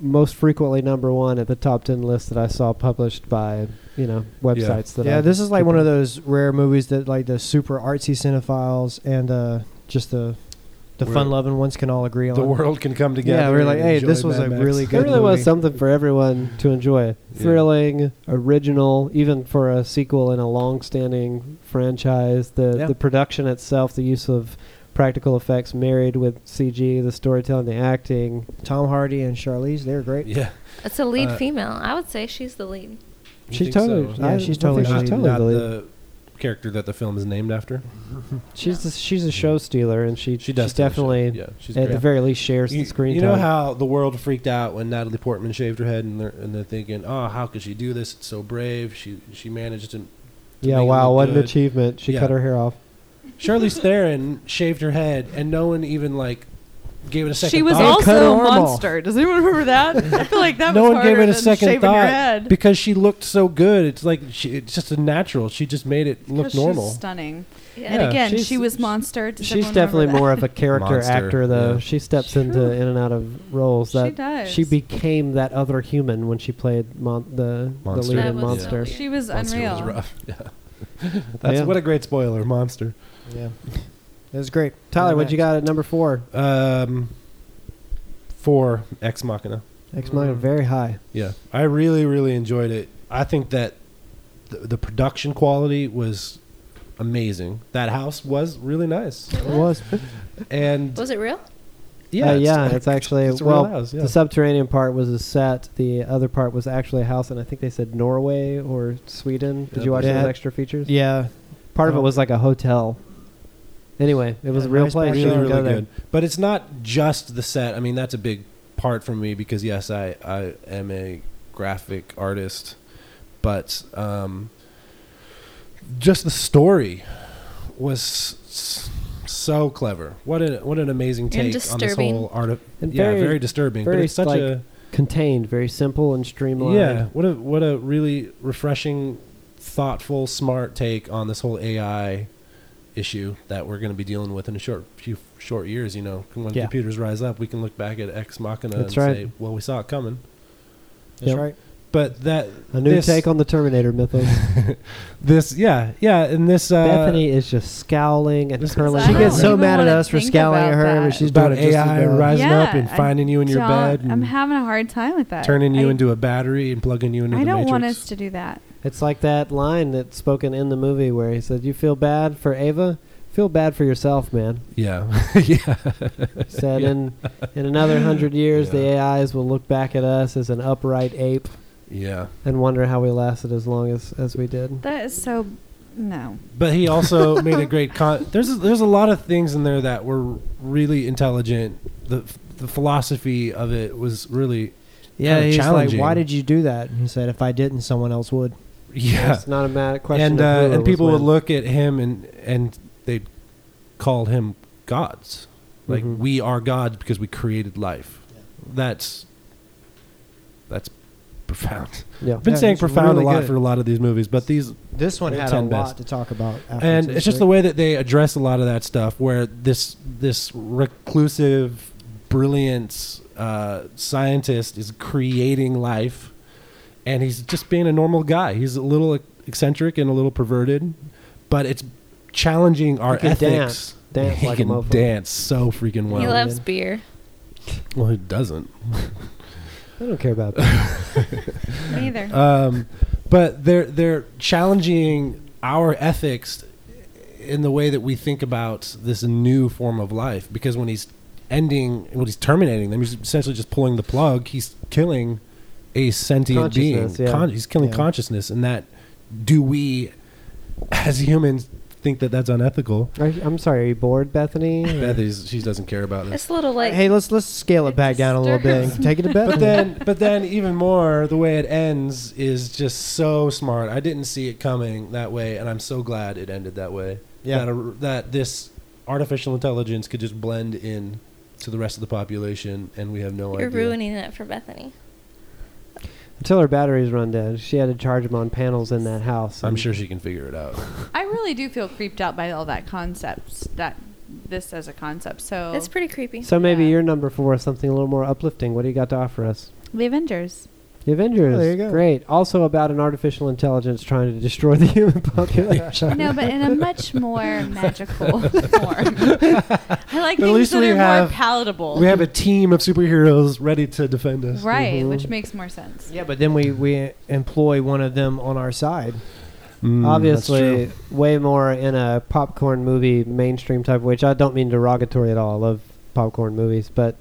B: most frequently number one at the top ten list that I saw published by you know websites that.
E: yeah,
B: I
E: this is like
B: keep
E: one
B: up
E: of those rare movies that like the super artsy cinephiles and uh, just the the
C: We're-
E: fun loving ones can all agree on.
C: The world can come together.
E: Yeah, we're like,
C: and
E: hey,
C: enjoy
E: this was
C: Mad
E: a
C: Max.
E: really
B: There
E: good
B: really
E: movie.
B: was something for everyone to enjoy.
C: Yeah.
B: Thrilling, original, even for a sequel in a long-standing franchise. The
E: Yeah.
B: the production itself, the use of practical effects married with CG, the storytelling, the acting.
E: Tom Hardy and Charlize, they were great.
C: Yeah.
F: It's a lead
C: Uh,
F: female. I would say she's the lead.
C: You
B: She's
C: think
B: totally,
C: so?
E: Yeah,
B: I-
E: she's
B: I think
E: totally
C: Not,
E: she's
B: she's totally
C: not
B: the lead.
C: the character that the film is named after.
B: She's a, she's a show stealer, and she
C: She does
B: she definitely
C: Yeah, she's
B: at
C: great.
B: the very least shares
C: you,
B: the screen
C: you
B: time.
C: know how the world freaked out when Natalie Portman shaved her head, and they're, and they're thinking, "Oh, how could she do this? It's so brave. She she managed to."
B: yeah,
C: make it
B: wow,
C: look
B: what an
C: good.
B: achievement! She
C: Yeah.
B: cut her hair off.
C: Charlize Theron shaved her head, and no one even like gave it a second.
D: She was
C: thought.
E: all- cut her
D: also
E: arm off.
D: monster. Does anyone remember that? I feel like that
C: no
D: was
C: one gave
D: harder
C: it a
D: than
C: second
D: shaving your head.
C: thought because she looked so good. It's like she, it's just a natural. She just made it look
D: 'Cause
C: normal.
D: She's stunning.
F: Yeah.
D: And
C: Yeah,
D: again,
B: she's-
D: she was monster. Does
B: She's
D: everyone
B: definitely
D: remember
B: more of a character
C: Monster,
B: actor, though.
C: yeah.
B: She steps into
D: Sure.
B: in and out of roles
D: that?
B: that
D: She does.
B: She became that other human when she played mon- the, the
C: Monster.
B: lead
F: That
B: in
F: was so
B: Monster.
F: weird.
D: She was
C: Monster
D: unreal.
C: was rough. Yeah. That's
B: Yeah.
C: what a great spoiler, monster.
E: Yeah. It was great.
B: Tyler,
E: Mad
B: what you
E: Max.
B: got at number four?
C: Um, for Ex Machina.
B: X
E: Mm.
B: Men are very high.
C: Yeah, I really, really enjoyed it. I think that the, the production quality was amazing. That house was really nice,
B: It was.
C: and
F: Was it real?
C: yeah,
B: Uh, yeah, it's actually
C: it's a real
B: well.
C: house, yeah.
B: The subterranean part was a set. The other part was actually a house, and I think they said Norway or Sweden. Did
C: Yeah,
B: you watch
E: but-
B: those
E: Yeah.
B: extra features?
E: Yeah.
B: Part of it
E: Oh.
B: was like a hotel. Anyway, it was
E: Yeah,
B: a real
E: nice
B: place.
E: background.
B: You
C: really,
B: can go
C: really
B: there.
C: good. But it's not just the set. I mean, that's a big part for me because yes, I I am a graphic artist, but um, just the story was s- so clever. What an what an amazing take on this
F: disturbing.
C: whole art. Of,
B: And
C: yeah,
B: very-
C: very, disturbing. but
B: very,
C: it's such
B: like,
C: a
B: Contained, very simple and streamlined.
C: Yeah, what a what a really refreshing, thoughtful, smart take on this whole AI issue that we're going to be dealing with in a short few short years. You know, when
B: Yeah.
C: computers rise up, we can look back at Ex Machina
B: That's
C: and
B: right.
C: say, "Well, we saw it coming."
E: That's
B: Yep.
E: right.
C: But that
B: A new
C: this- Uh,
B: take on the Terminator mythos.
C: this, yeah, yeah, and this uh,
B: Bethany is just scowling and
C: this-
B: curling.
D: I
E: She
B: her
D: don't
E: gets so
D: even
E: mad at
D: wanna
E: us for
D: think
E: scowling at
D: about
E: her, but
D: that.
E: she's
C: about
E: doing it just
C: AI
E: as bad.
C: rising up and
D: Yeah, I
C: finding you in your
D: Don't-
C: bed. And
D: I'm having a hard time with that.
C: Turning you
D: I-
C: into a battery and plugging you into
D: I
C: the
D: don't
C: matrix.
D: want us to do that.
B: It's like that line that's spoken in the movie where he said, "You feel bad for Ava, feel bad for yourself, man."
C: yeah, yeah,
B: He said, "In in another hundred years, the
C: Yeah.
B: AIs will look back at us as an upright ape
C: yeah.
B: and wonder how we lasted as long as as we did."
D: That is so. No.
C: But he also made a great con. There's there's a lot of things in there that were really intelligent. The the philosophy of it was really
E: Yeah,
C: Kinda
E: he's like,
C: challenging.
E: why did you do that? And he said, if I didn't, someone else would.
C: yeah.
B: It's not a mad question.
C: And
B: of
C: uh,
B: who, it
C: and
B: was
C: people would
B: when.
C: look at him and and they called him gods. Like
B: Mhm.
C: we are gods because we created life. That's that's profound.
B: Yeah.
C: I've been
E: Yeah,
C: saying
E: it's
C: profound
E: really
C: a lot
E: good.
C: for a lot of these movies, but these
E: This one
C: They're
E: had a
C: 10
E: lot
C: best.
E: to talk about. after
C: and
E: this,
C: it's just
E: right?
C: the way that they address a lot of that stuff where this this reclusive brilliant uh, scientist is creating life and he's just being a normal guy he's a little eccentric and a little perverted but it's challenging our
B: can
C: ethics
B: dance. Dance
C: he
B: like a
C: can
B: mofo.
C: dance so freaking
F: he
C: well
F: loves
B: yeah.
F: beer.
C: well he doesn't
B: I don't care about that.
D: Me either.
C: um, but they're they're challenging our ethics in the way that we think about this new form of life because when he's ending when he's terminating them he's essentially just pulling the plug he's killing a sentient being
B: Consciousness, yeah.
C: Con- he's killing
E: Yeah.
C: consciousness and that do we as humans think that that's unethical.
B: Are you- I'm sorry. Are you bored, Bethany?
C: Beth is she doesn't care about this.
F: It's a little like
E: hey, let's let's scale it
D: It
E: back down a little bit. and
D: disturbs
E: Take it to bed.
C: But then, but then, even more, the way it ends is just so smart. I didn't see it coming that way, and I'm so glad it ended that way.
E: Yeah.
C: That, a, that this artificial intelligence could just blend in to the rest of the population, and we have no
F: you're
C: idea.
F: ruining it for Bethany.
B: Until her batteries run down, she had to charge them on panels in that house.
C: I'm
B: and-
C: sure she can figure it out.
D: I really do feel creeped out by all that concepts that this as a concept. So
F: It's pretty creepy.
B: So maybe
D: Yeah.
B: your number four is something a little more uplifting. What do you got to offer us?
D: the Avengers.
B: The Avengers.
E: Oh, there you go.
B: Great. Also about an artificial intelligence trying to destroy the human population.
D: No, but in a much more magical form. I like
C: But at
D: things
C: least
D: that
C: we
D: are
C: have-
D: more palatable.
C: We have Mm-hmm. a team of superheroes ready to defend us.
D: right,
B: Mhm.
D: which makes more sense.
E: yeah, but then we we employ one of them on our side.
C: Mm, that's true.
B: Obviously, way more in a popcorn movie mainstream type, which I don't mean derogatory at all. I love popcorn movies, but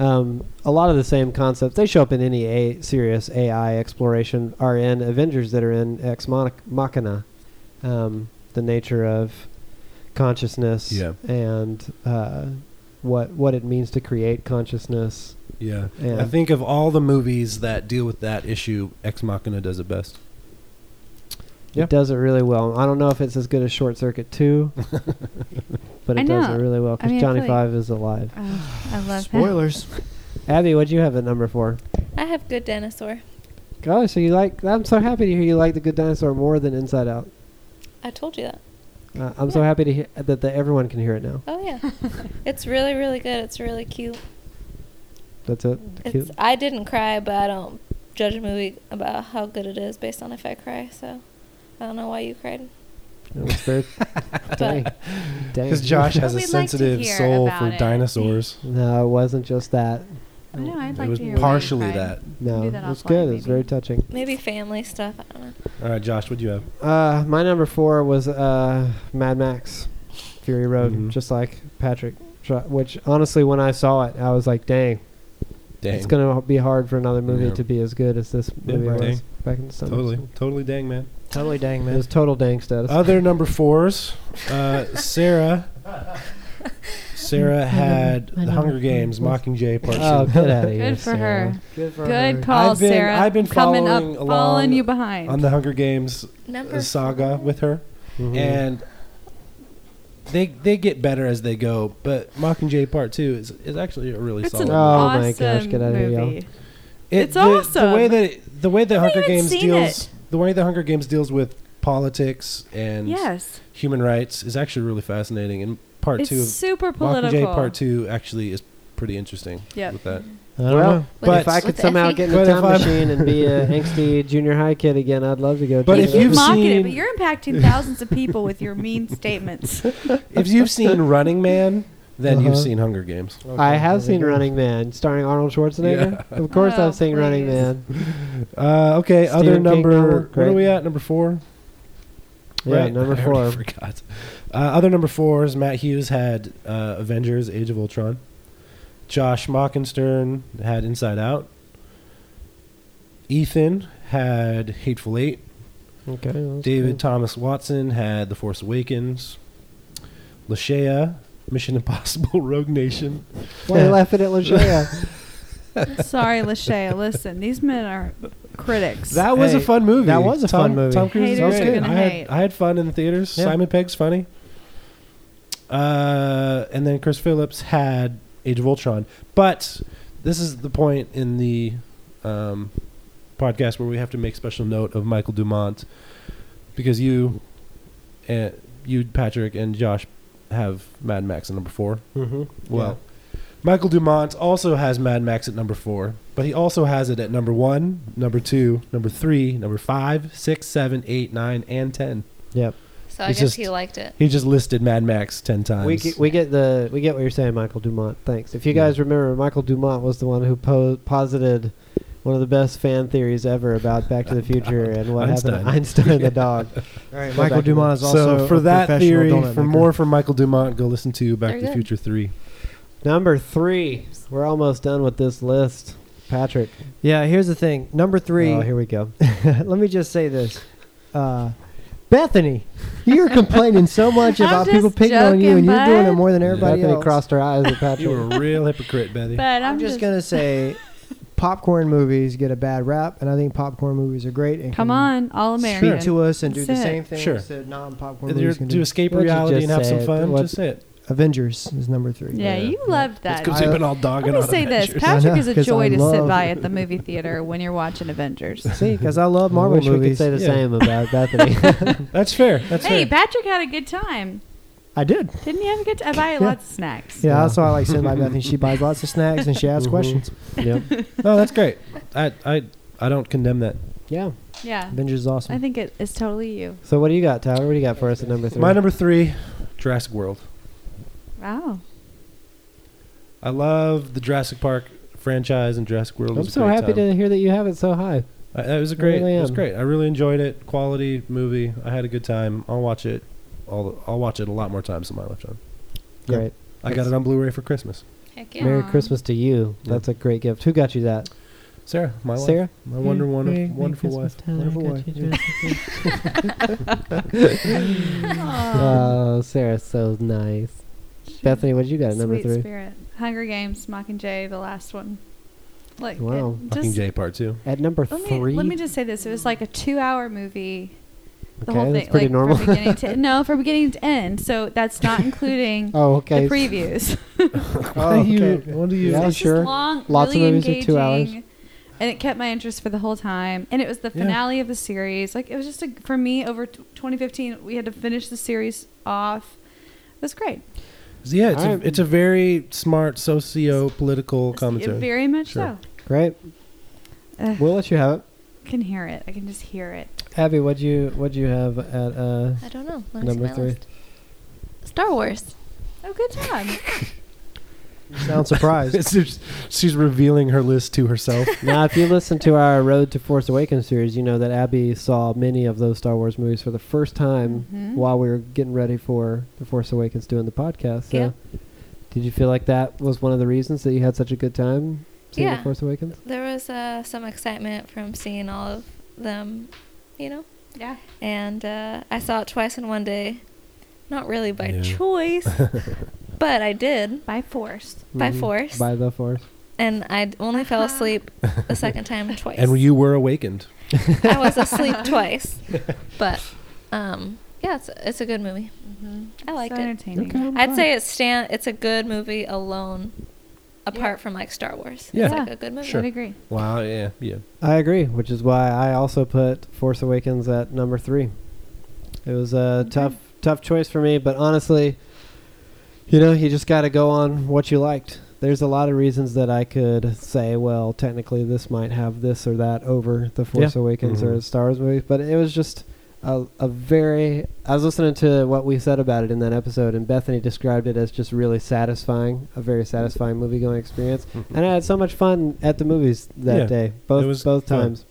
B: um, a lot of the same concepts they show up in any a- serious AI exploration are in Avengers that are in Ex Mach- Machina, um, the nature of consciousness
C: Yeah.
B: and uh, what what it means to create consciousness.
C: Yeah.
B: Yeah.
C: I think of all the movies that deal with that issue, Ex Machina does it best.
E: Yeah.
B: It does it really well. I don't know if it's as good as Short Circuit Two, but it
D: I
B: does
D: know.
B: it really well
D: I
B: because
D: mean, I
B: Johnny
D: feel like-
B: Five is alive.
D: Oh, I love that.
E: Spoilers.
B: Abby, what'd you have at number four?
F: I have good dinosaur.
B: Oh, so you like? I'm so happy to hear you like The Good Dinosaur more than Inside Out.
F: I told you that.
B: Uh, I'm so
F: Yeah.
B: happy to hear that, that everyone can hear it now.
F: Oh yeah, it's really really good. It's really cute.
B: That's it.
F: It's
B: Cute.
F: I didn't cry, but I don't judge a movie about how good it is based on if I cry. So I don't know why you cried.
B: That was very dang. Dang.
C: Because Josh has
D: But
C: a
D: we'd like to
C: sensitive
D: hear
C: soul for
D: about it.
C: dinosaurs.
B: No, it wasn't just that.
D: I know. I'd
C: it
D: like
C: was
D: to hear
C: partially
D: why you cried.
C: that.
B: No,
D: do
B: it
D: that
B: was
D: offline,
B: good. It was
D: maybe.
B: very touching.
F: Maybe family stuff. I don't know.
C: All right, Josh, what do you have?
B: Uh, my number four was uh, Mad Max Fury Road,
C: Mhm.
B: just like Patrick. Tr- Which honestly, when I saw it, I was like, "Dang,
C: Dang.
B: it's gonna be hard for another movie
C: Yeah.
B: to be as good as this
C: Yeah,
B: movie
C: dang.
B: was back in the summer."
C: totally,
B: So
C: totally dang, man.
E: Totally dang
B: It
E: man.
B: was total dang status. Oh,
C: Other number fours, uh, Sarah. Sarah had The Hunger Games, Mockingjay Part
B: oh,
C: Two.
B: get out of here!
D: Good for
B: Sarah.
D: her. Good call,
C: I've been-
D: Sarah.
C: I've been
D: coming up,
C: following along
D: following you behind.
C: On the Hunger Games
F: Number
C: uh, saga
F: four.
C: with her,
B: Mhm.
C: and they they get better as they go. But Mockingjay Part Two is, is actually a really
D: it's
C: solid.
D: an
B: Oh
C: movie.
B: my gosh,
D: awesome
B: get outta here, y'all.
D: movie.
C: It-
D: It's
C: the,
D: awesome.
C: The way that it- the way the
D: haven't
C: Hunger
D: even
C: Games
D: seen
C: deals
D: it.
C: the way the Hunger Games deals with politics and
D: Yes,
C: human rights is actually really fascinating. And part
D: it's
C: two of
D: super
C: Mockingjay
D: political.
C: Part Two actually is pretty interesting.
D: Yep.
C: With that,
E: I don't
B: Well,
E: know.
F: With-
C: But-
B: if I could
F: with
B: somehow
F: Effie.
B: get in
C: But
B: a
C: if
B: time
C: I'm-
B: machine and be an angsty junior high kid again, I'd love to go.
C: But
B: check
C: if
B: it out.
D: you
C: you've
D: mock it,
C: seen-
D: but you're impacting thousands of people with your mean statements.
C: if you've seen Running Man, then you've
B: Uh-huh.
C: seen Hunger Games.
B: I
E: Okay,
B: have
E: there we
B: seen
E: go.
B: Running Man, starring Arnold Schwarzenegger. Of course,
D: Oh,
B: I've seen Running
D: please.
B: Man.
C: Uh, okay,
B: Stephen
C: other
B: King
C: number.
B: novel,
C: What are
B: great.
C: we at? Number four.
B: Yeah,
C: Right?
B: number
C: I already
B: four.
C: forgot. Uh, other number four is Matt Hughes had uh, Avengers: Age of Ultron. Josh Mockenstern had Inside Out. Ethan had Hateful Eight.
B: Okay. that's
C: David
B: good.
C: Thomas Watson had The Force Awakens. Lashea, Mission Impossible: Rogue Nation.
B: Why are you laughing at Lashea?
D: Sorry, Lachey. Listen, these men are critics.
C: That was a
E: Hey,
C: fun movie.
E: that was a
C: Tom-
E: fun movie.
C: Tom Cruise
D: Haters
C: is
D: are
C: great. I
D: gonna
C: had,
D: hate.
C: I had fun in the theaters.
E: Yeah.
C: Simon Pegg's funny. Uh, and then Chris Phillips had Age of Ultron. But this is the point in the um, podcast where we have to make special note of Michael Dumont because you, uh, you Patrick and Josh have Mad Max at number four.
B: mm-hmm.
C: Well, Michael Dumont also has Mad Max at number four, but he also has it at number one, number two, number three, number five, six, seven, eight, nine, and ten.
B: Yep.
F: So I
C: It's
F: guess
C: just-
F: he liked it.
C: He just listed Mad Max ten times.
B: We get, we get the we get what you're saying, Michael Dumont. Thanks. If you guys remember, Michael Dumont was the one who po- posited one of the best fan theories ever about Back to the Future and what happened to
C: Einstein.
B: Einstein the dog.
E: All right,
B: Go
E: Michael
B: back to
E: Dumont is also
C: so for
E: a
C: that
E: professional
C: theory,
E: donut
C: for
E: maker.
C: more from Michael Dumont, go listen to Back
F: They're
C: to the
F: good.
C: Future three.
B: Number three. We're almost done with this list, Patrick.
E: Yeah, here's the thing. Number three.
B: Oh, here we go.
E: let me just say this. Uh, Bethany, you're complaining so much
D: I'm
E: about people
D: just
E: picking on you,
D: joking,
E: and you're doing it
D: bud.
E: more than everybody
B: Bethany
E: else.
B: crossed her eyes at
C: You were
B: Patrick.
C: a real hypocrite, Betty.
D: But
E: I'm just gonna say, popcorn movies get a bad rap, and I think popcorn movies are great. And
D: come
E: can
D: on, all American.
E: speak to us and do the
D: That's it.
E: same thing
C: Sure.
E: that non-popcorn
C: You're-
E: movies can
C: to
E: do.
C: escape
B: What'd you
C: reality
B: just
C: and have
B: say?
C: some fun,
B: What-
C: just it.
E: Avengers is number three.
D: yeah, you loved that.
E: I-
C: been all dogging
D: Let me
C: on
D: say this:
C: Avengers.
E: I
D: Patrick
E: know,
D: is a
E: 'cause I
D: joy to
E: love-
D: sit by at the movie theater when you're watching Avengers.
E: See, because I love
B: I
E: Marvel
B: wish we could
E: movies.
B: say the
C: Yeah.
B: same about Bethany.
C: That's fair. That's
D: hey,
C: fair.
D: Patrick had a good time.
E: I did.
D: Didn't he have a good time? I buy lots of snacks.
E: Yeah,
B: Yeah.
E: that's why I like sitting by Bethany. She buys lots of snacks and she asks
C: Mm-hmm.
B: Mhm.
E: questions.
B: yep.
C: no, that's great. I, I, I don't condemn that.
B: Yeah.
D: Yeah,
E: Avengers is awesome.
D: I think it is totally you.
B: So what do you got, Tyler? What do you got for us at number three?
C: My number three, Jurassic World.
D: Wow.
C: I love the Jurassic Park franchise and Jurassic World.
B: I'm so happy to hear that you have it so high.
C: It was a great.
B: really
C: it was
B: am.
C: great. I really enjoyed it. Quality movie. I had a good time. I'll watch it. I'll, I'll watch it a lot more times than my lifetime.
E: Yeah.
B: Great.
C: I got it on Blu-ray for Christmas.
F: Heck
D: yeah.
B: Merry
D: Aw.
B: Christmas to you.
C: Yeah.
B: That's a great gift. Who got you that?
C: Sarah, my wife.
B: Sarah?
C: My wonder one, wonderful wife.
E: Wonderful wife.
D: Um,
B: Oh, Sarah's so nice. Bethany, what did you got at number
D: Sweet
B: three?
D: Spirit, Hunger Games, Mockingjay, the last one. Like, it
B: Wow.
C: Fucking
D: just,
C: J Part Two.
B: At number
D: let me
B: three?
D: let me just say this: it was like a two-hour movie. The
B: Okay,
D: whole
B: that's
D: thing,
B: pretty
D: like
B: normal.
D: from beginning to no, from beginning to end. So that's not including
B: oh, okay.
D: the previews.
E: Oh,
C: What do you-
E: okay.
C: What do you?
B: Yeah.
D: It's just
B: sure.
D: long,
B: Lots of
D: really
B: movies are two hours.
D: engaging, And it kept my interest for the whole time. And it was the
C: Yeah.
D: finale of the series. Like it was just a, for me over t- 2015. We had to finish the series off. It was great.
C: Yeah, it's
B: I'm-
C: a, it's a very smart socio-political
D: It's-
C: commentary.
D: Very much
C: Sure.
B: Great.
D: so. Ugh,
B: We'll let you have it.
D: I can hear it. I can just hear it.
B: Abby, what'd you what'd you have at uh
F: I don't know. Let me see
B: number
F: my
B: three?
F: list. Star Wars.
D: Oh, good job.
E: You sound surprised.
C: It's just- she's revealing her list to herself.
B: now, if you listen to our Road to Force Awakens series, you know that Abby saw many of those Star Wars movies for the first time
D: Mhm.
B: while we were getting ready for the Force Awakens doing the podcast. So,
F: Yeah.
B: did you feel like that was one of the reasons that you had such a good time seeing the
F: Yeah.
B: Force Awakens?
F: There was uh, some excitement from seeing all of them, you know.
D: yeah.
F: And uh, I saw it twice in one day. Not really by
C: Yeah.
F: choice, but I did
D: By force.
F: by
C: Mm-hmm.
B: Mhm.
F: force.
B: By the Force.
F: and I d- only fell asleep the second time twice.
C: and you were awakened.
F: I was asleep twice. But um, yeah, it's it's a good movie.
D: Mm-hmm.
F: I liked
D: so
F: it.
D: entertaining.
F: I'd say it's stand. It's a good movie alone, apart from like Star Wars.
C: Yeah.
F: It's like a good movie.
C: Sure.
D: I'd agree.
C: Wow. Yeah. Yeah.
B: I agree, which is why I also put Force Awakens at number three. It was a
D: Okay.
B: tough, tough choice for me, but honestly, you know, you just got to go on what you liked. There's a lot of reasons that I could say, well, technically this might have this or that over the Force Awakens or
C: Mhm.
B: the Star Wars movies, but it was just a, a very. I was listening to what we said about it in that episode, and Bethany described it as just really satisfying, a very satisfying movie going experience and I had so much fun at the movies that
C: Yeah,
B: day, both
C: it was
B: both
C: fun.
B: times.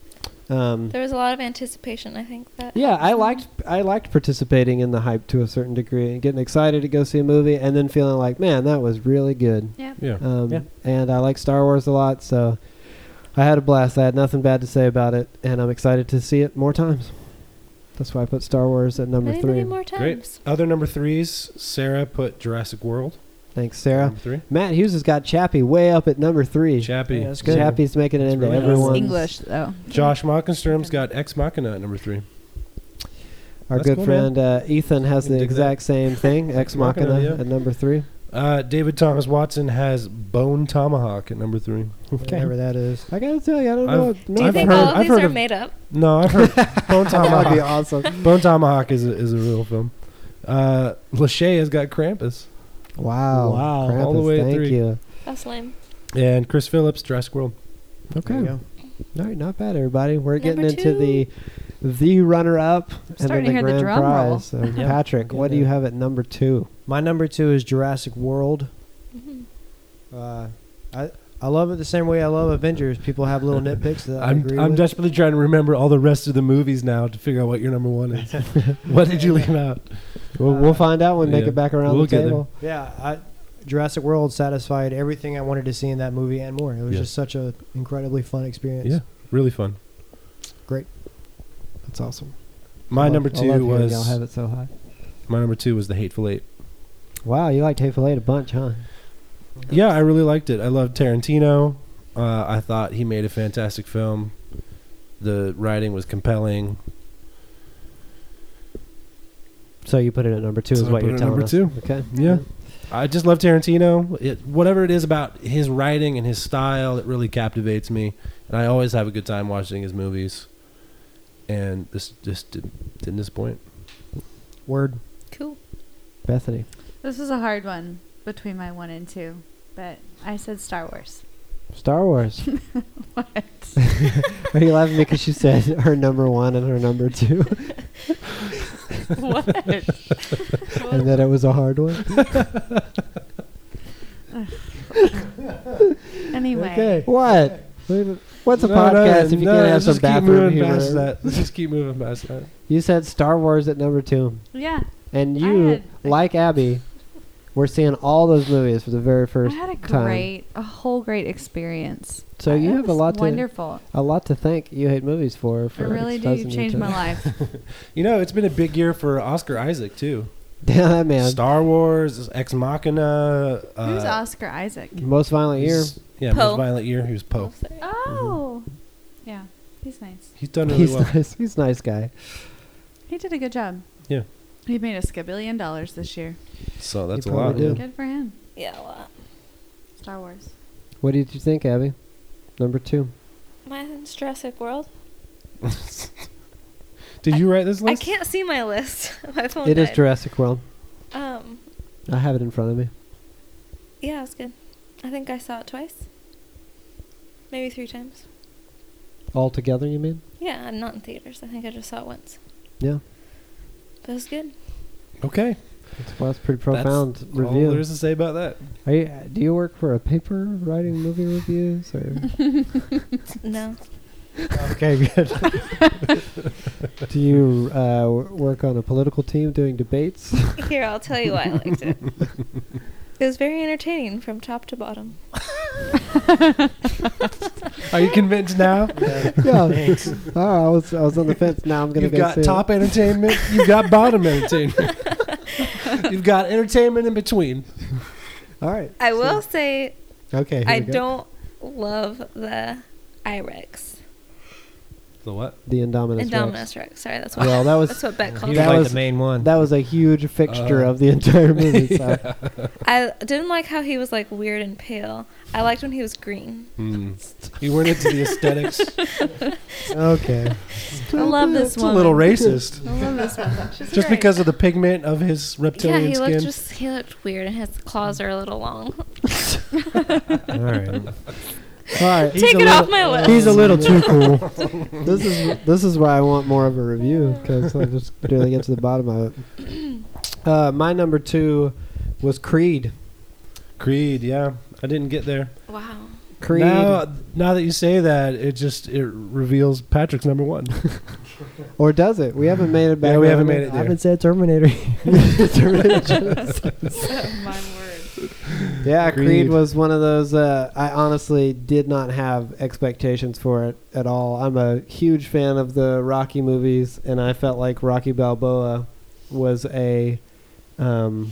B: Um,
F: There was a lot of anticipation. I think that.
B: yeah, I liked I liked participating in the hype to a certain degree and getting excited to go see a movie, and then feeling like, man, that was really good.
C: Yeah.
B: Um,
C: Yeah.
B: And I like Star Wars a lot, so I had a blast. I had nothing bad to say about it, and I'm excited to see it more times. That's why I put Star Wars at number
F: many,
B: three.
F: many more times.
C: Great. Other number threes. Sarah put Jurassic World.
B: Thanks, Sarah.
C: Number three.
B: Matt Hughes has got Chappie way up at number three.
C: Chappie.
E: Yeah, that's good.
B: Chappie's making it
C: That's
B: into
C: really good.
B: everyone's
D: English though.
C: Josh Mockenstrom's got Ex Machina at number three.
B: Our
C: That's
B: good
C: cool, man.
B: friend uh, Ethan has
C: You can
B: the
C: dig that.
B: exact same thing. Ex
C: Machina,
B: Machina
C: yeah.
B: at number three.
C: Uh, David Thomas Watson has Bone Tomahawk at number three.
E: Whatever that is.
B: I gotta tell you, I don't
C: I've-
B: know.
F: Do you
C: I've
F: think
C: heard-
F: all of
C: I've
F: these
C: heard
F: are
C: of-
F: made up?
C: No, I've heard Bone
B: Oh, that would be
C: Tomahawk.
B: awesome.
C: Bone Tomahawk is a, is a real film. Uh, Lachey has got Krampus,
B: Wow.
C: Wow, all the way at
B: Thank
C: three.
B: you.
F: That's lame.
C: and Chris Phillips Jurassic World.
B: Okay.
E: There you go.
B: All right, not bad, everybody. We're getting
F: Number
B: into the the runner up and then
D: starting
B: the
D: to hear
B: grand
D: the drum roll.
B: prize. So
E: Yeah.
B: Patrick,
E: Okay,
B: what do
E: yeah.
B: you have at number two?
E: My number two is Jurassic World.
F: Mhm.
E: Uh, I I love it the same way I love Avengers. People have little nitpicks that I
C: I'm
E: agree
C: I'm
E: with.
C: desperately trying to remember all the rest of the movies now to figure out what your number one is. what did you leave out?
B: We'll,
E: Uh,
B: we'll find out when we make
C: yeah.
B: it back around
C: We'll
B: the
C: get there.
B: table.
E: yeah, I, Jurassic World satisfied everything I wanted to see in that movie and more. It was
C: Yeah.
E: just such a incredibly fun experience.
C: Yeah, really fun.
E: Great.
B: That's awesome.
C: My number
B: I love
C: two
B: hearing Y'all
C: was
B: have it so high.
C: my number two was the Hateful Eight.
B: Wow, you liked Hateful Eight a bunch, huh?
C: Yeah, I really liked it. I loved Tarantino. Uh, I thought he made a fantastic film. The writing was compelling.
B: So you put it at number two
C: So
B: is
C: I
B: what
C: put
B: you're
C: it at
B: telling
C: number
B: us.
C: two.
B: Okay.
C: Yeah. I just love Tarantino. It, whatever it is about his writing and his style, it really captivates me, and I always have a good time watching his movies. And this just did, didn't disappoint.
E: Word.
F: Cool.
B: Bethany.
D: This was a hard one between my one and two, but I said Star Wars.
B: Star Wars.
D: What?
B: Are you laughing because she said her number one and her number two,
D: what?
B: and that it was a hard one?
D: anyway.
C: Okay.
B: What? What's a
C: No, no,
B: podcast if you
C: no,
B: can't have
C: let's
B: some
C: just keep
B: bathroom
C: moving
B: humor?
C: Past that. Let's just keep moving past that.
B: You said Star Wars at number two,
D: Yeah.
B: and
D: I
B: you,
D: had-
B: like Abby, were seeing all those movies for the very
D: I
B: first
D: had a
B: time.
D: great, a whole great experience.
B: So you
D: It
B: have a
D: was
B: lot to-
D: Wonderful.
B: A lot to thank you hate movies for.
D: I
B: for
D: really do. You've
B: 2002.
D: changed my life.
C: You know, it's been a big year for Oscar Isaac too.
B: Damn that man.
C: Star Wars, Ex Machina. Uh,
D: Who's Oscar Isaac?
B: Most violent year.
C: he's- Yeah,
F: Poe.
C: most violent year. He was
F: I'll
C: Poe.
F: say.
D: Oh. Yeah. He's nice.
C: He's done really
B: He's
C: well.
B: nice. He's a nice guy.
D: He did a good job.
C: Yeah.
D: He made a skabillion dollars this year.
C: So that's a
B: probably
C: lot.
B: did. Yeah.
D: Good for him.
F: Yeah, well,
D: Star Wars.
B: What did you think, Abby? Number two.
F: mine's Jurassic World.
C: Did you write this
F: I
C: list?
F: can't see my list. my phone.
B: It is
F: died.
B: Jurassic World.
F: Um.
B: I have it in front of me.
F: Yeah, it was good. I think I saw it twice, maybe three times.
B: All together, you mean?
F: Yeah, and not in theaters. I think I just saw it once.
B: Yeah.
F: But it was good.
C: Okay.
B: That's, well, that's pretty
C: That's
B: profound
C: All there
B: review.
C: is to say about that.
B: Are you, uh, do you work for a paper writing movie reviews or?
F: No,
B: okay, good. do you uh, w- work on a political team doing debates?
F: here I'll tell you why I liked it. It was very entertaining from top to bottom.
C: Are you convinced now?
B: yeah. Oh, I was I was on the fence. Now I'm gonna
C: You've
B: go see
C: got
B: it.
C: top entertainment. You've got bottom entertainment. You've got entertainment in between.
B: All right.
F: I will say
B: Okay. here
F: I
B: we go.
F: don't love the Irex.
C: The what?
B: The Indominus. Rex.
F: Indominus Rex. Sorry, that's what
B: Well, that was
F: that's what Beck called
E: He
B: That
E: was like
B: was-
E: the main one.
B: that was a huge fixture
C: Uh,
B: of the entire movie. So.
F: it. I didn't like how he was like weird and pale. I liked when he was green.
C: You weren't Hmm. into the aesthetics.
B: Okay.
D: I love this
C: It's a
D: one.
C: little racist.
D: I love this one. She's
C: Just
D: great.
C: because of the pigment of his
F: yeah,
C: reptilian
F: he
C: skin.
F: looked just he looked weird, and his claws are a little long.
E: All right.
B: All right.
F: Take it off my list.
B: He's a little too cool. this is this is why I want more of a review because I just really get to the bottom of it. Uh, my number two was Creed.
C: Creed, yeah. I didn't get there.
F: wow.
B: Creed.
C: Now, now that you say that, it just it reveals Patrick's number one.
B: Or does it? We haven't made it back.
C: Yeah, we
B: on
C: haven't
B: it.
C: made it
E: I
C: there.
E: haven't said Terminator.
D: My word.
B: Yeah, Creed.
C: Creed.
B: was one of those. Uh, I honestly did not have expectations for it at all. I'm a huge fan of the Rocky movies, and I felt like Rocky Balboa was a. Um,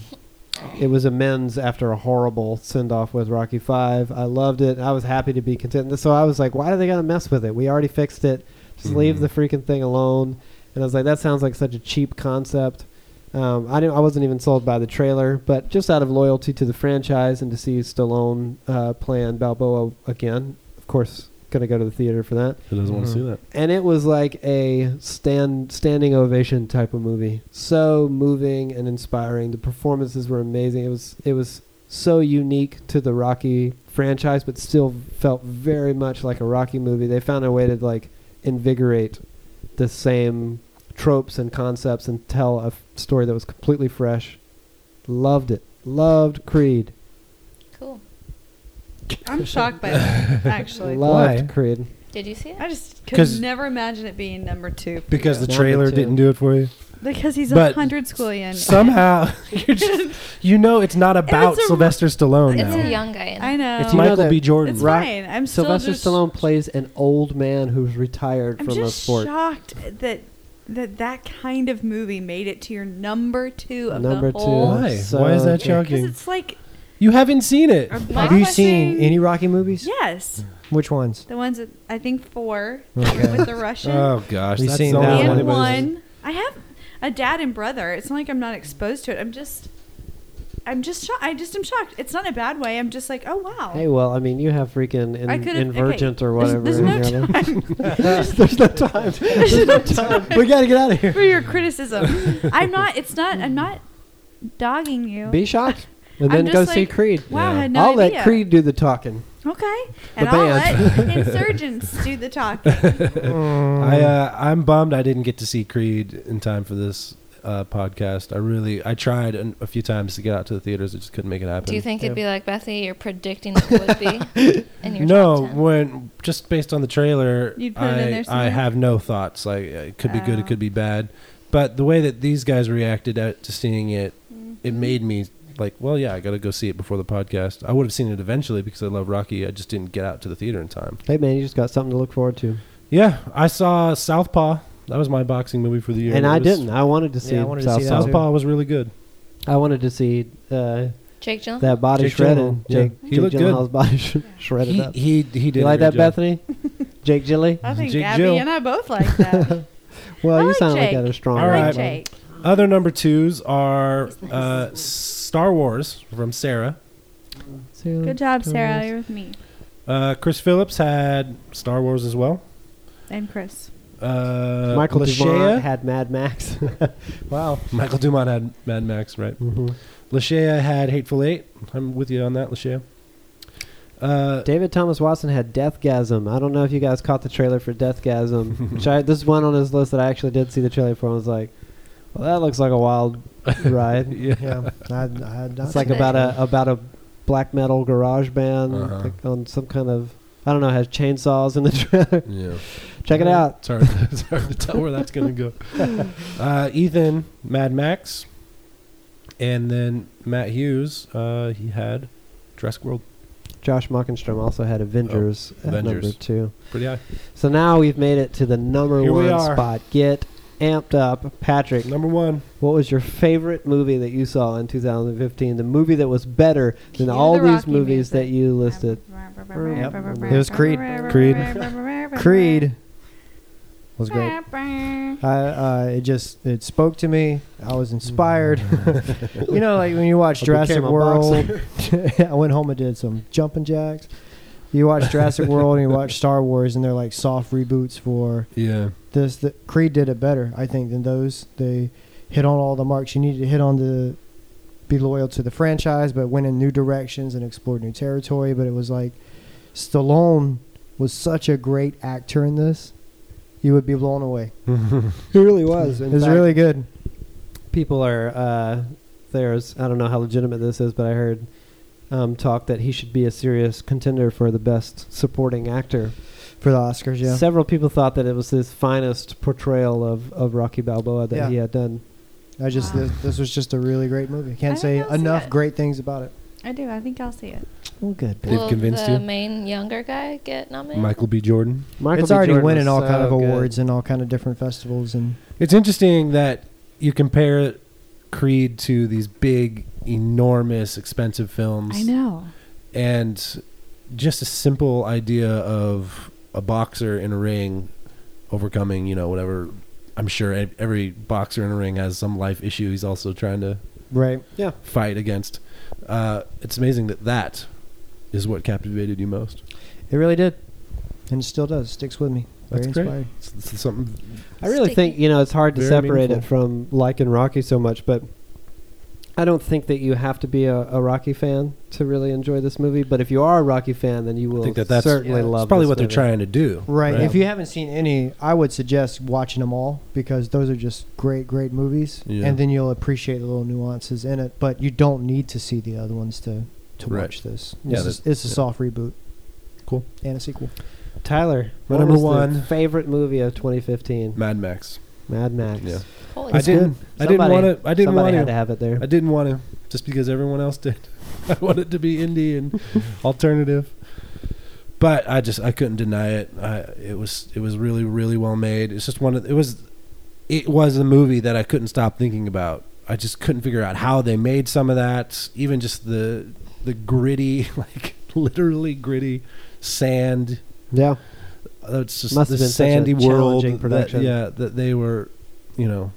B: it was amends after a horrible send off with Rocky Five. I loved it. I was happy to be content. So I was like, why do they gotta mess with it? We already fixed it. Just leave
C: Mhm.
B: the freaking thing alone. And I was like, that sounds like such a cheap concept. Um, I didn't, I wasn't even sold by the trailer, but just out of loyalty to the franchise and to see Stallone uh, playing Balboa again, of course, gonna go to the theater for that.
C: Who doesn't want to
E: Mhm.
C: see that?
B: And it was like a stand standing ovation type of movie. So moving and inspiring. The performances were amazing. It was it was so unique to the Rocky franchise, but still felt very much like a Rocky movie. They found a way to like invigorate the same tropes and concepts and tell a f- story that was completely fresh. Loved it. Loved Creed.
F: Cool.
D: I'm shocked by that, actually.
B: Loved
E: Why?
B: Creed.
F: Did you see it?
D: I just
C: 'Cause-
D: could never imagine it being number two. for
C: Because
D: you.
C: the
B: Number
C: trailer
B: two.
C: didn't do it for you.
D: because he's a
C: but
D: hundred squillion.
C: Somehow, you're just, you know it's not about
D: a-
C: Sylvester Stallone
F: It's
C: now.
F: a young guy. In
D: I
F: it.
D: know.
C: It's
B: You know
C: Michael
B: that-
C: B. Jordan.
D: It's
B: Rock-
D: fine. I'm still
B: Sylvester
D: just,
B: Stallone plays an old man who's retired
D: I'm
B: from a
D: just
B: sport.
D: shocked that that that kind of movie made it to your number two of
B: Number
D: the
B: two.
D: whole.
B: What?
C: Why?
B: So
C: Why is that
B: good.
D: Because
C: shocking?
D: it's like
C: You haven't seen it.
D: a
E: Have you seen
D: blockbusting-
E: any Rocky movies?
D: Yes,
E: Which ones?
D: the ones that I think four
E: Okay.
D: with the Russian
C: Oh gosh,
E: We've
C: that's
E: seen
C: the
E: that
C: only
D: and
E: one.
C: that was-
D: one. I have a dad and brother. It's not like I'm not exposed to it. I'm just, I'm just shocked. I just am shocked. It's not in a bad way. I'm just like, oh wow.
B: Hey, well, I mean, you have freaking in,
D: I could've-
B: Invergent or
D: There's-
B: whatever.
D: There's,
B: in
D: no
B: your life.
D: time
B: There's no time.
D: There's no time.
B: We gotta get out of here.
D: for your criticism. I'm not. It's not. I'm not dogging you.
B: Be shocked, and
D: I'm
B: then go
D: just
B: see
D: like-
B: Creed.
D: wow, I
C: Yeah.
D: had no
B: I'll
D: idea.
B: let Creed do the talking.
D: Okay,
B: The
D: and I'll
B: band.
D: let insurgents do the talking.
C: I uh, I'm bummed I didn't get to see Creed in time for this uh, podcast. I really I tried an, a few times to get out to the theaters. I just couldn't make it happen.
F: Do you think
B: Yeah.
F: it'd be like Bethy? You're predicting it would be. in your
C: no,
F: top 10?
C: when just based on the trailer,
D: You'd put it in there
C: I, I
D: somewhere?
C: have no thoughts. Like it could be good,
D: Oh.
C: it could be bad, but the way that these guys reacted out to seeing it,
D: Mm-hmm.
C: it made me like, well, yeah, I got to go see it before the podcast. I would have seen it eventually because I love Rocky. I just didn't get out to the theater in time.
B: Hey, man, you just got something to look forward to.
C: Yeah, I saw Southpaw. That was my boxing movie for the year.
B: and
C: It
B: I
C: was-
B: didn't. I wanted to see
E: I wanted to
B: South
E: see that
B: South
E: too.
B: Park.
C: Southpaw was really good.
B: I wanted to see uh,
F: Jake Gyllenhaal.
B: that body
C: Jake
B: shredded.
C: Gyllenhaal, yeah.
B: Jake,
C: He
B: Jake
C: looked good.
B: Gyllenhaal's body sh- shredded
C: He,
B: up.
C: he he did. a
B: you like
C: good
B: that,
C: job.
B: Bethany? Jake Gilly?
D: I think
C: Jake
D: Gabby
C: Jill.
D: and I both like that.
B: Well,
D: I
B: you
D: like
B: sound
D: Jake.
B: like you got a strong.
D: I
C: All
D: like
C: right.
D: Jake.
C: Other number twos are uh, Star Wars from Sarah.
D: Good job, Sarah. You're with me
C: Uh, Chris Phillips had Star Wars as well.
D: and Chris.
C: Uh,
B: Michael
C: Lashea,
B: Dumont had Mad Max. wow.
C: Michael Dumont had Mad Max, right?
B: hmm
C: Lashea had Hateful Eight. I'm with you on that, Lashea. Uh,
B: David Thomas Watson had Deathgasm. I don't know if you guys caught the trailer for Deathgasm. which I, this is one on his list that I actually did see the trailer for. and was like, well, that looks like a wild ride.
C: yeah.
E: yeah, I, I had not
B: it's like
E: seen
B: about
E: that.
B: a about a black metal garage band
C: Uh-huh.
B: like on some kind of I don't know has chainsaws in the trailer.
C: yeah.
B: Check it out.
C: It's hard, it's hard to tell where that's going to go. Uh, Ethan, Mad Max. And then Matt Hughes, uh, he had Jurassic World.
B: Josh Mockenstrom also had Avengers at number
C: Oh, Avengers.
B: two.
C: Pretty high.
B: So now we've made it to the number
C: Here we
B: one
C: are.
B: spot. Get amped up, Patrick.
C: Number one.
B: What was your favorite movie that you saw in 2015? The movie that was better than
D: Cue
B: all
D: the
B: these
D: Rocky
B: movies that
D: music.
B: you listed.
E: Yep.
B: It
E: was Creed.
C: Creed.
E: Creed was great.
D: Creed.
E: I, uh, it just it spoke to me. I was inspired. you know, like when you watch
B: I
E: Jurassic
B: became a
E: World. I went home and did some jumping jacks. You watch Jurassic World and you watch Star Wars, and they're like soft reboots for
C: Yeah.
E: this. The, Creed did it better, I think, than those. They hit on all the marks you needed to hit on to be loyal to the franchise, but went in new directions and explored new territory. But it was like Stallone was such a great actor in this. You would be blown away.
B: It really was.
E: It was really good.
B: people are uh, there's I don't know how legitimate this is, but I heard um, talk that he should be a serious contender for the best supporting actor.
E: For the Oscars, yeah.
B: Several people thought that it was his finest portrayal of, of Rocky Balboa that
E: Yeah.
B: he had done.
E: I just
D: Wow.
E: this, this was just a really great movie. Can't
D: Ah. I
E: say
D: think I'll see
E: enough
D: it.
E: great things about it.
D: I do. I think I'll see it.
B: Well, good.
C: They've
F: Will
C: convinced
F: the
C: you?
F: main younger guy get nominated?
C: Michael B. Jordan.
B: Michael
E: it's
B: B.
E: already
B: Jordan
E: winning
B: was
E: all kind of
B: so good.
E: awards and all kind of different festivals and
C: It's interesting that you compare Creed to these big, enormous, expensive films.
D: I know.
C: And just a simple idea of a boxer in a ring overcoming, you know, whatever. I'm sure ev- every boxer in a ring has some life issue he's also trying to
E: right.
C: fight against. Uh, it's amazing that that is what captivated you most.
E: It really did, and it still does. Sticks with me. Very
C: That's great.
E: inspired.
C: It's, it's something
B: I really
F: Sticky.
B: think you know it's hard to
C: Very
B: separate it
C: meaningful.
B: from liking Rocky so much, but I don't think that you have to be a, a Rocky fan to really enjoy this movie. But if you are a Rocky fan, then you will
C: think that that's-
B: certainly
E: yeah, it's
B: love.
C: it's probably
B: this
C: what they're
B: movie.
C: trying to do.
E: Right.
B: Right.
E: If you haven't seen any, I would suggest watching them all because those are just great, great movies.
C: Yeah.
E: And then you'll appreciate the little nuances in it. But you don't need to see the other ones to to
C: Right.
E: watch this.
C: Yeah,
E: This is-
C: that-
E: it's a
C: yeah.
E: soft reboot.
C: Cool.
E: And a sequel.
B: Tyler,
C: My
B: what
C: number
B: was the
C: one.
B: favorite movie of 2015,
C: Mad Max.
B: Mad Max.
C: Yeah.
F: Holy
C: I
F: shit.
C: didn't. I didn't
B: Somebody-
C: want to. I didn't
B: Somebody
C: want
B: had to
C: to.
B: have it there.
C: I didn't want to. Just because everyone else did. I wanted to be indie and alternative. But I just I couldn't deny it. I, it was it was really really well made. It's just one. Of, it was it was a movie that I couldn't stop thinking about. I just couldn't figure out how they made some of that, even just the the gritty, like literally gritty sand.
B: Yeah.
C: Uh, It's just
B: Must
C: the
B: have been such a
C: sandy world.
B: challenging
C: that-
B: production.
C: yeah, that they were, you know,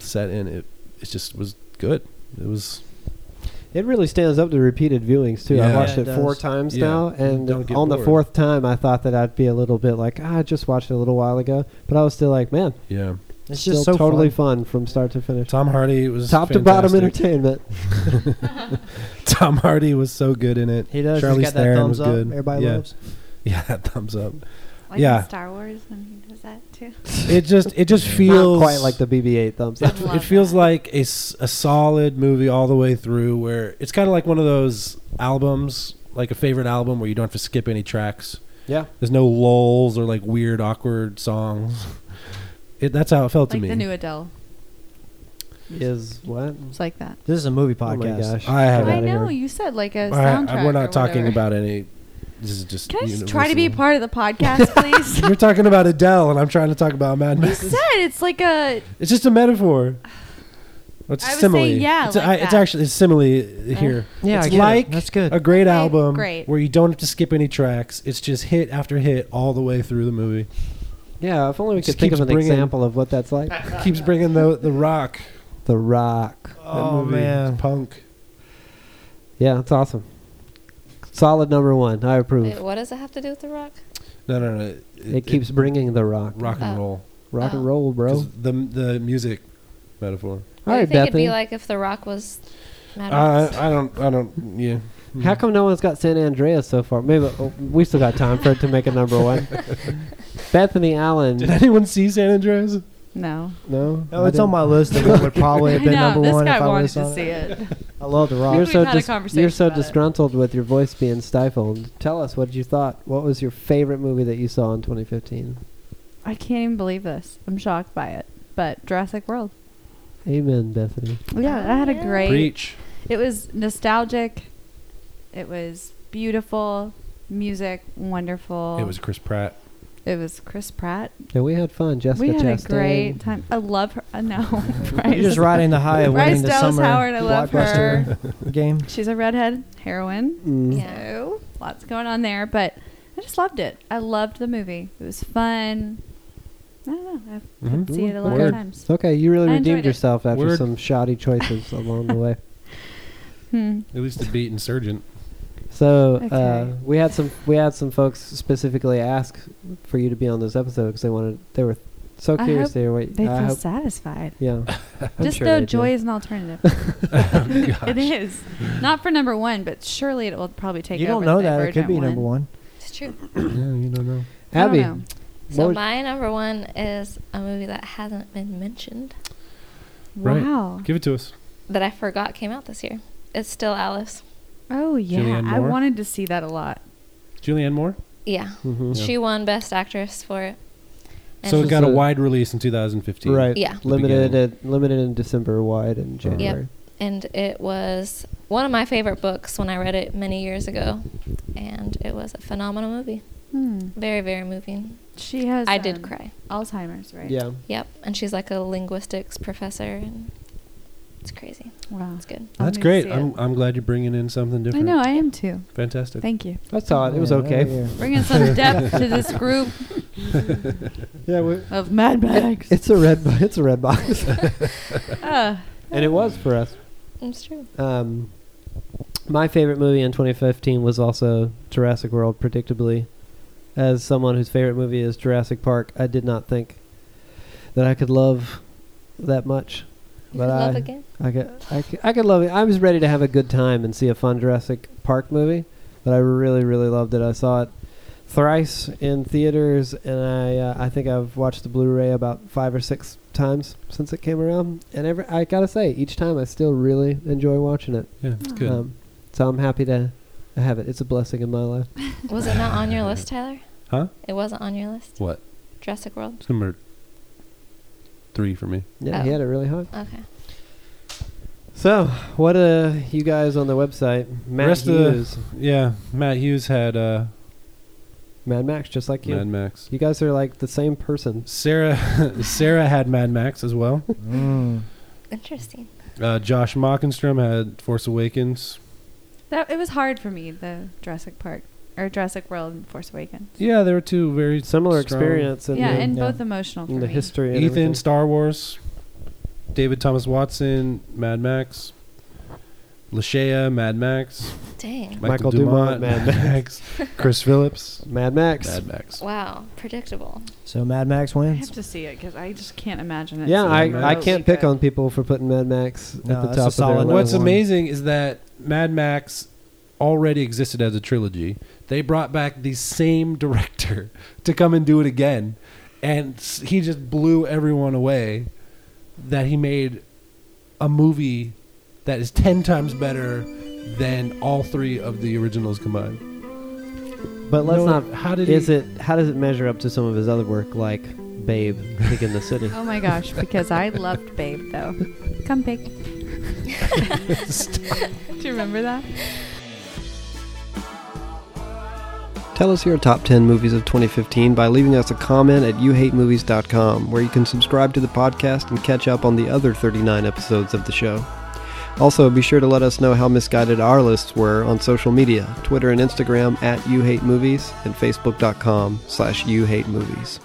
C: set in. It it just was good. It was
B: It really stands up to repeated viewings too. I've
C: Yeah.
B: watched
E: Yeah,
B: it,
E: it
B: four
E: does.
B: times
C: Yeah. Mm,
B: now, and
C: Don't
B: on
C: get
B: the
C: bored.
B: fourth time, I thought that I'd be a little bit like, ah, I just watched it a little while ago, but I was still like, man,
C: yeah.
E: It's
B: still
E: just so
B: totally
E: totally.
B: fun. from start to finish,
C: Tom Hardy was
B: top to bottom
C: fantastic.
B: entertainment.
C: Tom Hardy was so good in it.
E: He does.
C: Charlize
E: He's got that
C: Theron
E: thumbs
C: was
E: up.
C: good.
E: Everybody
C: Yeah.
E: loves.
C: Yeah, that thumbs up.
D: Like
C: Yeah.
D: in Star Wars when he does that too.
C: It just it just
B: Not
C: feels
B: quite like the BB-8 thumbs up.
D: I
C: it
D: love
C: feels
D: that.
C: like a, s- a solid movie all the way through where it's kind of like one of those albums like a favorite album where you don't have to skip any tracks
B: yeah,
C: there's no lulls or like weird awkward songs it, that's how it felt
D: Like
C: to
D: the
C: me
D: new Adele.
B: is what?
C: Oh
D: It's like that.
E: This is a movie
B: Oh my
E: podcast.
B: gosh!
C: i haven't
D: I
B: outta
D: know
B: here.
D: you said like a
C: I- I-
D: soundtrack.
C: we're
D: or
C: not talking
D: whatever.
C: about any this is just
D: Can I just try to be
C: universal.
D: part of the podcast, please?
C: you're talking about adele and i'm trying to talk about mad
D: you
C: men
D: said it's like a.
C: it's just a metaphor it's
D: I
C: a
D: was
C: simile
D: saying, yeah,
C: it's, a-
D: like
C: I- it's
D: that.
C: actually a simile here
E: Yeah,
C: It's
E: I get it.
C: like
E: that's good.
C: a great
D: Okay,
C: album
D: great.
C: where you don't have to skip any tracks. It's just hit after hit all the way through the movie.
B: Yeah, if only we
C: Just
B: could think of
C: keeps
B: an
C: bringing-
B: example of what that's like.
D: Uh,
C: Keeps bringing the the rock.
B: the Rock.
C: that
E: Oh, man.
C: It's punk.
B: Yeah, it's awesome. Solid number one. I approve.
F: Wait,
B: It,
F: what does it have to do with the rock?
C: No, no, no. It,
B: keeps bringing the Rock.
C: rock and
F: Oh.
C: roll.
B: Rock and
F: Oh.
B: roll, bro.
C: 'Cause The the music metaphor.
B: All
F: What do you
B: right,
F: think it'd
B: Bethany.
F: be like if the rock was? Mad
C: Uh,
F: Max?
C: I don't. I don't. Yeah.
B: How come no one's got San Andreas so far? Maybe oh, we still got time for it to make a number one. Bethany Allen.
C: Did anyone see San Andreas?
D: No.
B: No,
E: Oh,
B: I
E: it's on
B: didn't.
E: my list of what would probably have been
D: I know,
E: number
D: this
E: one
D: guy
E: if I
D: wanted
E: was
D: to
E: on
D: see
E: it.
D: it.
E: I love The Rock.
B: You're
D: We've
B: so
D: had a
B: dis- you're
D: conversation
B: so
D: about it.
B: disgruntled with your voice being stifled. Tell us what you thought. What was your favorite movie that you saw in 2015?
D: I can't even believe this. I'm shocked by it. But Jurassic World.
B: Amen, Bethany.
D: Yeah, I had a
F: yeah.
D: great.
C: Preach.
D: It was nostalgic. It was beautiful. Music, wonderful.
C: It was Chris Pratt.
D: It was Chris Pratt.
B: And we had fun. Jessica
D: we had
B: Chastain.
D: a great time. I love her. Uh, no, Bryce.
E: You're just riding the high of
D: Bryce
E: winning the
D: Dallas
E: summer
D: Howard. I love her.
E: blockbuster game.
D: She's a redhead heroine.
B: Mm.
F: Yeah.
D: So lots going on there, but I just loved it. I loved the movie. It was fun. I don't know. I've
E: Mm-hmm.
C: Mhm.
D: seen it a lot
B: Word.
D: of times.
B: Okay, you really
D: I enjoyed
B: redeemed
D: it.
B: yourself after
C: Word.
B: some shoddy choices along the way.
D: Hmm.
C: At least the beat insurgent.
B: So
D: Okay.
B: uh, we had some we had some folks specifically ask for you to be on this episode because they wanted they were so
D: I
B: curious
D: hope
B: to hear what
D: They
B: I
D: feel
B: hope-
D: satisfied.
B: yeah. I'm
D: just
B: sure
D: know
B: they
D: joy
B: do.
D: is an alternative.
C: Oh, Gosh.
D: it is not for number one, but surely it will probably take.
E: You don't
D: over
E: know
D: the
E: that. It could
D: Divergent
E: be number one.
F: It's true.
C: Yeah, you don't know.
D: I don't
B: Abby,
D: know.
F: So
B: would-
F: my number one is a movie that hasn't been mentioned
C: Right.
D: Wow.
C: Give it to us.
F: that I forgot came out this year. It's still Alice.
D: Oh yeah,
C: Julianne
D: I
C: Moore?
D: wanted to see that a lot.
C: Julianne Moore.
F: Yeah,
B: Mhm.
C: Yeah.
F: she won Best Actress for it. And
C: So it
B: This
C: got
B: is
C: a
B: a-
C: wide release in 2015.
B: right?
F: Yeah. The
B: limited
C: beginning.
B: at, limited in December, wide in January.
F: and it was one of my favorite books when I read it many years ago, and it was a phenomenal movie.
D: Hmm.
F: Very, very moving.
D: She has.
F: I did
D: um,
F: cry.
D: Alzheimer's, right?
B: Yeah,
F: Yep, and she's like a linguistics professor, and it's crazy.
D: Wow.
F: It's good.
D: I'll
C: That's
D: need to
C: great.
D: see it.
C: I'm, I'm glad you're bringing in something
D: I
C: different.
D: know. I am too.
C: Fantastic.
D: Thank you.
B: I saw it. It was
E: Yeah,
B: okay.
E: yeah.
D: Bringing some depth to this group
B: Yeah, we,
D: of Mad Max.
B: it's a red. bo- It's a red box,
D: Uh,
B: and it was for us.
F: It's true.
B: Um, my favorite movie in 2015 was also Jurassic World, predictably. As someone whose favorite movie is Jurassic Park, I did not think that I could love that much.
F: You
B: But
F: could love
B: I-
F: again.
B: I could, I could, I could love it. I was ready to have a good time and see a fun Jurassic Park movie, but I really, really loved it. I saw it thrice in theaters, and I, uh, I think I've watched the Blu-ray about five or six times since it came around. And every, I gotta say, each time I still really enjoy watching it.
C: Yeah, it's good.
B: Um, so I'm happy to have it. It's a blessing in my life.
F: Was it not on your list, Tyler?
C: Huh?
F: It wasn't on your list.
C: what?
F: Jurassic World.
C: It's number three for me.
B: Yeah, he
F: Oh.
B: had it really hot.
F: Okay.
B: So, what uh, you guys on the website, Matt
C: Rest of the-
B: Hughes?
C: Yeah, Matt Hughes had uh,
B: Mad Max, just like you.
C: Mad Max.
B: You guys are like the same person.
C: Sarah Sarah had Mad Max as well.
E: Mm.
F: Interesting.
C: Uh, Josh Mockenstrom had Force Awakens.
D: That it was hard for me the Jurassic Park or Jurassic World and Force Awakens.
C: Yeah, there were two very
B: Similar
C: strong-
B: experience in
D: yeah,
B: the,
D: and
E: yeah.
D: both emotional for
B: in the
D: me.
B: history. And
C: Ethan,
B: everything.
C: Star Wars, David Thomas Watson, Mad Max, Lashea, Mad Max,
F: Dang.
B: Michael Dumont, Mad
C: Max, Chris Phillips,
B: Mad Max.
C: Mad Max.
F: Wow. Predictable.
E: So Mad Max
D: I
E: wins.
D: have to see it because I just can't imagine it.
B: yeah,
D: so
C: Mad
B: I, I
C: Max.
B: can't pick on people for putting Mad Max
E: No,
B: at the top
E: that's a
B: of their
E: solid
B: list.
E: Another
C: What's
E: one.
C: amazing is that Mad Max already existed as a trilogy. They brought back the same director to come and do it again, and s- he just blew everyone away that he made a movie that is 10 times better than all three of the originals combined.
B: But let's
C: No,
B: not.
C: how did
B: is
C: he-
B: it? How does it measure up to some of his other work, like Babe, Pig in the City?
D: Oh my gosh, because I loved Babe though. Come Babe. Do you remember that?
A: Tell us your top 10 movies of 2015 by leaving us a comment at youhatemovies.com, where you can subscribe to the podcast and catch up on the other 39 episodes of the show. Also, be sure to let us know how misguided our lists were on social media, Twitter and Instagram at youhatemovies and facebook.com slash youhatemovies.